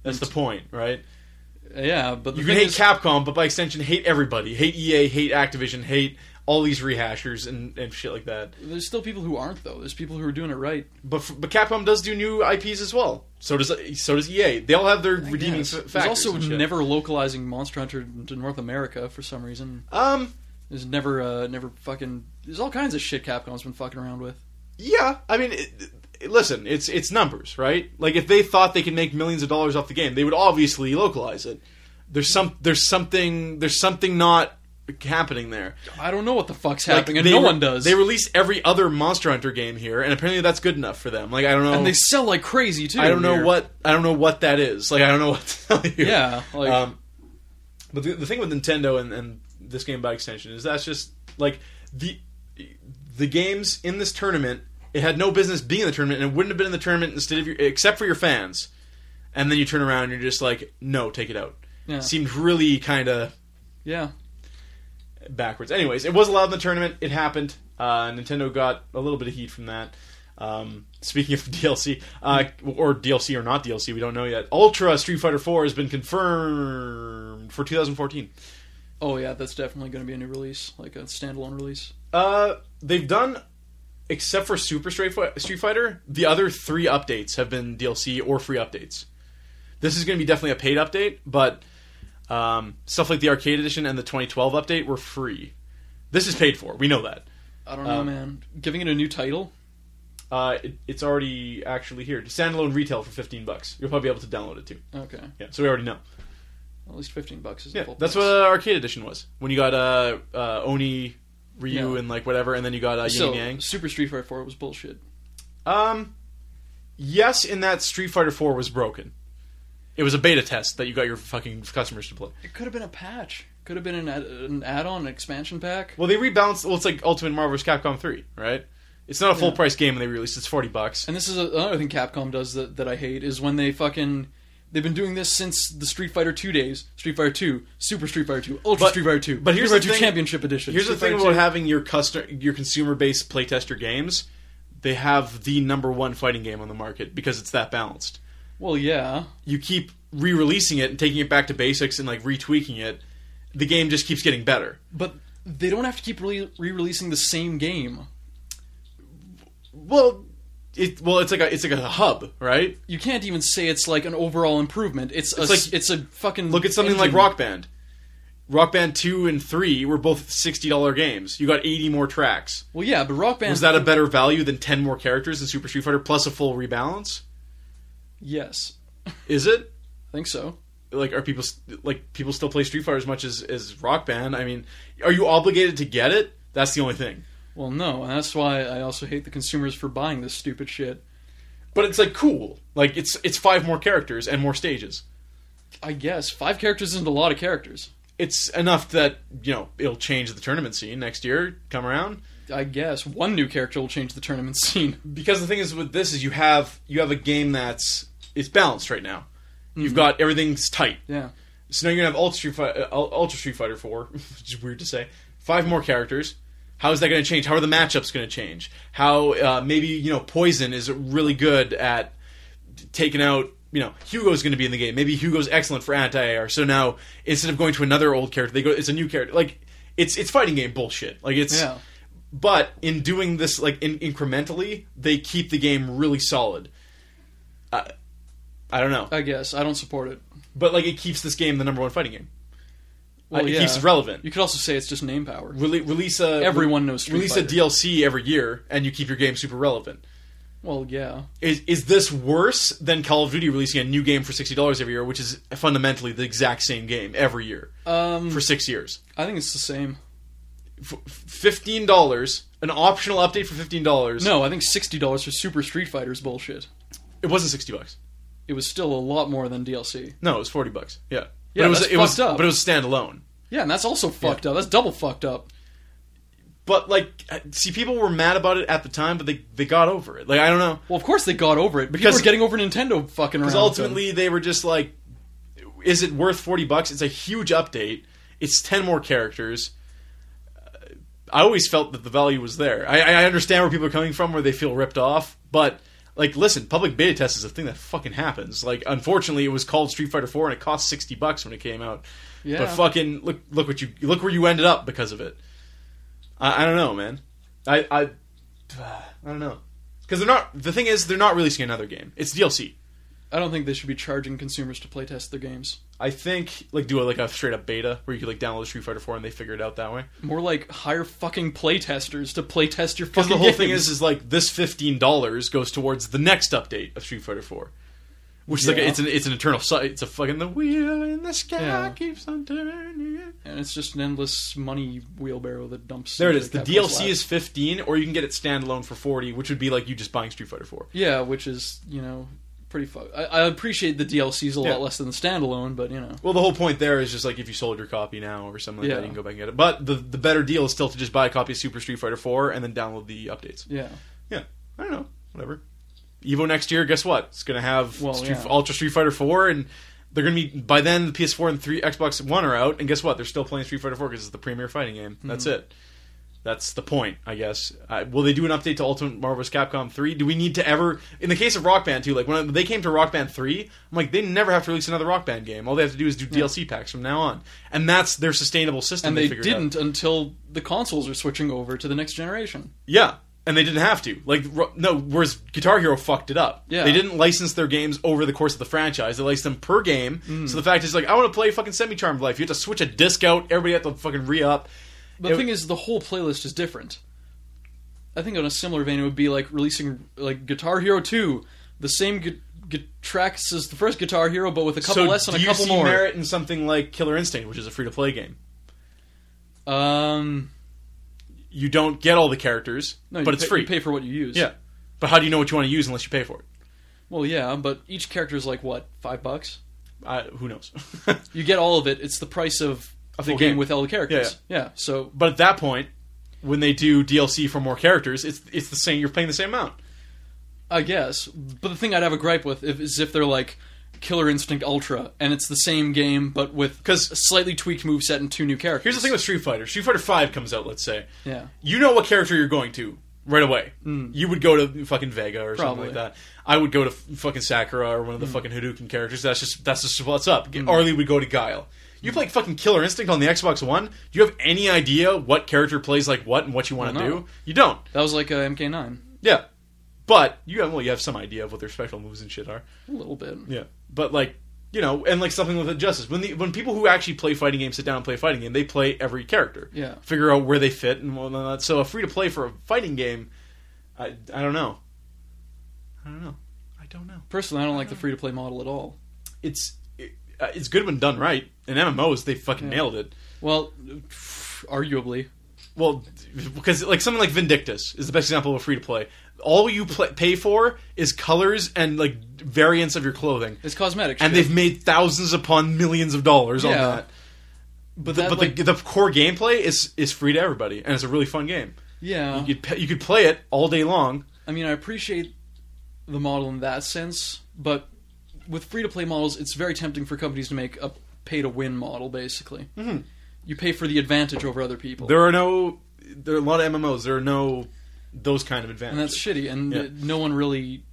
B: that's the point, right?
C: Yeah, but the
B: You
C: thing
B: can hate
C: is,
B: Capcom, but by extension, hate everybody. Hate EA, hate E Activision, hate all these rehashers and, and shit like that.
C: There's still people who aren't though. There's people who are doing it right.
B: But f- but Capcom does do new IPs as well. So does so does EA. They all have their redeeming
C: Yes.
B: f-
C: There's
B: factors.
C: also
B: and shit.
C: never localizing Monster Hunter to North America for some reason.
B: um
C: There's never uh never fucking there's all kinds of shit Capcom's been fucking around with.
B: Yeah, I mean, it, it- listen, it's it's numbers, right? Like if they thought they could make millions of dollars off the game, they would obviously localize it. There's some, there's something, there's something not happening there.
C: I don't know what the fuck's
B: Like,
C: happening, and
B: they
C: no
B: re-
C: one does.
B: They release every other Monster Hunter game here, and apparently that's good enough for them. Like I don't know,
C: and they sell like crazy too.
B: Oh. I don't know
C: here.
B: what, I don't know what that is. Like I don't know what to tell you.
C: Yeah, like
B: um, but the, the thing with Nintendo and, and this game by extension is that's just like the the games in this tournament. It had no business being in the tournament, and it wouldn't have been in the tournament instead of your, except for your fans. And then you turn around and you're just like, no, take it out.
C: yeah,
B: Seemed really kind of
C: yeah.
B: backwards. Anyways, it was allowed in the tournament. It happened. Uh, Nintendo got a little bit of heat from that. Um, speaking of DLC, uh, or DLC or not DLC, we don't know yet. Ultra Street Fighter 4 has been confirmed for 2014.
C: Oh yeah, that's definitely going to be a new release, like a standalone release.
B: Uh, they've done, except for Super Street Fi- Street Fighter, the other three updates have been DLC or free updates. This is going to be definitely a paid update, but um, stuff like the Arcade Edition and the 2012 update were free. This is paid for. We know that.
C: I don't know,
B: Um,
C: man. Giving it a new title.
B: Uh, it, it's already actually here. Standalone retail for 15 bucks. You'll probably be able to download it too.
C: Okay,
B: Yeah, so we already know.
C: at least fifteen bucks is the
B: Yeah,
C: full
B: that's what
C: price.
B: uh, Arcade Edition was. When you got uh, uh, Oni, Ryu,
C: Yeah.
B: and like whatever, and then you got uh, Yin
C: so,
B: and Yang.
C: Super Street Fighter Four was bullshit.
B: Um, yes, in that Street Fighter Four was broken. It was a beta test that you got your fucking customers to play.
C: It could have been a patch. Could have been an, ad- an add-on, an expansion pack.
B: Well, they rebalanced. Well, it's like Ultimate Marvel vs. Capcom Three, right? It's not a full price game when they released. It's forty bucks.
C: And this is another thing Capcom does that, that I hate is when they fucking they've been doing this since the Street Fighter Two days. Street Fighter Two, Super Street Fighter Two, Ultra
B: But-
C: Street Fighter Two,
B: but here's
C: Street
B: the
C: Fighter
B: thing-
C: Two Championship Edition.
B: Here's the
C: Street
B: thing
C: Fighter
B: about having your customer, your consumer based playtest your games. They have the number one fighting game on the market because it's that balanced.
C: II. Well, yeah,
B: You keep re-releasing it and taking it back to basics and like retweaking it. The game just keeps getting better.
C: but they don't have to keep re- re-releasing the same game.
B: Well, it well it's like a it's like a hub, right?
C: You can't even say it's like an overall improvement. It's, a,
B: It's
C: s-
B: like-
C: it's a fucking
B: Look at something like
C: engine.
B: Rock Band. Rock Band two and three were both sixty dollar games. You got eighty more tracks.
C: Well, yeah, but Rock Band
B: Was that a better value than ten more characters in Super Street Fighter plus a full rebalance?
C: yes?
B: Is it
C: I think so.
B: like are people st- like people still play Street Fighter as much as as Rock Band? I mean, are you obligated to get it? That's the only thing.
C: Well, no, and that's why I also hate the consumers for buying this stupid shit.
B: But it's like cool. Like it's it's five more characters and more stages.
C: I guess five characters isn't a lot of characters.
B: It's enough that you know it'll change the tournament scene next year. Come around.
C: I guess one new character will change the tournament scene.
B: because the thing is with this is you have you have a game that's it's balanced right now. You've got everything's tight.
C: Yeah.
B: So now you're gonna have Ultra Street, Fi- uh, Ul- Ultra Street Fighter Four, which is weird to say. Five more characters. How is that going to change? How are the matchups going to change? How uh, maybe you know Poison is really good at t- taking out. You know Hugo's going to be in the game. Maybe Hugo's excellent for anti-air. So now instead of going to another old character, they go. It's a new character. Like it's it's fighting game bullshit. Like it's
C: Yeah.
B: but in doing this like in- incrementally they keep the game really solid uh, i don't know
C: I guess I don't support it.
B: but like it keeps this game the number one fighting game Uh,
C: Well,
B: it
C: yeah.
B: keeps it relevant
C: You could also say it's just name power.
B: Rele- release a
C: Everyone knows Street
B: release
C: Fighter.
B: a dlc every year and you keep your game super relevant
C: Well, yeah.
B: is, is this worse than call of duty releasing a new game for $60 every year which is fundamentally the exact same game every year
C: Um,
B: for six years
C: I think it's the same.
B: F- $15 an optional update for $15
C: No, I think sixty dollars for Super Street Fighter is bullshit.
B: it wasn't 60 bucks
C: It was still a lot more than DLC.
B: No, it was forty bucks. Yeah,
C: Yeah,
B: but it was
C: that's
B: it was
C: fucked up.
B: but it was standalone.
C: Yeah, and that's also fucked up. That's double fucked up.
B: But like, uh, see, people were mad about it at the time, but they they got over it. Like, I don't know,
C: Well, of course they got over it because
B: Because-
C: people are getting over Nintendo fucking around.
B: because
C: with them.
B: ultimately they were just like, is it worth forty bucks? It's a huge update. It's ten more characters. Uh, I always felt that the value was there. I, I understand where people are coming from, where they feel ripped off, but. Like, listen, public beta test is a thing that fucking happens. Like, unfortunately, it was called Street Fighter Four, and it cost sixty bucks when it came out.
C: yeah.
B: But fucking look, look what you look where you ended up because of it. I, I don't know, man. I I I don't know because they're not. The thing is, they're not releasing another game. It's DLC.
C: I don't think they should be charging consumers to playtest their games.
B: I think like do a, like a straight up beta where you could like download Street Fighter Four and they figure it out that way.
C: More like hire fucking playtesters to playtest your
B: Because
C: fucking
B: the whole thing
C: games.
B: is, is like this fifteen dollars goes towards the next update of Street Fighter Four, which is like
C: Yeah.
B: a, it's an it's an eternal site. It's a fucking the wheel in the sky
C: Yeah.
B: keeps on turning.
C: and it's just an endless money wheelbarrow that dumps.
B: There it
C: into
B: is. The
C: capital's
B: DLC
C: lap.
B: is fifteen, or you can get it standalone for forty, which would be like you just buying Street Fighter Four.
C: yeah, which is you know pretty fuck. I, I appreciate the DLCs a
B: Yeah.
C: lot less than the standalone, but you know
B: Well, the whole point there is just like if you sold your copy now or something like
C: Yeah.
B: that, you can go back and get it. But the the better deal is still to just buy a copy of Super Street Fighter Four and then download the updates.
C: yeah.
B: Yeah, I don't know, whatever. Evo next year, guess what? It's gonna have
C: Well,
B: Street,
C: yeah.
B: Ultra Street Fighter Four, and they're gonna be by then the PS4 and three Xbox One are out, and guess what? They're still playing Street Fighter Four because it's the premier fighting game.
C: Mm-hmm.
B: That's it. That's the point, I guess. Uh, will they do an update to Ultimate Marvel's Capcom Three? Do we need to ever, in the case of Rock Band Two, like when they came to Rock Band Three, I'm like they never have to release another Rock Band game. All they have to do is do DLC packs from now on, and that's their sustainable system.
C: And they
B: figured out.
C: didn't until the consoles are switching over to the next generation.
B: Yeah, and they didn't have to. Like, ro- no, whereas Guitar Hero fucked it up.
C: Yeah.
B: they didn't license their games over the course of the franchise. They licensed them per game.
C: Mm.
B: So the fact is, like, I want to play fucking Semi Charmed Life. You have to switch a disc out. Everybody had to fucking re up.
C: But the thing is, the whole playlist is different. I think on a similar vein, it would be like releasing like Guitar Hero Two, the same gu- gu- tracks as the first Guitar Hero, but with a couple
B: so
C: less and
B: do
C: a couple
B: you see
C: more.
B: merit in something like Killer Instinct, which is a free to play game?
C: um,
B: You don't get all the characters,
C: no, you
B: but it's
C: pay,
B: free.
C: You pay for what you use.
B: yeah, but how do you know what you want to use unless you pay for it?
C: Well, yeah, but each character is like what five bucks.
B: I, who knows?
C: You get all of it. It's the price of the
B: full
C: game,
B: game.
C: with all the characters. Yeah. so
B: but at that point, when they do DLC for more characters, it's it's the same. You're paying the same amount.
C: I guess. But the thing I'd have a gripe with if, is if they're like Killer Instinct Ultra, and it's the same game but with
B: 'Cause-
C: a slightly tweaked moveset and two new characters.
B: Here's the thing with Street Fighter. Street Fighter Five comes out, let's say.
C: yeah.
B: you know what character you're going to right away. You would go to fucking Vega or something
C: Hmm. Probably. Hmm.
B: like that. I would go to f- fucking Sakura or one of the fucking Hadouken characters. That's just that's just what's up. Arlie would go to Guile. You play fucking Killer Instinct on the Xbox One. Do you have any idea what character plays like what and what you want to
C: Well, no.
B: do? You don't.
C: That was like uh, MK9.
B: Yeah, but you have well, you have some idea of what their special moves and shit are.
C: A little bit.
B: Yeah, but like you know, and like something with Injustice. When the when people who actually play fighting games sit down and play a fighting game, they play every character.
C: Yeah.
B: figure out where they fit and all that. So a free to play for a fighting game, I I don't know. I don't know. I don't know.
C: Personally, I don't like the free to play model at all.
B: It's it, uh, it's good when done right. In MMOs, they fucking
C: Yeah.
B: nailed it.
C: Well, arguably.
B: Well, because like something like Vindictus is the best example of a free to play. All you pla pay for is colors and like variants of your clothing.
C: It's cosmetic
B: and
C: shit.
B: they've made thousands upon millions of dollars on
C: Yeah.
B: that. But the,
C: that,
B: but
C: like-
B: the, the core gameplay is is free to everybody, and it's a really fun game.
C: Yeah.
B: You could pa- you could play it all day long.
C: I mean, I appreciate the model in that sense, but with free to play models, it's very tempting for companies to make a pay to win model, basically. Mm-hmm. You pay for the advantage over other people.
B: There are no there are a lot of MMOs. There are no those kind of
C: and that's
B: advantages.
C: shitty, and
B: Yeah.
C: uh, no one really,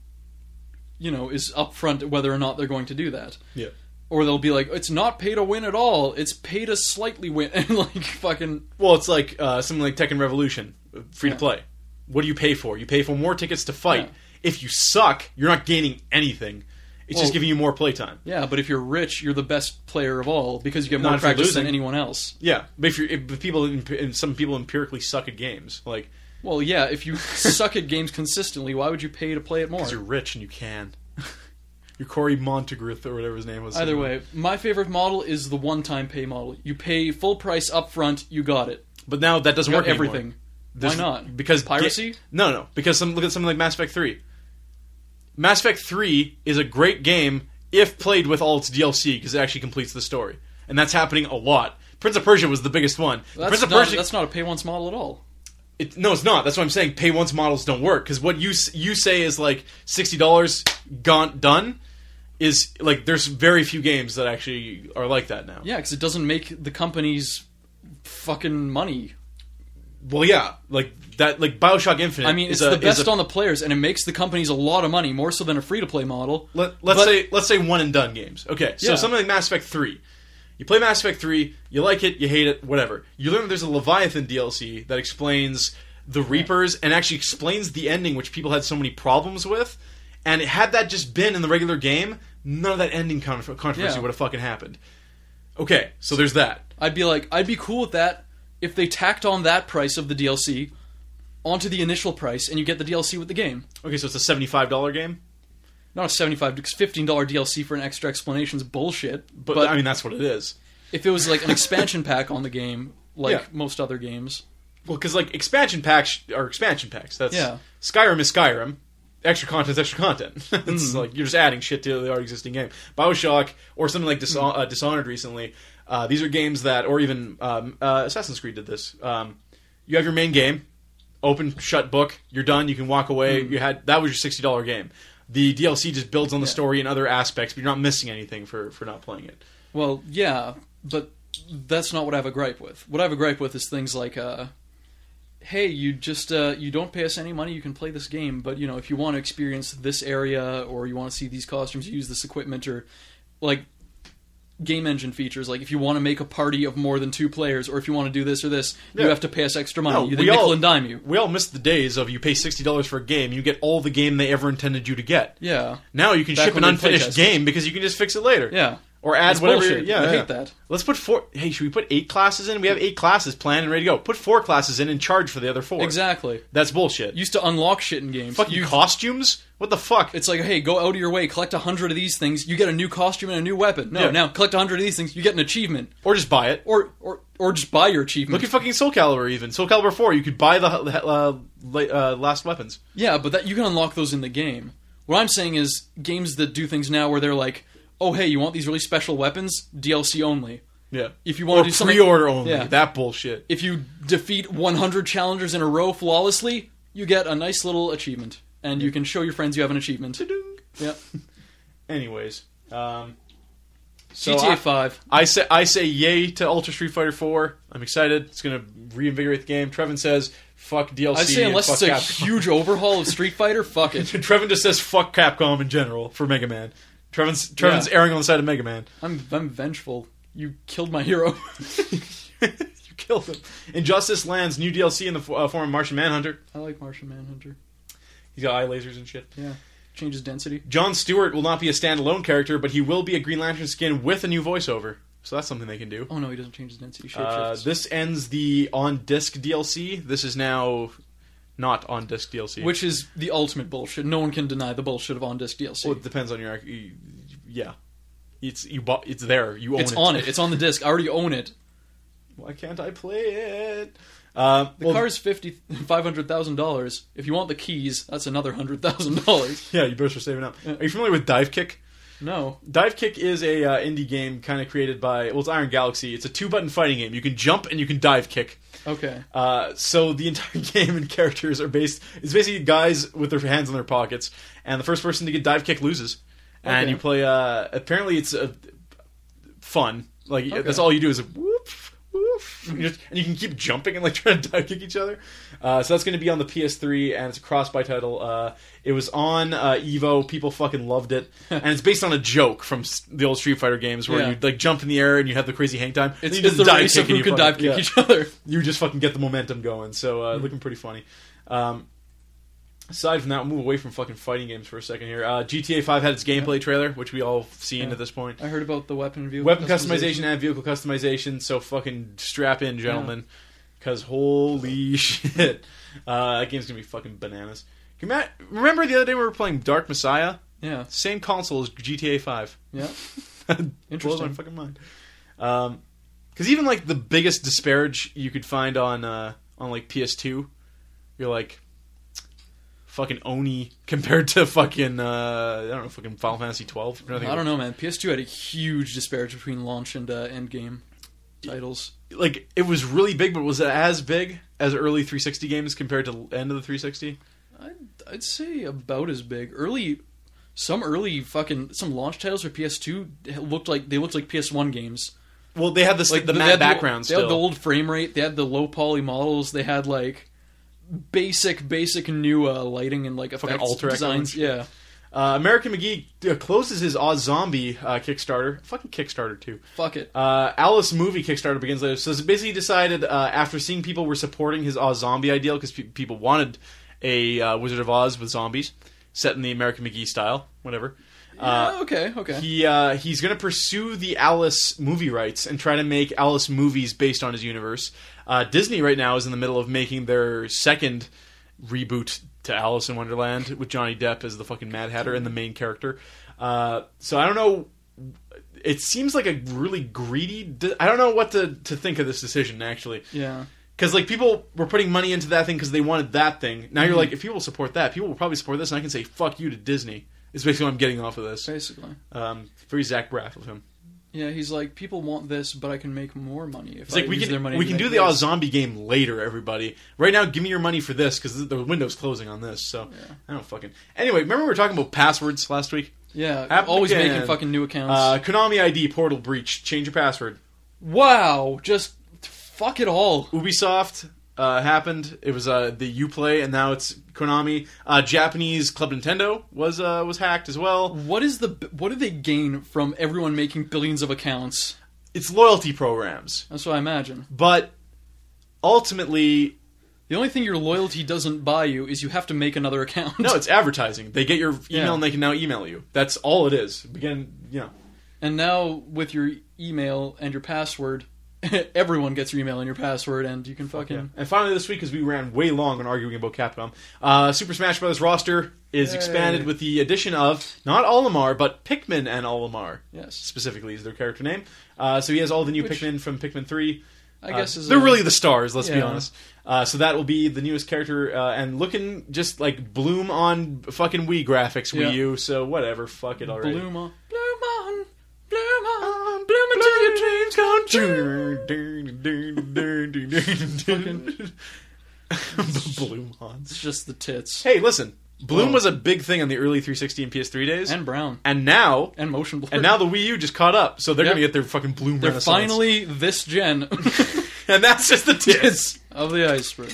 C: you know, is upfront whether or not they're going to do that.
B: yeah.
C: Or they'll be like, it's not pay to win at all, it's pay to slightly win. And, like, fucking.
B: Well, it's like uh, something like Tekken Revolution, free to
C: Yeah.
B: play. What do you pay for? You pay for more tickets to fight.
C: Yeah.
B: If you suck, you're not gaining anything. It's
C: Well-
B: just giving you more playtime.
C: Yeah, but if you're rich, you're the best player of all because you get
B: Not
C: more
B: if you're
C: practice
B: losing.
C: than anyone else.
B: Yeah, but if you're if the people in- and some people empirically suck at games, like
C: Well, yeah, if you suck at games consistently, why would you pay to play it more?
B: Because you're rich and you can. you're Corey Montegrith or whatever his name was.
C: Either way, my favorite model is the one-time pay model. You pay full price up front, you got it.
B: But now that doesn't
C: You
B: work
C: got everything.
B: anymore. There's-
C: Why not?
B: Because
C: Piracy?
B: ga- no, no. Because some look at something like Mass Effect Three. Mass Effect Three is a great game if played with all its DLC because it actually completes the story, and that's happening a lot. Prince of Persia was the biggest one. The
C: That's
B: Prince of
C: not,
B: Persia.
C: that's not a pay once model at all.
B: It, no, it's not. That's what I'm saying. Pay once models don't work because what you s- you say is like sixty dollars, gone done, is like there's very few games that actually are like that now.
C: Yeah, because it doesn't make the company's fucking money.
B: Well, yeah, like that, like Bioshock Infinite.
C: I mean, it's
B: is a-
C: the best
B: is a-
C: on the players, and it makes the companies a lot of money, more so than a free to play model.
B: Let, let's
C: but-
B: say let's say one and done games. Okay, so
C: Yeah.
B: something like Mass Effect Three, You play Mass Effect 3, you like it, you hate it, whatever. You learn that there's a Leviathan DLC that explains the Reapers and actually explains the ending, which people had so many problems with. And had that just been in the regular game, none of that ending con- controversy
C: Yeah.
B: would have fucking happened. Okay, so there's that.
C: I'd be like, I'd be cool with that if they tacked on that price of the DLC onto the initial price, and you get the DLC with the game.
B: Okay, so it's a seventy-five dollar game,
C: Not a seventy-five, because fifteen dollar DLC for an extra explanation is bullshit.
B: but, I mean that's what it is.
C: if it was like an expansion pack on the game, like
B: Yeah.
C: most other games,
B: Well, because like expansion packs are expansion packs. That's
C: Yeah.
B: Skyrim is Skyrim. Extra content's extra content. it's like you're just adding shit to the already existing game. Bioshock or something like Dis- uh, Dishonored recently. Uh, these are games that, or even um, uh, Assassin's Creed did this. Um, you have your main game, open shut book. You're done. You can walk away. You had that was your sixty dollar game. The DLC just builds on the story and other aspects, but you're not missing anything for for not playing it.
C: Well, yeah, but that's not what I have a gripe with. What I have a gripe with is things like, uh, hey, you just uh, you don't pay us any money, you can play this game, but you know if you want to experience this area or you want to see these costumes, use this equipment or like game engine features. Like if you want to make a party of more than two players, or if you want to do this or this,
B: Yeah.
C: you have to pay us extra money.
B: No,
C: you
B: we
C: they nickel
B: all-
C: and dime you.
B: We all missed the days of you pay sixty dollars for a game, you get all the game they ever intended you to get.
C: Yeah,
B: Now you can
C: Back
B: ship an
C: when they play
B: unfinished
C: tested.
B: game because you can just fix it later.
C: yeah.
B: Or add
C: That's
B: whatever.
C: bullshit.
B: Yeah,
C: I
B: yeah.
C: hate that.
B: Let's put four. Hey, should we put eight classes in? We have eight classes planned and ready to go. Put four classes in and charge for the other four.
C: Exactly.
B: That's bullshit.
C: Used to unlock shit in games.
B: fucking
C: You-
B: costumes? What the fuck?
C: It's like, hey, go out of your way, collect a hundred of these things, you get a new costume and a new weapon. No,
B: Yeah.
C: now collect a hundred of these things, you get an achievement,
B: or just buy it.
C: or or or just buy your achievement.
B: Look at fucking Soul Calibur. Even Soul Calibur Four, you could buy the uh, la- uh, last weapons.
C: yeah, but that you can unlock those in the game. What I'm saying is games that do things now where they're like, oh, hey, you want these really special weapons? DLC only.
B: Yeah.
C: If you
B: Or
C: want to do something,
B: pre-order only.
C: Yeah.
B: That bullshit.
C: If you defeat 100 challengers in a row flawlessly, you get a nice little achievement, and you can show your friends you have an achievement. Yeah.
B: Anyways, um, so
C: GTA
B: I-
C: 5.
B: I say I say yay to Ultra Street Fighter 4. I'm excited. It's going to reinvigorate the game. Trevin says fuck DLC.
C: I say
B: and
C: unless
B: fuck
C: it's
B: Capcom.
C: a huge overhaul of Street Fighter, fuck it.
B: Trevin just says fuck Capcom in general for Mega Man. Trevin's Trevin's
C: Yeah.
B: erring on the side of Mega Man.
C: I'm I'm vengeful. You killed my hero.
B: you killed him. Injustice lands new DLC in the fo- uh, form of Martian Manhunter.
C: I like Martian Manhunter.
B: He's got eye lasers and shit.
C: Yeah, changes density.
B: John Stewart will not be a standalone character, but he will be a Green Lantern skin with a new voiceover. So that's something they can do.
C: Oh no, he doesn't change his density. Shape
B: Uh,
C: shifts.
B: this ends the on disc DLC. This is now not on disc DLC.
C: which is the ultimate bullshit. No one can deny the bullshit of on disc DLC.
B: Well, it depends on your. ac- you- Yeah, it's you bought. It's there. You own
C: it's
B: it.
C: on it. It's on the disc. I already own it.
B: Why can't I play it? Um,
C: The
B: well,
C: car's fifty five hundred thousand dollars. If you want the keys, that's another hundred thousand dollars.
B: yeah, you better start saving up. Are you familiar with Dive Kick?
C: No,
B: Dive Kick is a uh, indie game kind of created by well, it's Iron Galaxy. It's a two button fighting game. You can jump and you can dive kick.
C: okay.
B: Uh, so the entire game and characters are based. It's basically guys with their hands in their pockets, and the first person to get dive kick loses. And
C: Okay.
B: you play. Uh, apparently, it's uh, fun. Like
C: Okay.
B: that's all you do is a whoop, whoop, and you, just, and you can keep jumping and like trying to dive kick each other. Uh, so that's going to be on the PS3, and it's a cross by title. Uh, it was on uh, Evo. People fucking loved it, and it's based on a joke from s- the old Street Fighter games where
C: Yeah.
B: you like jump in the air and you have the crazy hang time.
C: It's,
B: Then you
C: it's
B: just
C: the
B: dive
C: race
B: kick
C: of
B: and
C: who
B: you
C: can
B: fucking-
C: dive kick
B: yeah
C: each other.
B: you just fucking get the momentum going. So uh, looking pretty funny. Um, aside from that, we'll move away from fucking fighting games for a second here. Uh, GTA 5 had its gameplay trailer, which we all have seen
C: Yeah. Uh,
B: at this point.
C: I heard about the weapon view.
B: Weapon customization and vehicle customization. So fucking strap in, gentlemen, because holy shit, uh, that game's gonna be fucking bananas. Can you ma- Remember the other day we were playing Dark Messiah,
C: Yeah,
B: same console as GTA 5.
C: yeah.
B: Blows my
C: Interesting.
B: fucking mind. Um, because even like the biggest disparage you could find on uh, on like PS2, you're like fucking Oni compared to fucking uh, I don't know fucking Final Fantasy 12.
C: I don't know, man. PS2 had a huge disparage between launch and uh, end game titles.
B: Like it was really big, but was it as big as early 360 games compared to end of the 360?
C: I'd, I'd say about as big. Early, some early fucking some launch titles for PS2 looked like they looked like PS1 games.
B: Well, they had this
C: Like
B: the
C: they
B: matte
C: had
B: background
C: they
B: still.
C: had the old frame rate. They had the low poly models. They had like basic, basic new uh, lighting and like effects
B: Fucking Alterac
C: designs.
B: and shit.
C: Yeah,
B: Uh, American McGee uh, closes his Oz Zombie uh, Kickstarter. Fucking Kickstarter, too.
C: Fuck it.
B: Uh, Alice movie Kickstarter begins later. So it's basically he decided uh, after seeing people were supporting his Oz zombie ideal because pe- people wanted a uh, Wizard of Oz with zombies set in the American McGee style, whatever. Uh,
C: yeah, okay, okay.
B: he uh, he's gonna pursue the Alice movie rights and try to make Alice movies based on his universe. Uh, Disney right now is in the middle of making their second reboot to Alice in Wonderland with Johnny Depp as the fucking Mad Hatter and the main character. Uh, so I don't know. It seems like a really greedy. De- I don't know what to to think of this decision actually,
C: yeah.
B: because like people were putting money into that thing because they wanted that thing. Now you're like, if people support that, people will probably support this, and I can say fuck you to Disney. It's basically what I'm getting off of this
C: Basically.
B: um, very Zach Braff of him.
C: Yeah, he's like, people want this, but I can make more money if
B: It's
C: I
B: like we
C: use their
B: can
C: money.
B: we
C: to
B: can
C: make
B: do the
C: this.
B: Oz zombie game later, everybody. Right now, give me your money for this because the window's closing on this. So
C: Yeah.
B: I don't fucking. Anyway, remember we were talking about passwords last week.
C: Yeah,
B: Happen
C: always
B: again.
C: making fucking new accounts.
B: Uh, Konami ID portal breach. Change your password.
C: wow, just fuck it all.
B: Ubisoft uh, happened. It was uh, the UPlay, and now it's Konami. Uh, Japanese Club Nintendo was uh, was hacked as well.
C: What is the what do they gain from everyone making billions of accounts?
B: It's loyalty programs,
C: That's what I imagine.
B: but ultimately
C: The only thing your loyalty doesn't buy you is you have to make another account.
B: No, it's advertising. They get your email
C: Yeah.
B: and they can now email you. That's all it is. Again, you know,
C: and now with your email and your password, everyone gets your email and your password, and you can fucking.
B: yeah. And finally, this week, because we ran way long on arguing about Capcom, uh, Super Smash Bros. roster is
C: Yay.
B: expanded with the addition of not Olimar, but Pikmin and Olimar
C: Yes,
B: specifically is their character name. Uh, so he has all the new
C: Which-
B: Pikmin from Pikmin Three.
C: I
B: Uh,
C: guess is
B: they're
C: a-
B: really the stars. Let's be
C: Yeah.
B: honest. Uh, so that will be the newest character, uh, and looking just like Bloom on fucking Wii graphics,
C: Yeah.
B: Wii U. So whatever, fuck it already.
C: bloom on, bloom on, bloom on, bloom
B: Bloom
C: until your
B: until
C: dreams.
B: your Um, dreams come true. Bloom Hans.
C: It's just the tits
B: Hey, listen. Bloom
C: Whoa.
B: was a big thing on the early 360 and PS3 days, and,
C: Oh. and brown
B: now,
C: and motion blur.
B: and now the Wii U just caught up, so they're
C: Yep.
B: gonna get their fucking Bloom
C: they're
B: renaissance.
C: finally this gen
B: and that's just the tits.
C: of the iceberg.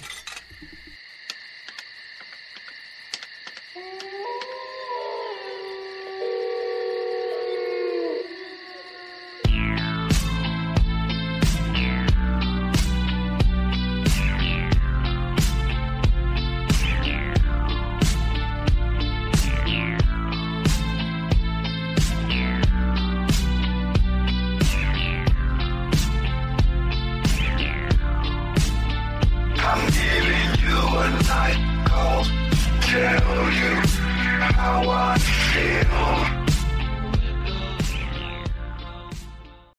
D: I'm giving you a night cold. Tell you how I feel.